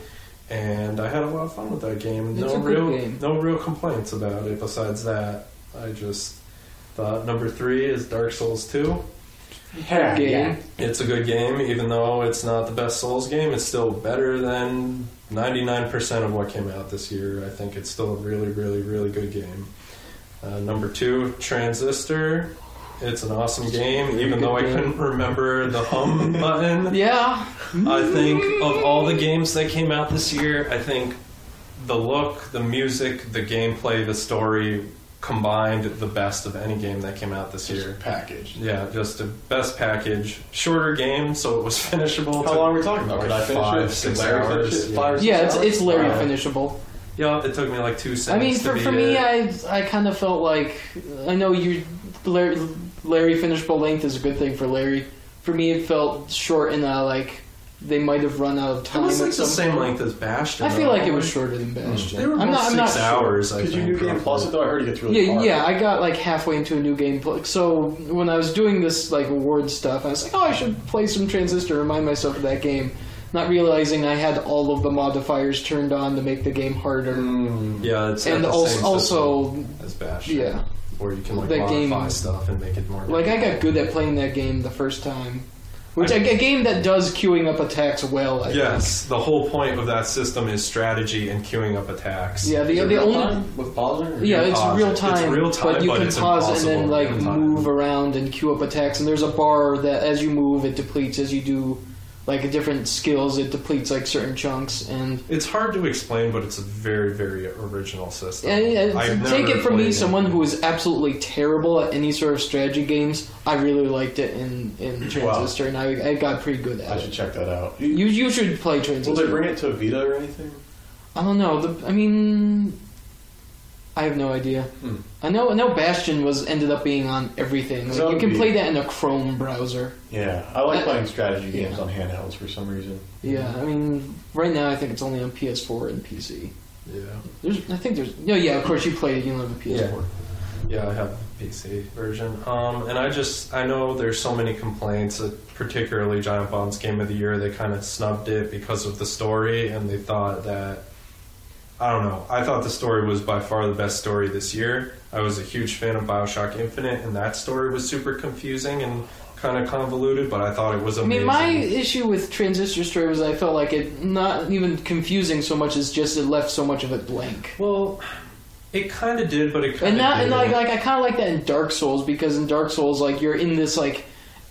And I had a lot of fun with that game. It's no a good real, game. no real complaints about it. Besides that, I just thought number three is Dark Souls Two. Yeah, Game. yeah. It's a good game, even though it's not the best Souls game. It's still better than 99% of what came out this year. I think it's still a really, really, really good game. Uh, number two, Transistor. It's an awesome game, even good though I game. couldn't remember the hum button. Yeah, I think of all the games that came out this year, I think the look, the music, the gameplay, the story combined the best of any game that came out this year. Package. Yeah, just the best package. Shorter game, so it was finishable. How long are we talking about? Like Could I finish five, it? six Could Larry hours, finish it? yeah. Five or six yeah, it's hours? it's Larry Uh, finishable. Yeah, it took me like two I seconds. mean, to for beat for me, it. I I kind of felt like I know you Larry, Larry finishable length is a good thing for Larry. For me, it felt short and uh, like they might have run out of it time. was at like some the same point. length as Bastion. I feel though. like it was shorter than Bastion. They were I'm both not. I'm not six sure. hours. I Did you think, new game plus it though? I heard it gets really yeah, hard. yeah. I got like halfway into a new game. pl- So when I was doing this like award stuff, I was like, oh, I should play some Transistor, remind myself of that game. not realizing I had all of the modifiers turned on to make the game harder. Yeah, Mm, it's not and the also, same also, system as Bash. yeah, where you can like The game- modify stuff and make it more. like I got good at playing that game the first time, which I, a game that does queuing up attacks well. I yes, the whole point of that system is strategy and queuing up attacks. think. Yeah, the, the only with pausing. yeah, it's pause. real It's time. real time, but you but can it's pause and then impossible like real time. move around and queue up attacks. And there's a bar that as you move, it depletes. As you do like different skills, it depletes like certain chunks. And It's hard to explain, but it's a very, very original system. And, and I've eh, take never it from me, played someone who is absolutely terrible at any sort of strategy games. I really liked it in, in Transistor, and I, I got pretty good I at should it. check that out. You you should play Will they Transistor. bring it to Vita or anything? I don't know. The, I mean, I have no idea. I know I know Bastion was ended up being on everything. So Like, you it'd can be- play that in a Chrome browser. Yeah, I like Uh, playing strategy yeah. games on handhelds for some reason. Hmm. Yeah, I mean, right now I think it's only on PS4 and PC. Yeah, There's, I think there's. No, yeah, of course you played it. You don't have a PS4. yeah, I have the PC version. Um, and I just I know there's so many complaints, uh, particularly Giant Bomb's Game of the Year. They kind of snubbed it because of the story, and they thought that I don't know. I thought the story was by far the best story this year. I was a huge fan of Bioshock Infinite, and that story was super confusing and kind of convoluted. But I thought it was I amazing. mean, my issue with Transistor Story was I felt like it not even confusing so much as just it left so much of it blank. well, it kind of did, but it kind And of not and like like I kind of like that in Dark Souls because in Dark Souls like you're in this like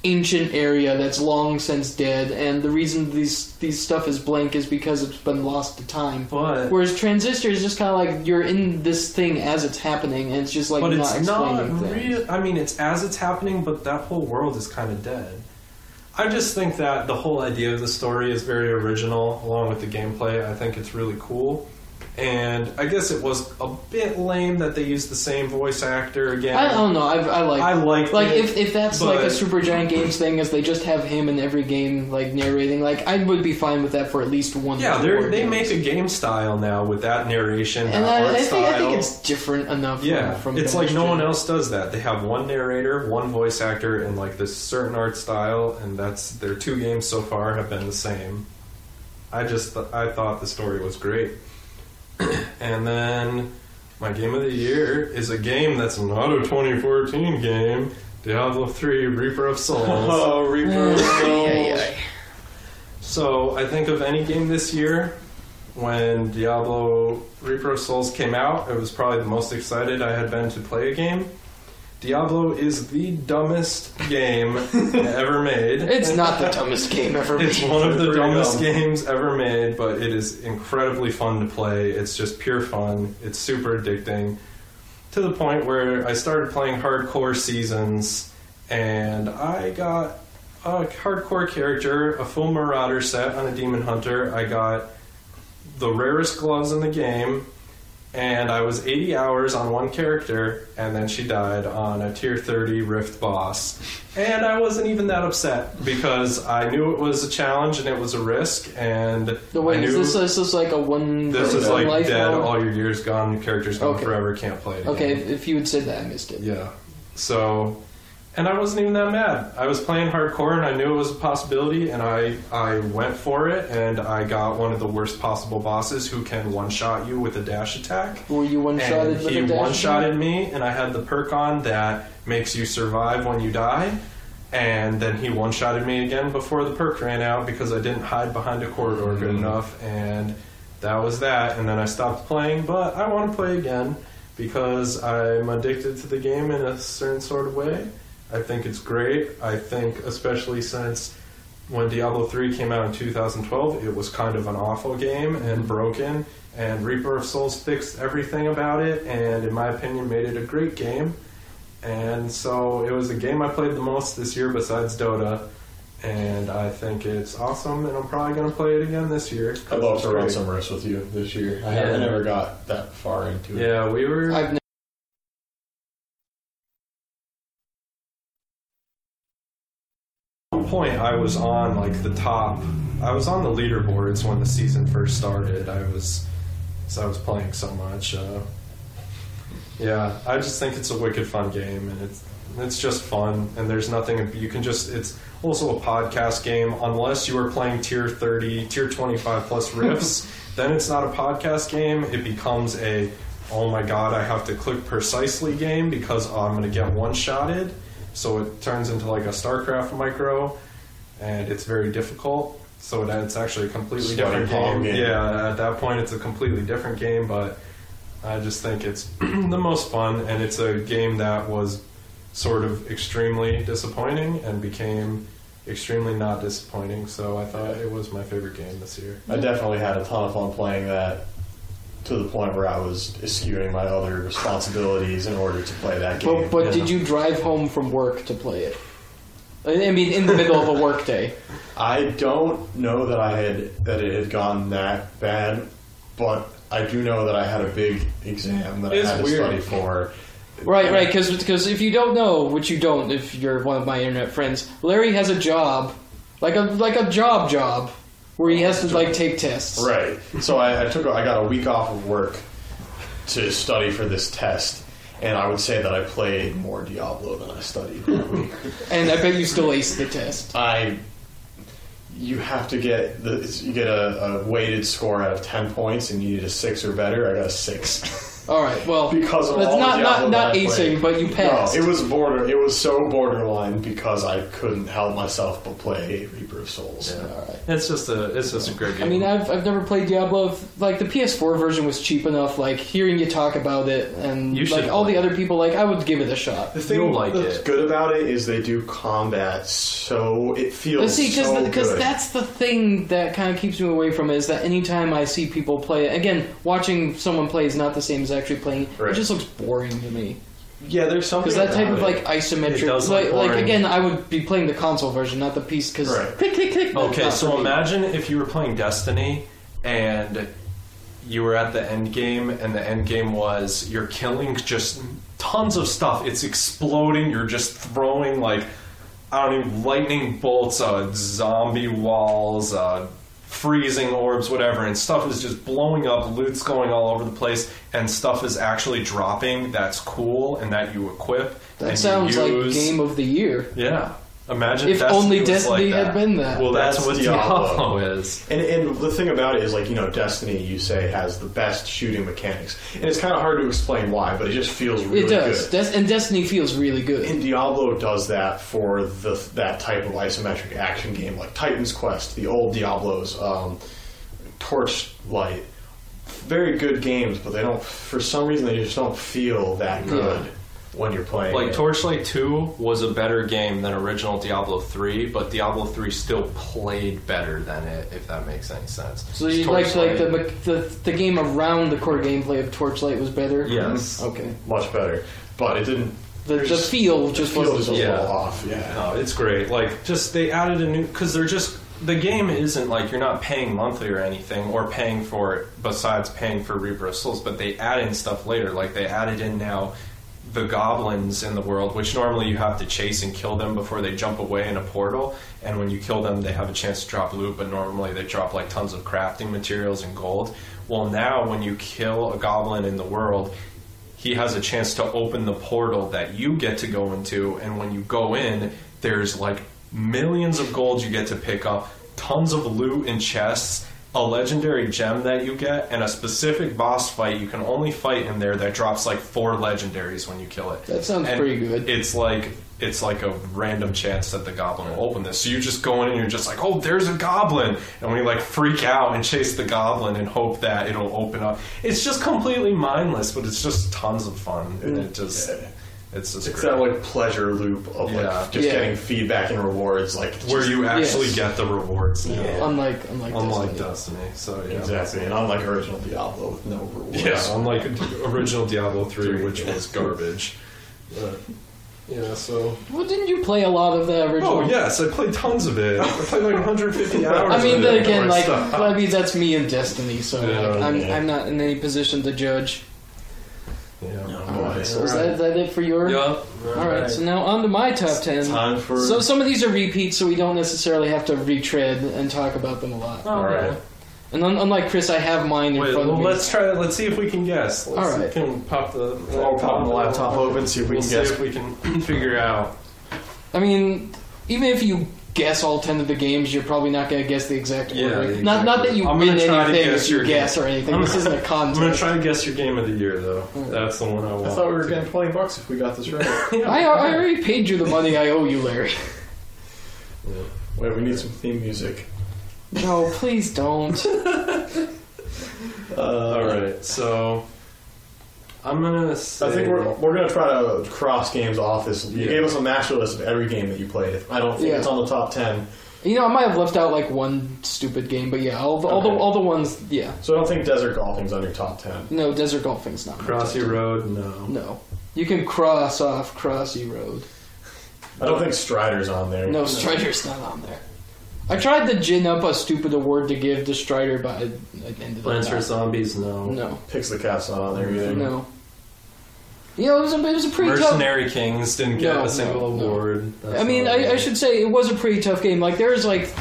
ancient area that's long since dead, and the reason these these stuff is blank is because it's been lost to time. but Whereas Transistor is just kind of like you're in this thing as it's happening, and it's just like but not it's explaining not things. real. I mean, it's as it's happening, but that whole world is kind of dead. I just think that the whole idea of the story is very original, along with the gameplay. I think it's really cool. And I guess it was a bit lame that they used the same voice actor again. I don't know. I've, I like I liked like it, if, if that's but- like a super giant games thing is they just have him in every game like narrating like i would be fine with that for at least one yeah, or they're, two they games. make a game style now with that narration, and that I, art I think i think style. it's different enough Yeah, from, from it's like no Bastion. one else does that. They have one narrator, one voice actor, and like this certain art style, and that's their two games so far have been the same. I just th- I thought the story was great, and then my game of the year is a game that's not a 2014 game, Diablo 3: Reaper of Souls. Oh, Reaper. So I think of any game this year, when Diablo Reaper of Souls came out, it was probably the most excited I had been to play a game. Diablo is the dumbest game ever made. it's not the dumbest game ever It's made one of the Pretty dumbest dumb. games ever made, but it is incredibly fun to play. It's just pure fun. It's super addicting to the point where I started playing hardcore seasons and I got a hardcore character, a full marauder set on a demon hunter. I got the rarest gloves in the game and I was 80 hours on one character and then she died on a tier 30 rift boss. And I wasn't even that upset because I knew it was a challenge and it was a risk and no I wait knew is this, is this like a one this is one like life dead, mode? all your years gone, your character's gone Okay. forever, can't play it. okay again. if, if you had said that i missed it Yeah. So, and I wasn't even that mad. I was playing hardcore, and I knew it was a possibility, and I I went for it, and I got one of the worst possible bosses who can one shot you with a dash attack. were you one And shotted with he a dash one shotted me, and I had the perk on that makes you survive when you die. And then he one shotted me again before the perk ran out because I didn't hide behind a corridor good enough. And that was that. And then I stopped playing, but I want to play again because I'm addicted to the game in a certain sort of way. I think it's great. I think, especially since when Diablo 3 came out in 2012, it was kind of an awful game and broken, and Reaper of Souls fixed everything about it, and in my opinion, made it a great game. And so it was the game I played the most this year besides Dota, and I think it's awesome, and I'm probably going to play it again this year. 'cause I'd love it's to run great. some risks with you this year. Yeah. I, haven't, I never got that far into it. Yeah, we were. i've one point I was on like the top. I was on the leaderboards when the season first started. I was, so I was playing so much. Uh, yeah, I just think it's a wicked fun game, and it's It's just fun, and there's nothing you can just. It's also a podcast game, unless you are playing tier thirty, tier twenty five plus riffs. then it's not a podcast game. It becomes a oh my god, I have to click precisely game because I'm going to get one shotted. So it turns into like a StarCraft micro, and it's very difficult. So it, it's actually a completely Sweaty different palm game. game. Yeah, at that point, it's a completely different game, but. I just think it's the most fun, and it's a game that was sort of extremely disappointing and became extremely not disappointing. So I thought it was my favorite game this year. I definitely had a ton of fun playing that to the point where I was eschewing my other responsibilities in order to play that game. But, but Yeah. did you drive home from work to play it? I I mean, in the middle of a workday. I don't know that I had that it had gone that bad, but I do know that I had a big exam that It's I had weird. to study for. Right, right, because if you don't know, which you don't if you're one of my internet friends, Larry has a job, like a like a job job, where he has to like take tests. Right. So I, I took a- I got a week off of work to study for this test, and I would say that I played more Diablo than I studied. that week. And I bet you still ace the test. I you have to get the you get a, a weighted score out of ten points, and you need a six or better. I got a six. All right, well, because of that's all not the not Diablo not that I acing, played. but you passed. No, it was border. It was so borderline because I couldn't help myself but play Reaper of Souls. All right. It's just a it's just a great game. I mean, I've, I've never played Diablo. Like the PS4 version was cheap enough. Like hearing you talk about it, and You should like all the play other people, like I would give it a shot. The thing You'll like that's it. good about it is they do combat, so it But feels see, because so good. that's the thing that kind of keeps me away from it is that anytime I see people play it, again, watching someone play is not the same as actually playing. it. It Right. just looks boring to me yeah, there's something because that type about of it. like It isometric, does like, look like boring. again, I would be playing the console version, not the piece. Because Right. click, click, click. that's Okay, not for so me. imagine if you were playing Destiny and you were at the end game, and the end game was you're killing just tons of stuff. It's exploding. You're just throwing like I don't even lightning bolts, uh, zombie walls, uh, freezing orbs, whatever, and stuff is just blowing up. Loot's going all over the place, and stuff is actually dropping. That's cool, and that you equip. that and sounds you like use. game of the year. Yeah. Imagine If Destiny only was Destiny like had that. been that. Well, that's, That's what Diablo. Diablo is. And, and the thing about it is, like, you know, Destiny, you say, has the best shooting mechanics. And it's kind of hard to explain why, but it just feels really it does, good. Des- and Destiny feels really good. And Diablo does that for the, that type of isometric action game, like Titan's Quest, the old Diablos, um, Torchlight. Very good games, but they don't, for some reason, they just don't feel that good when you're playing. Like it. Torchlight 2 was a better game than original Diablo 3, but Diablo 3 still played better than it, if that makes any sense. So you like like the, mech- the the game around the core gameplay of Torchlight was better. Yes. Okay. much better. But it didn't. The, the There's- feel just Just feels just a wasn't. Yeah. little off, yeah. No, Oh, it's great. Like, just they added a new because they're just the game isn't like you're not paying monthly or anything or paying for it besides paying for Reaper of Souls, but they add in stuff later. Like they added in now the goblins in the world, which normally you have to chase and kill them before they jump away in a portal. And when you kill them, they have a chance to drop loot, but normally they drop like tons of crafting materials and gold. Well, now when you kill a goblin in the world, he has a chance to open the portal that you get to go into and when you go in there's like millions of gold you get to pick up tons of loot and chests a legendary gem that you get and a specific boss fight you can only fight in there that drops like four legendaries when you kill it That sounds And pretty good. it's like it's like a random chance that the goblin will open this. So you just go in and you're just like, oh, there's a goblin, and we like freak out and chase the goblin and hope that it'll open up. It's just completely mindless, but it's just tons of fun, and Mm. it just it's just It's great. that like pleasure loop of Yeah. like just Yeah. getting feedback and rewards, like where just- you actually Yes. get the rewards now, Yeah. Unlike unlike unlike Destiny. Destiny. So yeah. exactly, and unlike original Diablo with no rewards. Yeah, unlike original Diablo 3, which was garbage. yeah, so. Well, didn't you play a lot of the original? Oh, yes, I played tons of it. I played like 150 hours I mean, of it. then again, like Stuff. I mean, that's me and Destiny, so Yeah, like, I'm yeah. I'm not in any position to judge. Yeah. Oh, boy. So is that, is that it for your? Yup. All right. So now on to my top ten. Time for So some of these are repeats, so we don't necessarily have to retread and talk about them a lot. All right. And un- unlike Chris, I have mine in Wait, front well, of me. let's try. Let's see if we can guess. Let's All right. Can pop the I'll pop the laptop open, see if we We'll can see guess. if we can figure out. I mean, even if you guess all ten of the games, you're probably not going to guess the exact Yeah, order. Not not that you I'm win gonna try to anything guess if you your guess game. or anything. I'm This gonna- isn't a I'm gonna contest. try to guess your game of the year, though. That's the one I want. I thought we were getting 20 bucks if we got this right. I, I already paid you the money I owe you, Larry. Wait, we need some theme music. No, please don't. Uh, All right, so I'm gonna say. I think we're, we're going to try to cross games off this. You Yeah. gave us a master list of every game that you played. I don't think Yeah. it's on the top 10. You know, I might have left out like one stupid game, but yeah, all the all the, Okay. all the ones. Yeah, So I don't think Desert Golfing's on your top 10. no, desert golfing's not. Crossy Road. No. No, you can cross off Crossy Road. I don't think Strider's on there. No, Strider's not on there. I tried to gin up a stupid award to give to Strider, but I, I ended up Plants not. vs Zombies. No. No, Picks the Cat's not on there either. no. You know, it was a, it was a pretty tough. Mercenary Kings didn't get No, a single no, no. award. That's I mean, not I, I bad. should say it was a pretty tough game. Like there's like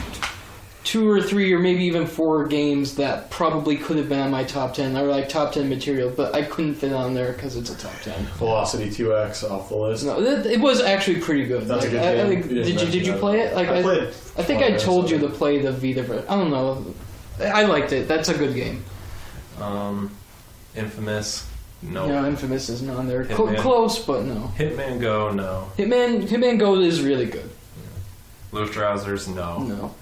two or three or maybe even four games that probably could have been on my top ten. They were like top ten material, but I couldn't fit on there because it's a top ten. Velocity 2X off the list. No, it, it was actually pretty good. That's a Like, good I- I game. think- You didn't did you did mention you that. play it? Like I played I think one I or told you to something. play the Vita. ver- I don't know. I I liked it. That's a good game. Um, Infamous. No. Yeah, Infamous isn't on there. Cl- Hitman. close, but no. Hitman Go. No. Hitman Hitman Go is really good. Loose Trousers. No. Oh. No.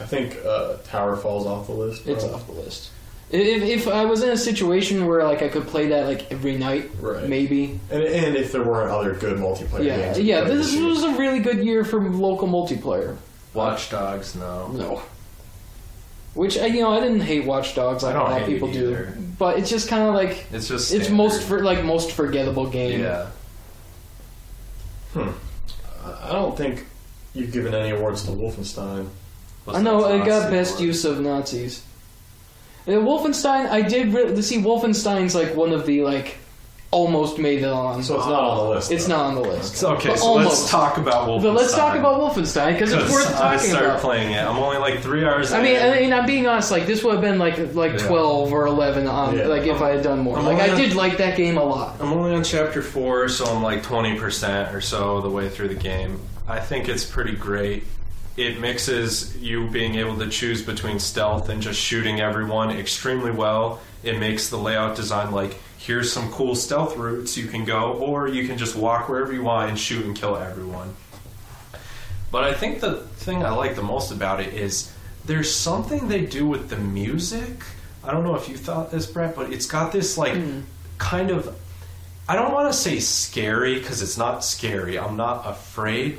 I think uh, Tower falls off the list. It's probably. off the list. If, if I was in a situation where like I could play that like every night, Right. maybe. And, and if there weren't other good multiplayer Yeah, games. we yeah. played This year. was a really good year for local multiplayer. Watch Dogs. No. No. Which I- you know, I didn't hate Watch Dogs like I don't a lot of hate it people do, either. but it's just kind of like It's just. it's standard. most for, like most forgettable game. Yeah. I don't think you've given any awards to Wolfenstein. I know What's I that got Nazi best word? use of Nazis. Yeah, Wolfenstein, I did re- see Wolfenstein's like one of the like almost made it on. So it's not on the list. it's though. not on the list. It's okay, But so almost. let's talk about Wolfenstein. But let's talk about Wolfenstein because it's worth I talking started about. playing it. I'm only like three hours. I mean, in. I mean, I'm being honest. Like this would have been like like Yeah. Oh, twelve or eleven on Yeah. like if I had done more. I'm like I only- did like that game a lot. I'm only on chapter four, so I'm like 20% or so of the way through the game. I think it's pretty great. It mixes you being able to choose between stealth and just shooting everyone extremely well. It makes the layout design like here's some cool stealth routes you can go, or you can just walk wherever you want and shoot and kill everyone. But I think the thing I like the most about it is there's something they do with the music. I don't know if you thought this, Brett, but it's got this like Hmm. kind of. I don't want to say scary because it's not scary. I'm not afraid,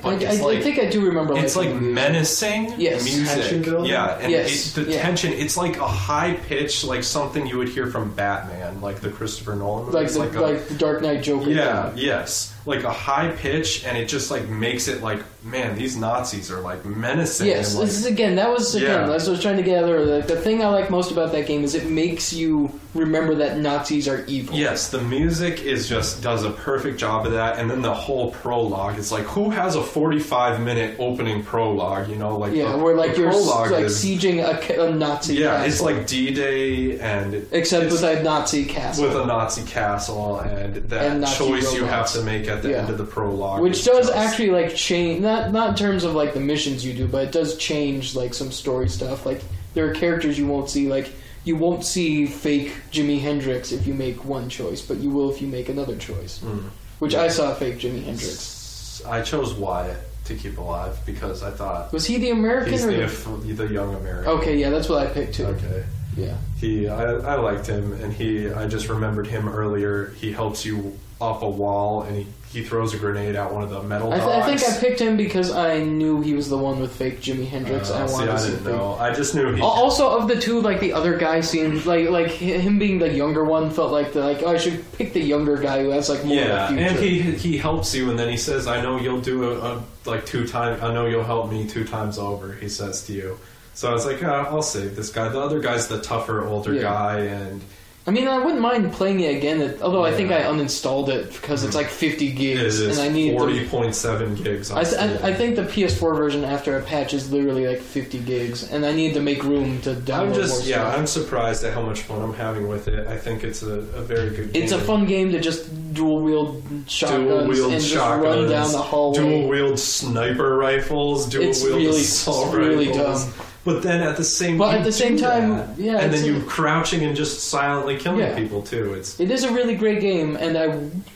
I, but I- it's I like think I do remember. it's like liking it. menacing Yes. music. Tension building? Yeah, and Yes, it, the yeah. tension. It's like a high pitch, like something you would hear from Batman, like the Christopher Nolan. like movies, the, like a- like the Dark Knight Joker. yeah, yes. Like a high pitch, and it just like makes it like, man, these Nazis are like menacing. Yes, and, like, this is again. That was again. Yeah. That's what I was trying to get at earlier. Like, the thing I like most about that game is it makes you remember that Nazis are evil. Yes, the music is just does a perfect job of that, and then the whole prologue. It's like who has a forty-five minute opening prologue? You know, like yeah, the, where like the you're s- prologue like is, sieging a, ca- a Nazi. yeah, castle. it's like D-Day and except it's with a Nazi castle, with a Nazi castle and that And Nazi choice you have robots. to make at the Yeah. end of the prologue, which is does just- actually like change not not in terms of like the missions you do, but it does change like some story stuff. Like there are characters you won't see. Like you won't see fake Jimi Hendrix if you make one choice, but you will if you make another choice. Hmm. Which I saw fake Jimi Hendrix. I chose Wyatt to keep alive because I thought Was he the American he's or Oh. the, the the young American. Okay, yeah, that's what I picked too. Okay. Yeah. He, I, I liked him, and he, I just remembered him earlier. He helps you off a wall, and he, he throws a grenade at one of the metal I, th- dogs. I think I picked him because I knew he was the one with fake Jimi Hendrix. Uh, I see, wanted I to see didn't fake. know. I just knew he. Al- Also, of the two, like the other guy seemed like like hi- him being the younger one felt like the like oh, I should pick the younger guy who has like more yeah, of a future. and he he helps you, and then he says, "I know you'll do a, a like two times. I know you'll help me two times over." He "Oh, says to you. So I was like, "Ah, "I'll save this guy." The other guy's the tougher, older Yeah. guy, and I mean, I wouldn't mind playing it again, it- although I think I uninstalled it because it's like 50 It gigs, is and I need. forty The, point seven gigs. On I, th- Steam. I, I think the PS4 version after a patch is literally like 50 gigs, and I need to make room to download I'm more just yeah. stuff. I'm surprised at how much fun I'm having with it. I think it's a, a very good. Game. It's a fun game to just dual wield shotguns Dual-wield and just run shotguns, down the hallway. Dual wield sniper rifles. Dual it's wield really, it's assault really rifles. dumb. But then at the same But you at the same do time, that. yeah, and it's then a- you crouching and just silently killing Yeah. people too. It's It is a really great game, and I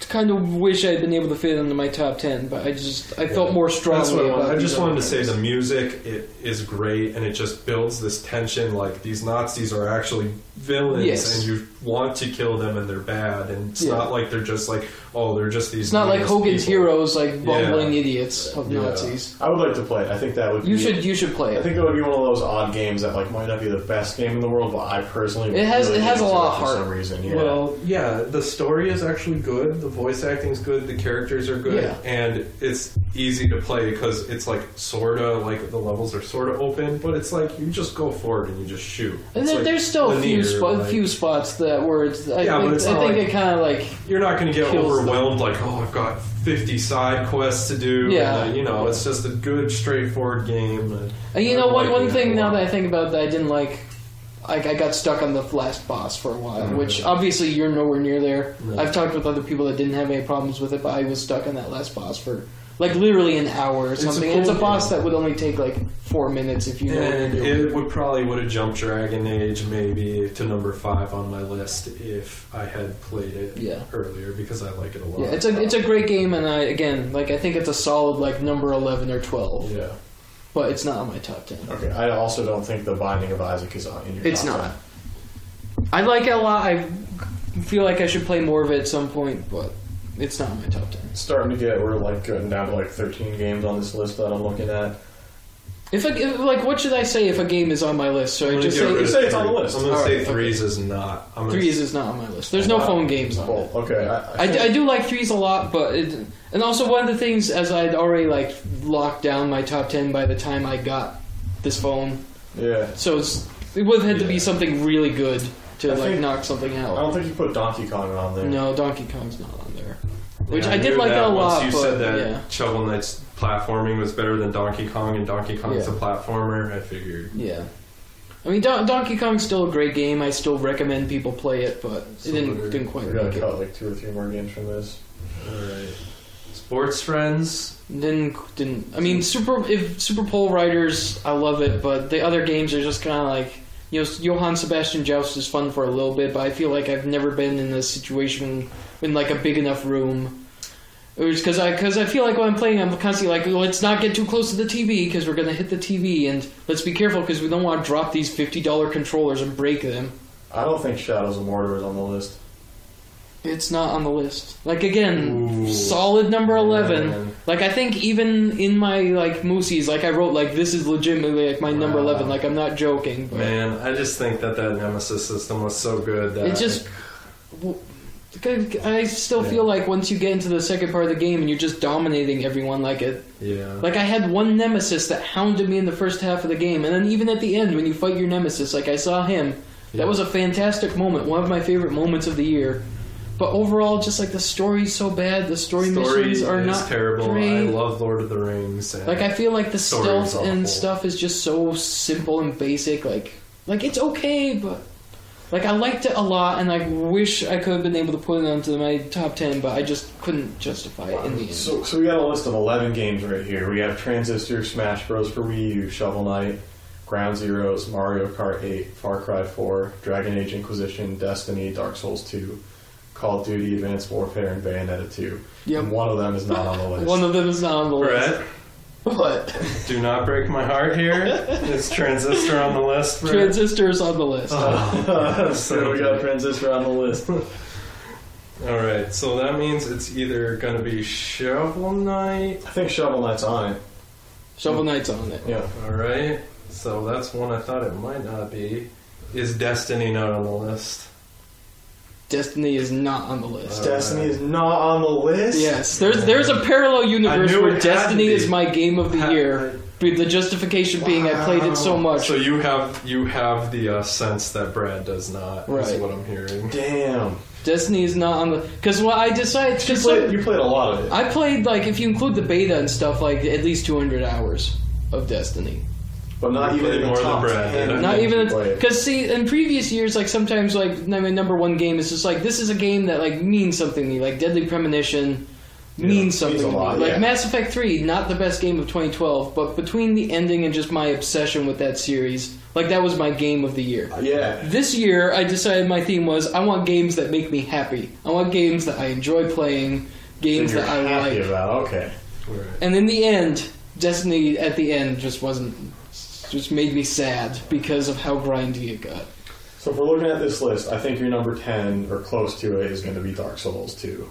kind of wish I had been able to fit it into my top 10, but I just I felt Yeah. more strongly That's what I, about wanted. I these just wanted to other say games. the music it is great and it just builds this tension like these Nazis are actually villains Yes. and you want to kill them and they're bad and it's Yeah. not like they're just like oh they're just these It's not like nice Hogan's people. Heroes, like bumbling idiots of Yeah. Nazis. I would like to play it. I think that would You be, should you should play I it. think it would be one of those odd games that like might not be the best game in the world, but I personally It has- really it has a enjoy lot of for heart. some reason. Yeah. Well, yeah, the story is actually good. The voice acting's good. The characters are good, Yeah. and it's easy to play because it's like sorta like the levels are sorta open, but it's like you just go forward and you just shoot. And It's, there, like, there's still a few, linear, spo- like- few spots that were. It's, I Yeah, but think, it's I not think like- it kind of like. You're not going to get Kills them. overwhelmed like, oh, I've got 50 side quests to do. Yeah. And, uh, you know, it's just a good, straightforward game. uh, And And Uh, you I know, one, like one it a thing now lot. that I think about that I didn't like. I, I got stuck on the last boss for a while, Mm-hmm. which obviously you're nowhere near there. No. I've talked with other people that didn't have any problems with it, but I was stuck on that last boss for like literally an hour or a something. cool It's a, game. boss that would only take like four minutes if you. know what you're And doing. it would probably would have jumped Dragon Age maybe to number five on my list if I had played it Yeah. earlier because I like it a lot. Yeah, it's a it's a great game, and I again like I think it's a solid like number eleven or twelve, yeah. but it's not on my top ten. Okay. I also don't think the Binding of Isaac is on in your. It's top not. I like it a lot. I feel like I should play more of it at some point, but it's not on my top ten. 10. Starting to get we're like going down to like 13 games on this list that I'm looking at. If, a, if like what should I say if a game is on my list? So I I'm gonna just get rid say of say it's on three. the list. I'm going to All say right, okay. threes is not. I'm gonna threes is not on my list. There's no Wow. phone games on Oh, it. okay. I, I I, d- think- I do like threes a lot, but it, and also one of the things as I'd already like locked down my top ten by the time I got this phone, yeah. so it's, it would have had to be Yeah. something really good to I like think- knock something out. I don't think you put Donkey Kong on there. No, Donkey Kong's not on there. Yeah, Which I did knew like that a once lot, You but said that yeah. Shovel Knight's platforming was better than Donkey Kong, and Donkey Kong's Yeah. a platformer. I figured. Yeah. I mean, Don- Donkey Kong's still a great game. I still recommend people play it, but it didn't, didn't quite We're gonna make it. cut like two or three more games from this. Alright. Sports friends. Didn't didn't. I mean, Super if Super Pole Riders, I love it, but the other games are just kind of like you know, Johann Sebastian Joust is fun for a little bit, but I feel like I've never been in a situation in like a big enough room. It was because I because I feel like when I'm playing, I'm constantly like, let's not get too close to the TV because we're gonna hit the TV, and let's be careful because we don't want to drop these fifty dollar controllers and break them. I don't think Shadows of Mordor is on the list. It's not on the list. Like again, Ooh. solid number eleven. Man. Like I think even in my like moosies, like I wrote like this is legitimately like my number Wow. eleven. Like I'm not joking. But Man, I just think that that Nemesis system was so good that It just- w- I still feel like once you get into the second part of the game and you're just dominating everyone, like it. yeah. Like I had one nemesis that hounded me in the first half of the game, and then even at the end when you fight your nemesis, like I saw him. Yeah. That was a fantastic moment, one of my favorite moments of the year. But overall, just like the story's so bad, the story, missions are is not terrible. great. I love Lord of the Rings. And Like I feel like the Story stealth was awful. and stuff is just so simple and basic. Like like it's okay, but like I liked it a lot, and I wish I could have been able to put it onto my top ten, but I just couldn't justify it in the end. So, so we got a list of 11 games right here. We have Transistor, Smash Bros. for Wii U, Shovel Knight, Ground Zeroes, Mario Kart 8, Far Cry 4, Dragon Age Inquisition, Destiny, Dark Souls 2, Call of Duty, Advanced Warfare, and Bayonetta 2. Yep. And one of them is not on the list. One of them is not on the list. Brett, But do not break my heart here. It's Transistor on the list. Brett. Oh, Transistor is on the list. Uh, so we got Transistor on the list. All right, so that means it's either gonna be Shovel Knight. I think Shovel Knight's on it. Shovel Knight's on it. Yeah. All right, so that's one I thought it might not be. Is Destiny not on the list? Destiny is not on the list. Destiny is not on the list? Yes, there's there's a parallel universe knew it where had to Destiny be. is my game of the Ha- year, Be- The justification being I played it so much. So you have you have the uh, sense that Brad does not. Is Right. what I'm hearing. Damn. Destiny is not on the because what I decided You because played, you played a lot of it. I played like if you include the beta and stuff like at least 200 hours of Destiny. But not You even played in the more than top Brad did. 10 Not you even played. because see in previous years like sometimes like my number one game is just like this is a game that like means something to me like Deadly Premonition means something means a to me. lot, like yeah. Mass Effect 3 not the best game of 2012 but between the ending and just my obsession with that series like that was my game of the year. Yeah. This year, I decided my theme was I want games that make me happy. I want games that I enjoy playing, games You're that I happy like. about. Okay. And in the end, Destiny at the end just wasn't. Just made me sad because of how grindy it got. So if we're looking at this list, I think your number ten or close to it is going to be Dark Souls two.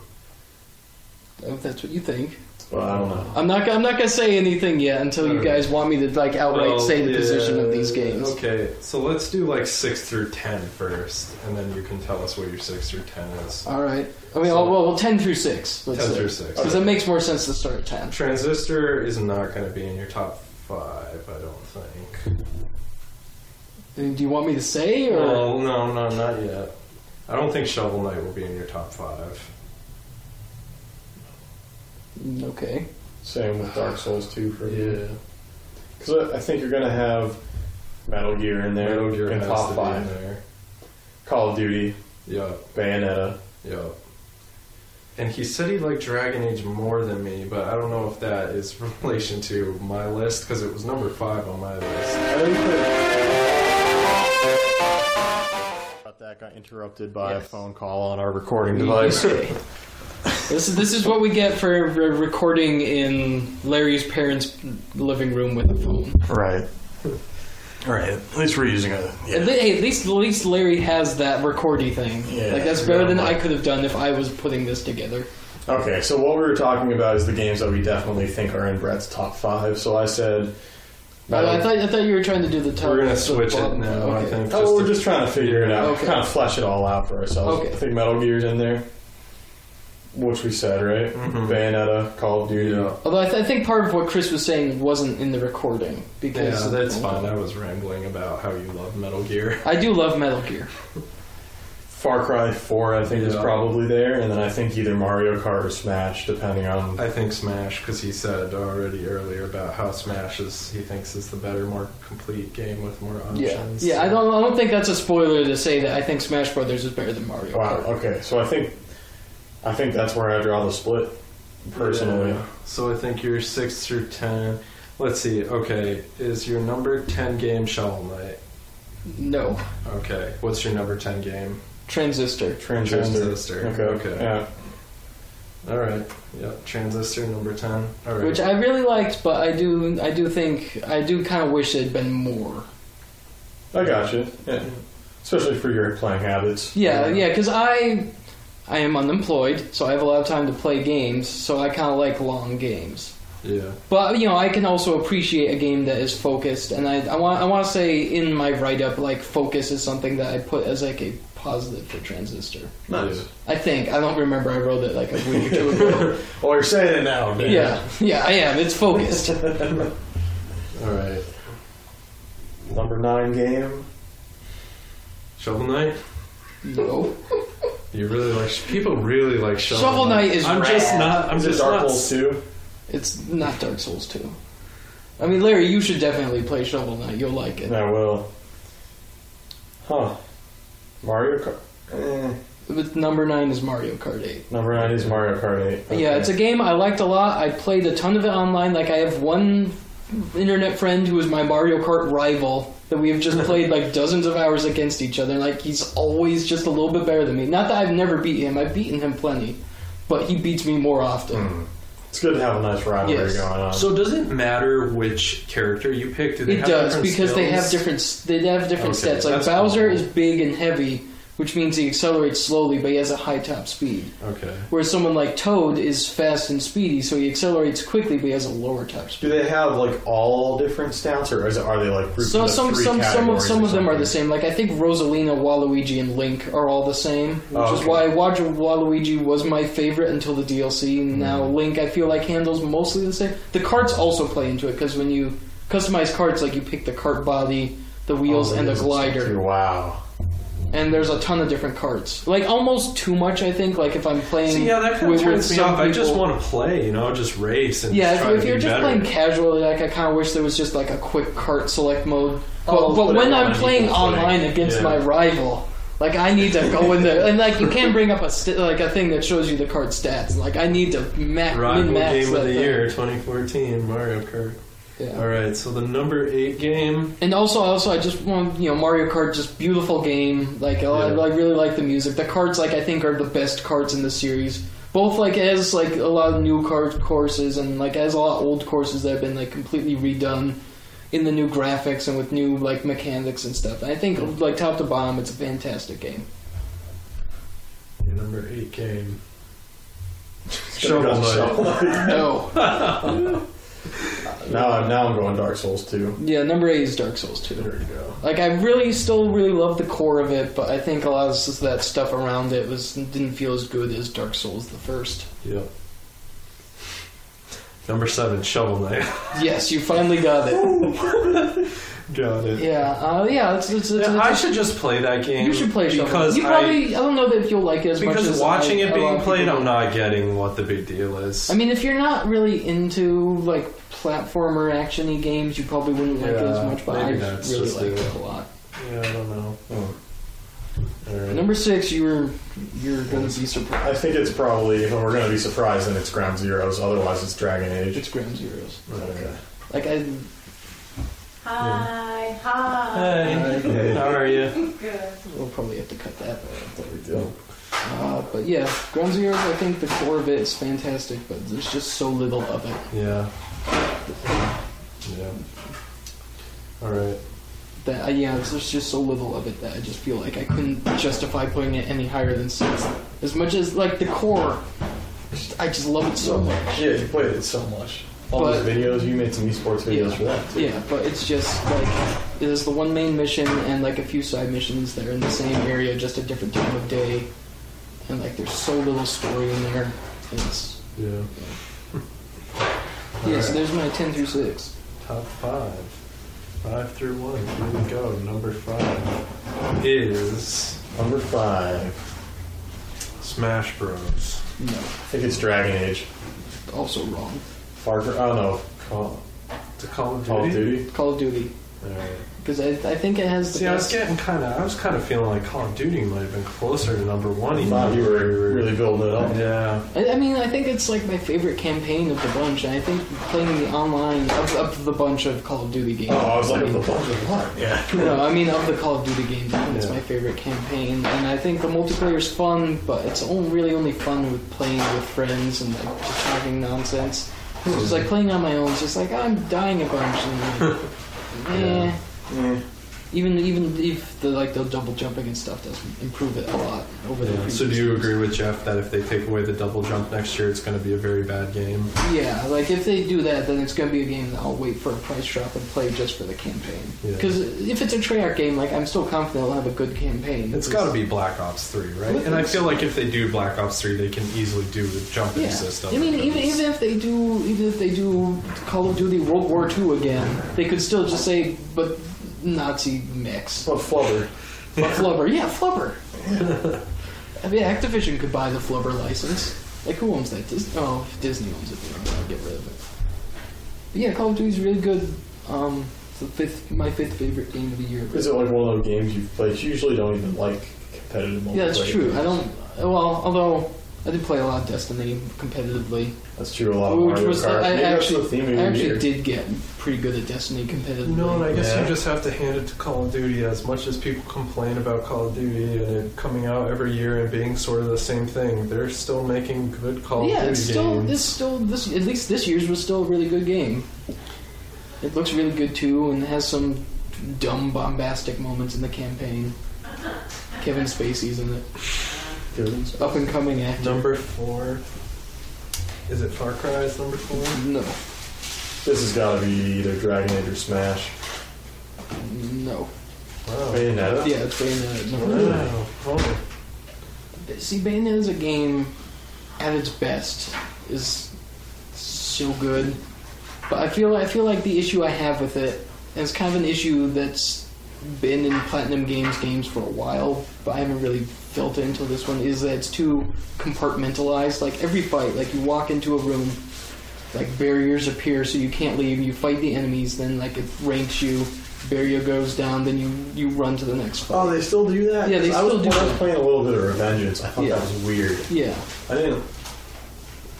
I hope that's what you think. But I don't know. I'm not. I'm not gonna say anything yet until you Alright. guys want me to like outright Well, say the yeah, position of these games. Okay, so let's do like six through ten first, and then you can tell us what your six through ten is. All right. I mean, So- well, well, ten through six. Let's ten say. through six. because it makes more sense to start at ten. Transistor is not going to be in your top five, I don't think. Do you want me to say or? Well, no, no, not yet. I don't think Shovel Knight will be in your top five. Okay. Same with Dark Souls two for you. Because I, I think you're going to have Metal Gear in there, Metal Gear in has top to be five. in there. Call of Duty, Yep, Bayonetta. yep. And he said he liked Dragon Age more than me, but I don't know if that is in relation to my list because it was number five on my list. I know you put. But That got interrupted by a Yes. phone call on our recording device. This is this is what we get for re- recording in Larry's parents' living room with a phone. right. All right. At least we're using a. At, le- hey, at least at least Larry has that recordy thing. Yeah, like that's better than yeah. I could have done if I was putting this together. Okay, so what we were talking about is the games that we definitely think are in Brett's top five. So I said, Oh, But I thought I thought you were trying to do the top. We're gonna the switch it bottom. now. I Okay. think. Oh, we're just trying to figure it out, Okay. kind of flesh it all out for ourselves. Okay. I think Metal Gear's in there, which we said, right? Mhm. Bayonetta, Call of Duty. Yeah. Although I, th- I think part of what Chris was saying wasn't in the recording because Yeah, that's fine. I was rambling about how you love Metal Gear. I do love Metal Gear. Far Cry 4, I think, is Yeah. probably there, and then I think either Mario Kart or Smash, depending on. I think Smash because he said already earlier about how Smash is he thinks is the better, more complete game with more Yeah, options. yeah. I don't. I don't think that's a spoiler to say that I think Smash Brothers is better than Mario. Wow. Kart. Okay, so I think, I think that's where I draw the split, personally. Yeah. So I think your six through ten. Let's see. Okay, is your number ten game Shovel Knight? No, Okay, what's your number ten game? Transistor. Transistor. Transistor. Okay. Okay. Yeah. All right. Yep. Transistor number ten. All right. which I really liked, but I do I do think I do kind of wish it had been more. I got you. Yeah. Especially for your playing habits. Yeah, yeah, because I I am unemployed, so I have a lot of time to play games, so I kind of like long games. yeah. But you know, I can also appreciate a game that is focused, and I I want I want to say in my write up like focus is something that I put as like a positive for Transistor. Nice. I think I don't remember I wrote it like a week or two ago. Well, you're saying it now, man. yeah, yeah, I am. It's focused. All right. Number nine game. Shovel Knight. No. You really like people really like Shovel, Shovel Knight is I'm just rad. not. I'm Is it just Dark not. Souls 2? It's not Dark Souls 2. I mean, Larry, you should definitely play Shovel Knight. You'll like it. No, well. Huh. Mario Kart. Eh. But number 9 is Mario Kart 8. Number nine is Mario Kart 8. Okay. Yeah, it's a game I liked a lot. I played a ton of it online. Like, I have one internet friend who is my Mario Kart rival that we have just played like dozens of hours against each other. Like, he's always just a little bit better than me. Not that I've never beaten him, I've beaten him plenty. But he beats me more Hmm. often. Hmm. It's good to have a nice rivalry Yes. going on. So does it matter which character you pick? Do they It have does different because they have skills? different s- they have different Okay, stats. Like that's Bowser cool. is big and heavy, which means he accelerates slowly, but he has a high top speed. Okay. Whereas someone like Toad is fast and speedy, so he accelerates quickly, but he has a lower top speed. Do they have, like, all different stats, or is it, are they, like, grouped So into some three some some of categories some or of them are the same. something? Like I think Rosalina, Waluigi, and Link are all the same, which Oh, is okay. why Waj- Waluigi was my favorite until the Mm-hmm. DLC. Now Link, I feel like handles mostly the same. The carts also play into it because when you customized carts like you pick the cart body, Oh, the wheels, and the glider. Wow. And there's a ton of different carts. Like almost too much, I think. Like if I'm playing, See, yeah, that kind of with, turns with me some off. I just people- want to play, you know, just race and Yeah, just try if, if to you're be just better. playing casually, like I kind of wish there was just like a quick cart select mode. But, Oh, but put when everyone I'm on playing equal footing. online against Yeah. my rival, like I need to go in there, and like you can bring up a st- like a thing that shows you the card stats. Like I need to max min Rival max uh, game that of the thing. year, 2014, Mario Kart. Yeah. All right, so the number eight game. And also, also, I just want you know Mario Kart, just beautiful game. Like oh, I, Yeah. I really like the music. The cards, like I think, are the best cards in the series. Both like as like a lot of new card courses and like as a lot of old courses that have been like completely redone in the new graphics and with new like mechanics and stuff. I think like top to bottom, it's a fantastic game. Your number eight game. Shovel Shovel Knight. no, Now, I'm- now I'm going Dark Souls 2. yeah, number eight is Dark Souls two. There you go. Like I really still really love the core of it, but I think a lot of that stuff around it was didn't feel as good as Dark Souls the first. Yep. Number seven, Shovel Knight. Yes, you finally got it. Got it. Yeah, uh, yeah. It's, it's, it's, Yeah, it's- I should just play that game. you should play Shovel. because Knight. you I, probably I, don't know that you'll like it as much because as watching I- it a lot being of people played, do. I'm not getting what the big deal is. I mean, if you're not really into like platformer actiony games, you probably wouldn't like it as Yeah, much. But I maybe that's really just liked the- it a lot. yeah, I don't know. Oh, All right. Number six, you were you're gonna be surprised. I think it's probably, if we're going to be surprised, then it's Ground Zeroes. Otherwise, it's Dragon Age. It's Ground Zeroes. Okay. Like I, Hi, hi. Hey, how are you? Good. we'll probably have to cut that. But, uh, but yeah, Ground Zeroes. I think the core of it is fantastic, but there's just so little of it Yeah. Yeah. All right. that I, yeah, there's just so little of it that I just feel like I couldn't justify putting it any higher than six. As much as like the core, just- I just love it so much. Yeah, you played it so much. All But those videos, you made some esports videos Yeah. for that, too. yeah, but it's just like it is the one main mission and like a few side missions that are in the same area, just a different time of day, and like there's so little story in there. And it's, Yeah. yeah, so there's my ten through six. Top five. Five through one. Here we go. Number five is Number five. Smash Bros. No, I think it's Dragon Age. also wrong. Far Cry. Oh, no. Call. To Call of Duty. Call of Duty. Call of Duty, All right. because I, I think it has the See, I was best. getting kind of, I was kind of feeling like Call of Duty might have been closer to number one. I even. thought you were really building it up. Yeah. I, I mean, I think it's like my favorite campaign of the bunch, and I think playing the online of, of the bunch of Call of Duty games. Oh, I was like, the fuck is what? Yeah. No, I mean of the Call of Duty games, I think it's Yeah. my favorite campaign, and I think the multiplayer's fun, but it's only really only fun with playing with friends and like just talking nonsense. It's just like playing on my own. It's just like I'm dying a bunch. And, like, eh. Even even if the like the double jumping and stuff does improve it a lot over the. yeah. So do previous you games. agree with Jeff that if they take away the double jump next year, it's going to be a very bad game? Yeah, like if they do that, then it's going to be a game that I'll wait for a price drop and play just for the campaign. Yeah. Because if it's a Treyarch game, like I'm still confident I'll have a good campaign. It's got to be Black Ops 3, right? What And I is- feel like if they do Black Ops 3, they can easily do the jumping Yeah, system. I mean, even even if they do, even if they do Call of Duty World War II again, they could still just say, but Nazi mix, Well, flubber. but flubber, yeah, flubber. I mean, Activision could buy the flubber license. Like, who owns that? Dis- oh, if Disney owns it. Then I'll get rid of it. But yeah, Call of Duty's really good. Um, it's the fifth, my fifth favorite game of the year. Is it like one of those games you've played? You usually don't even like competitive multiplayer. Yeah, that's true. games. I don't. Well, although I did play a lot of Destiny competitively. That's true. A lot of Which Mario was the- Kart. I Maybe that's actually- the theme of I your actually year. did get pretty good at Destiny competitively. No, and I guess you Yeah. just have to hand it to Call of Duty. As much as people complain about Call of Duty and it coming out every year and being sort of the same thing, they're still making good Call yeah, of it's Duty still games. it's still this at least this year's was still a really good game. It looks really good too, and has some dumb bombastic moments in the campaign. Kevin Spacey's in it, Good. up and coming actor. Number four. Is it Far Cry is number four? No, This has got to be either Dragon Age or Smash. no, Oh. Wow. Bayonetta. yeah, it's uh, Bayonetta. No. Wow. Oh. See, Bayonetta is a game at its best is so good, But I feel I feel like the issue I have with it is kind of an issue that's been in Platinum Games games for a while, but I haven't really felt it until this one. Is that it's too compartmentalized? Like every fight, like you walk into a room, like barriers appear, so you can't leave. You fight the enemies, then like it ranks you. Barrier goes down, then you you run to the next fight. Oh, they still do that? Yeah, they I was, still do when I that. was playing a little bit of Revengeance. I thought Yeah. that was weird. Yeah. I didn't.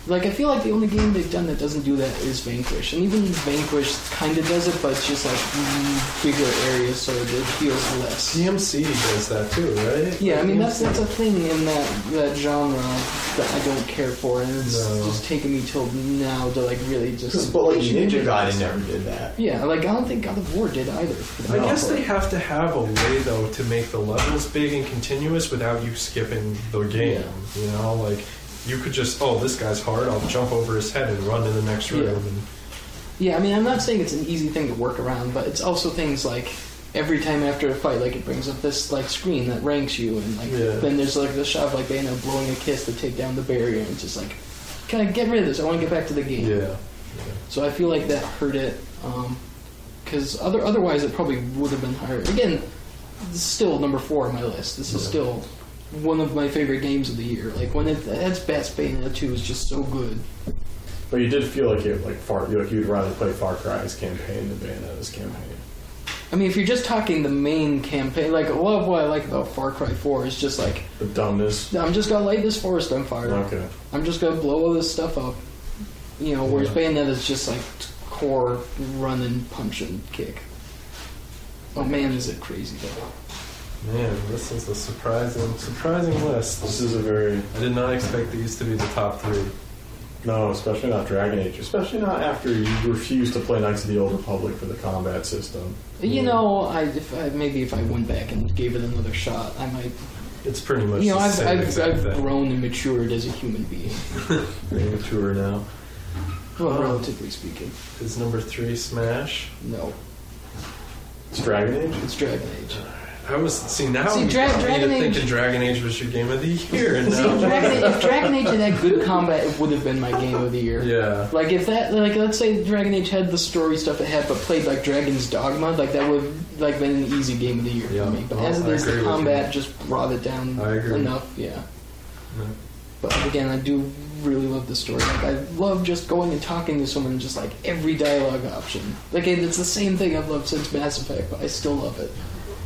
Like I feel like the only game they've done that doesn't do that is Vanquish, and even Vanquish kind of does it, but it's just like mm, bigger areas, so it feels less. DMC does that too, right? Yeah, I mean that's that's a thing in that that genre that I don't care for, and it's No. just taken me till now to like really just. But like Ninja Gaiden never did that. Yeah, like I don't think God of War did either. I guess they have to have a way though to make the levels big and continuous without you skipping the game. You know, like you could just oh this guy's hard, I'll jump over his head and run to the next room. Yeah. And, Yeah, I mean I'm not saying it's an easy thing to work around, but it's also things like every time after a fight, like it brings up this like screen that ranks you, and like Yeah. then there's like the shot of like they end up blowing a kiss to take down the barrier, and it's just like, can I get rid of this? I want to get back to the game. yeah. So I feel like that hurt it, because other otherwise it probably would have been higher. Again, this is still number four on my list. This is Yeah. still one of my favorite games of the year. Like when it that's best, Bayonetta two is just so good. But you did feel like you like far like you'd rather play Far Cry's campaign than Bayonetta's campaign. I mean, if you're just talking the main campaign, like a lot of what I like about Far Cry four is just like The dumbness. I'm just gonna light this forest on fire. Okay. I'm just gonna blow all this stuff up. You know, whereas Bayonetta's just like core run and punch and kick. Oh man, is it crazy though. Man, this is a surprising surprising list. This is a very I did not expect these to be the top three. no, especially not Dragon Age, especially not after you refused to play Knights of the Old Republic for the combat system. You know, I, if I maybe if I went back and gave it another shot, I might. It's pretty much You know, the I've same I've, exact I've thing. grown and matured as a human being, Tour now. well, relatively speaking. Is number three Smash? No, It's Dragon Age. it's Dragon Age. I was see now. See, you Dra- got me to Dragon Age- thinking Dragon Age was your game of the year. and See, now- if Dragon, Age- if Dragon Age had that good combat, it would have been my game of the year. yeah. Like if that, like let's say Dragon Age had the story stuff it had, but played like Dragon's Dogma, like that would have like been an easy game of the year Yeah. for me. But Well, as it I is, the agree with combat just brought it down I agree. enough. Yeah. Yeah. But again, I do really love the story. Like I love just going and talking to someone, just like every dialogue option. Like and it's the same thing I've loved since Mass Effect, but I still love it.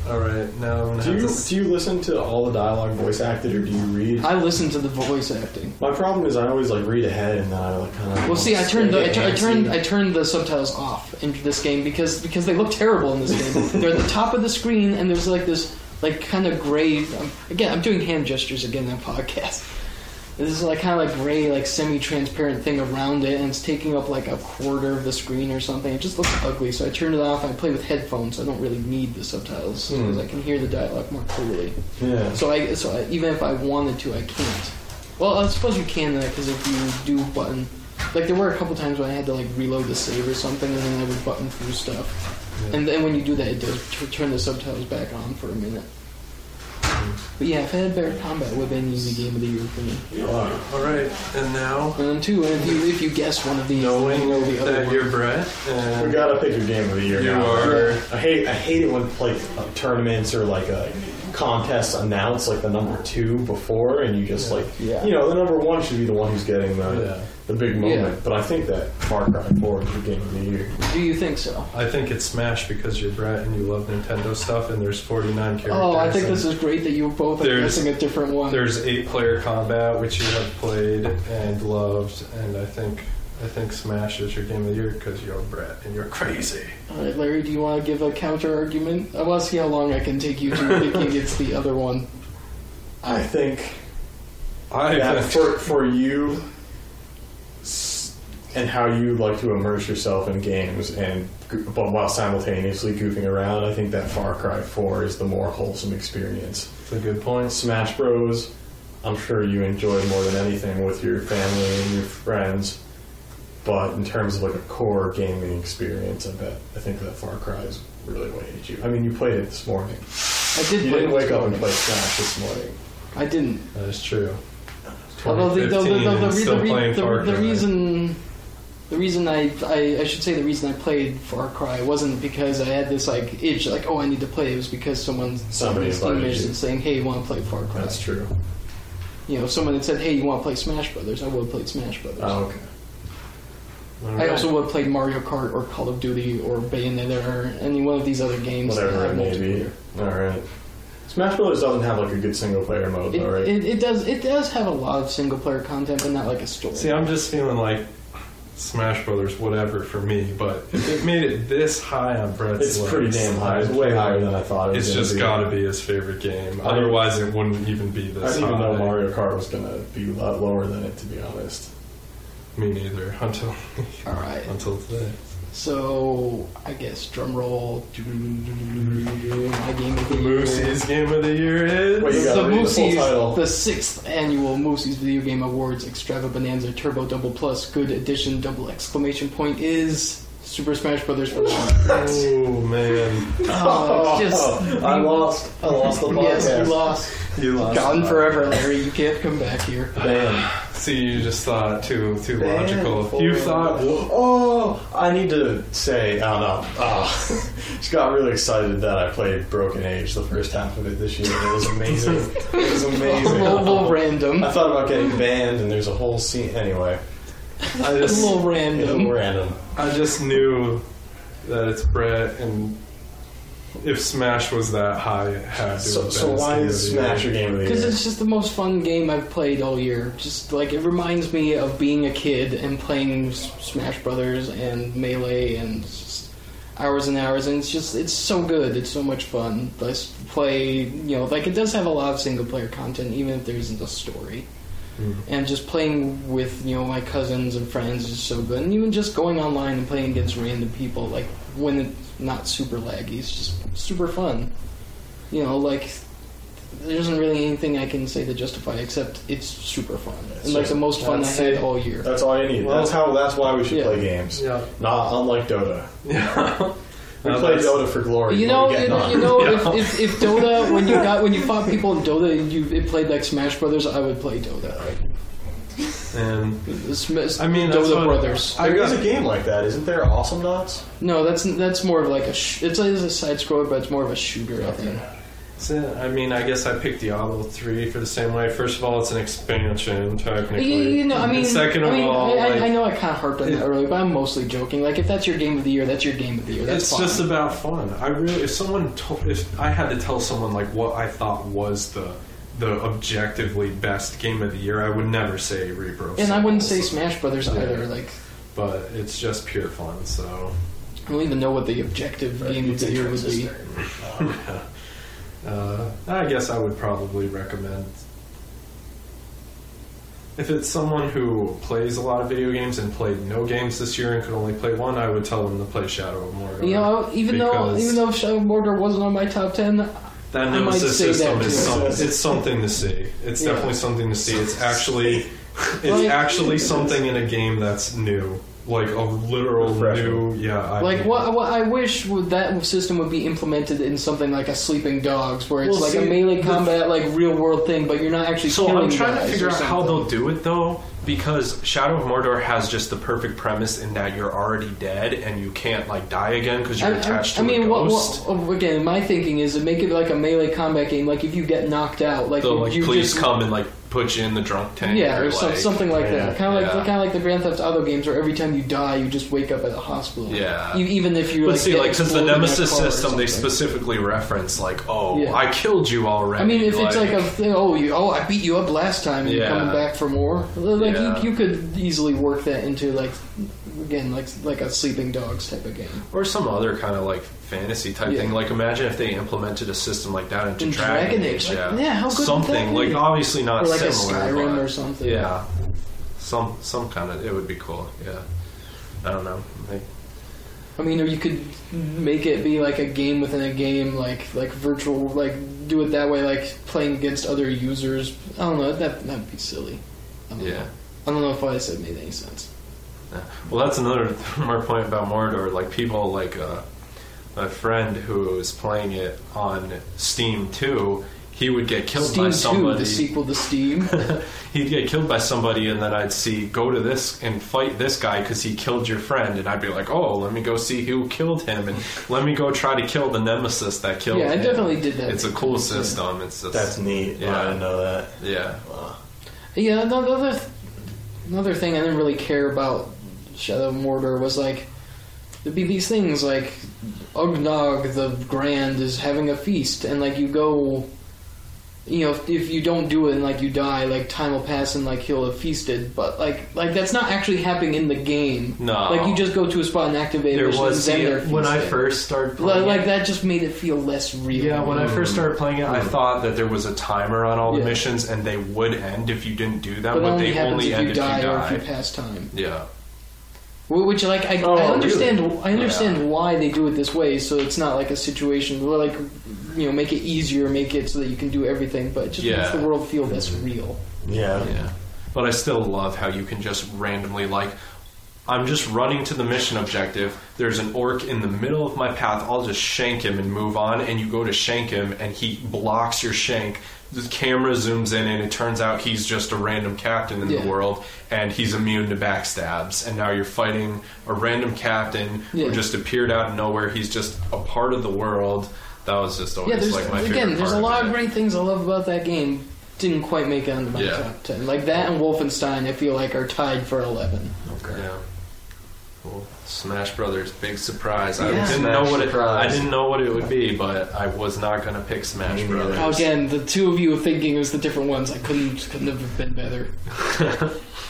All right. Now I'm gonna Do have you to do you listen to all the dialogue voice acted or do you read? I listen to the voice acting. My problem is I always like read ahead and then I like kind of. Well, see, I turned the, I, tu- I turned I turned the subtitles off in this game because because they look terrible in this game. They're at the top of the screen and there's like this like kind of gray. Um, again, I'm doing hand gestures again on podcast. This is like kind of like gray, like semi-transparent thing around it, and it's taking up like a quarter of the screen or something. It just looks ugly, so I turned it off. I play with headphones, so I don't really need the subtitles because I can hear the dialogue more clearly. Yeah. So I so I, even if I wanted to, I can't. Well, I suppose you can because if you do button, like there were a couple times when I had to like reload the save or something, and then I would button through stuff. And then when you do that, it does t- turn the subtitles back on for a minute. But yeah, if I had better combat, it would have been an easy game of the year for me. Wow. All right. And now And then two, if you if you guess one of these, then you know the other that one. you're Brett and We gotta pick your game of the year. You now. are- I hate. I hate it when like uh, tournaments or like uh, contests announce like the number two before, and you just like Yeah. you know the number one should be the one who's getting the Yeah. the big moment. But I think that Far Cry Four is your game of the year. Do you think so? I think it's Smash because you're Brett and you love Nintendo stuff and there's 49 characters. Oh, I think and this is great that you both are There's- guessing a different one. There's eight player combat which you have played and loved and I think I think Smash is your game of the year because you're Brett and you're crazy. All right, Larry, do you want to give a counter argument? I want to see how long I can take you to thinking it's the other one. I think I that think- for for you s- and how you like to immerse yourself in games and go- but while simultaneously goofing around, I think that Far Cry Four is the more wholesome experience. That's a good point. Smash Bros. I'm sure you enjoyed more than anything with your family and your friends. But in terms of like a core gaming experience, I bet I think that Far Cry is really weighted you. I mean, you played it this morning. I did. You play didn't this wake up and morning. play Smash this morning. I didn't. That is true. Although the, the, the, 2015 the, and the, still the, playing the, Far the Cry. reason the reason I, I I should say the reason I played Far Cry wasn't because I had this like itch like oh I need to play. It was because someone Somebody on Steam invited is you. saying hey you want to play Far Cry. That's true. You know if someone had said hey you want to play Smash Brothers I would have played Smash Brothers. Oh, okay. I also would have played Mario Kart or Call of Duty or Bayonetta or any one of these other games. Um, that Whatever it have may be. multiplayer. All right. Smash Brothers doesn't have like a good single player mode, It, though, right? it, it does it does have a lot of single player content, but not like a story. See, I'm just feeling like Smash Brothers, whatever for me, but if it made it this high on Brett's it's list, pretty damn high. It's way higher than I thought. It was It's gonna just be. got to be his favorite game. Otherwise, it wouldn't even be I this didn't even high. know Mario Kart was gonna be a lot lower than it, to be honest. Me neither until All right. until today. So I guess drum roll. My game of the year. Moosey's game of the year is. Wait, you the gotta read the full Moosey's, title. the sixth annual Moosey's Video Game Awards Extravaganza Turbo Double Plus Good Edition Double Exclamation Point is Super Smash Brothers for the Oh man, Oh, it's just I lost. I lost the podcast. yes, you lost. you lost. Gone forever, Larry. You can't come back here. Damn. See, you just thought too too Damn. logical. You thought Oh, I need to say, I don't know. Oh, just got really excited that I played Broken Age the first half of it this year. It was amazing. it was amazing. A little random. I thought about getting banned, and there's a whole scene. Anyway, I A just little it was random. random. I just knew that it's Brett, and if Smash was that high, it had to. So, have so been his why game is of the year. Smash your game of the Because year? it's just the most fun game I've played all year. Just like it reminds me of being a kid and playing S- Smash Brothers and Melee and just hours and hours. And it's just it's so good. It's so much fun. Let's play. You know, like it does have a lot of single player content, even if there isn't a story. And just playing with you know my cousins and friends is so good. And even just going online and playing against random people, like when it's not super laggy, it's just super fun. You know, like there isn't really anything I can say to justify except it's super fun and like the most fun I That's had it. all year. That's all you need. that's how. That's why we should Yeah. play games. Yeah. Not unlike Dota. Yeah. We Now play that's- Dota for glory. You but know, we get you know, none. you know Yeah. if, if, if Dota, when you got when you fought people in Dota, and you it played like Smash Brothers. I would play Dota. And Sm- I mean, that's Dota what- Brothers. I There is got a game like that, isn't there? Awesome Dots. no, that's that's more of like a sh- it's, it's a side scroller, but it's more of a shooter. I think. So, I mean, I guess I picked Diablo 3 for the same way. First of all, it's an expansion, You, technically. you know, I And mean, second of I, mean, all, I, I, like, I know I kind of harped on that earlier, but I'm mostly joking. Like, if that's your game of the year, that's your game of the year. That's it's fine. just about fun. I really, if someone, to, if I had to tell someone like what I thought was the the objectively best game of the year, I would never say Rebirth. and I wouldn't say Souls, Smash Brothers Yeah. either. Like, but it's just pure fun. So I don't even know what the objective game of the year would be. Uh, I guess I would probably recommend. If it's someone who plays a lot of video games and played no games this year and could only play one, I would tell them to play Shadow of Mordor. You know, even though Because even though Shadow of Mordor wasn't on my top ten, that I might nemesis say that system too. is some, it's something to see. It's Yeah. definitely something to see. It's actually it's Like- actually something in a game that's new, like a literal Refreshing. new. Yeah, I like what, what I wish would that system would be implemented in something like a Sleeping Dogs, where it's Well, like a see, melee the- combat, like real world thing, but you're not actually. So killing I'm trying to guys figure or out how uh, something. they'll do it though, because Shadow of Mordor has just the perfect premise in that you're already dead and you can't like die again because you're I- I- attached I to mean, a what- ghost. What, again, my thinking is to make it like a melee combat game. Like if you get knocked out, like They'll if like you please just, come and like put you in the drunk tank. Yeah, or, or some, like- something like yeah, that. Kind of yeah. like kind of like the Grand Theft Auto games, where every time you die, you just wake up at the hospital. Yeah. You, even if you But like, see, get like, because the exploded in a Nemesis car or system, they something. specifically reference, like, oh, Yeah. I killed you already. I mean, if it's like a thing, oh, you, oh, I beat you up last time, and you're Yeah. coming back for more. Like Yeah. you, you could easily work that into like, again, like like a sleeping dogs type of game. Or some other kind of, like, fantasy type Yeah. thing. Like, imagine if they implemented a system like that into In Dragon, Dragon Age, like, Yeah. yeah, how good would that Something. be? Like, obviously not Or like a similar. Skyrim but- or something. Yeah. Some some kind of it would be cool. Yeah. I don't know. Like, I mean, or you could make it be like a game within a game, like like virtual, like do it that way, like playing against other users. I don't know. That that'd be silly. I don't yeah. Know. I don't know if what I said made any sense. Yeah. Well, that's another more point about Mordor. Like people, like uh, my friend who was playing it on Steam too. he would get killed by Steam Two, somebody. the sequel to Steam. He'd get killed by somebody, and then I'd see go to this and fight this guy because he killed your friend, and I'd be like, oh, let me go see who killed him, and let me go try to kill the nemesis that killed. Yeah, I him. definitely did that. It's a cool system. It's just That's neat. Yeah. I didn't know that. yeah. Yeah, another th- another thing I didn't really care about Shadow of Mordor was like there'd be these things like Ugnog the Grand is having a feast, and like you go, you know, if, if you don't do it and like you die, like time will pass and like he'll have feasted, but like like that's not actually happening in the game. No. like you just go to a spot and activate. There it, and was then see, they're when I feasting. first started Like, playing. like it- that just made it feel less real. Mm. yeah, when I first started playing it, I thought that there was a timer on all the Mm-hmm. Yeah. missions, and they would end if you didn't do them, but it but only they happens only if end you die if you or if you die. pass time. Yeah. Wh- Which, like, I, Oh, I understand. I understand Yeah. why they do it this way, so it's not like a situation where, like, you know, make it easier, make it so that you can do everything, but it just makes Yeah. the world feel less Mm-hmm. real. Yeah. Yeah. But I still love how you can just randomly, like, I'm just running to the mission objective. There's an orc in the middle of my path. I'll just shank him and move on. And you go to shank him, and he blocks your shank. The camera zooms in, and it turns out he's just a random captain in Yeah. the world, and he's immune to backstabs. And now you're fighting a random captain Yeah. who just appeared out of nowhere. He's just a part of the world. That was just yeah, always there's Oh, like my favorite. again, there's a part lot it. of great things I love about that game. Didn't quite make it onto my Yeah. top ten. Like that and Wolfenstein, I feel like are tied for eleven. Yeah. Cool. Smash Brothers, big surprise. I Yeah. didn't Smash know what it, I surprise. didn't know what it would be, but I was not gonna pick Smash Me neither. Brothers. Again, the two of you thinking it was the different ones. I couldn't couldn't have been better.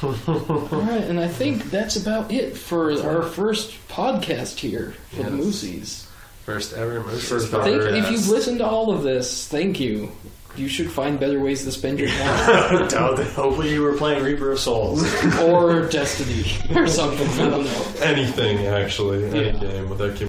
All right, and I think that's about it for our first podcast here for the Yes. Moosies. First ever movie. First I think Or, if uh, you've listened to all of this, thank you. You should find better ways to spend your time, Doubt it. Hopefully you were playing Reaper of Souls. or Destiny, or something. I don't know. Anything actually, any Yeah. game with that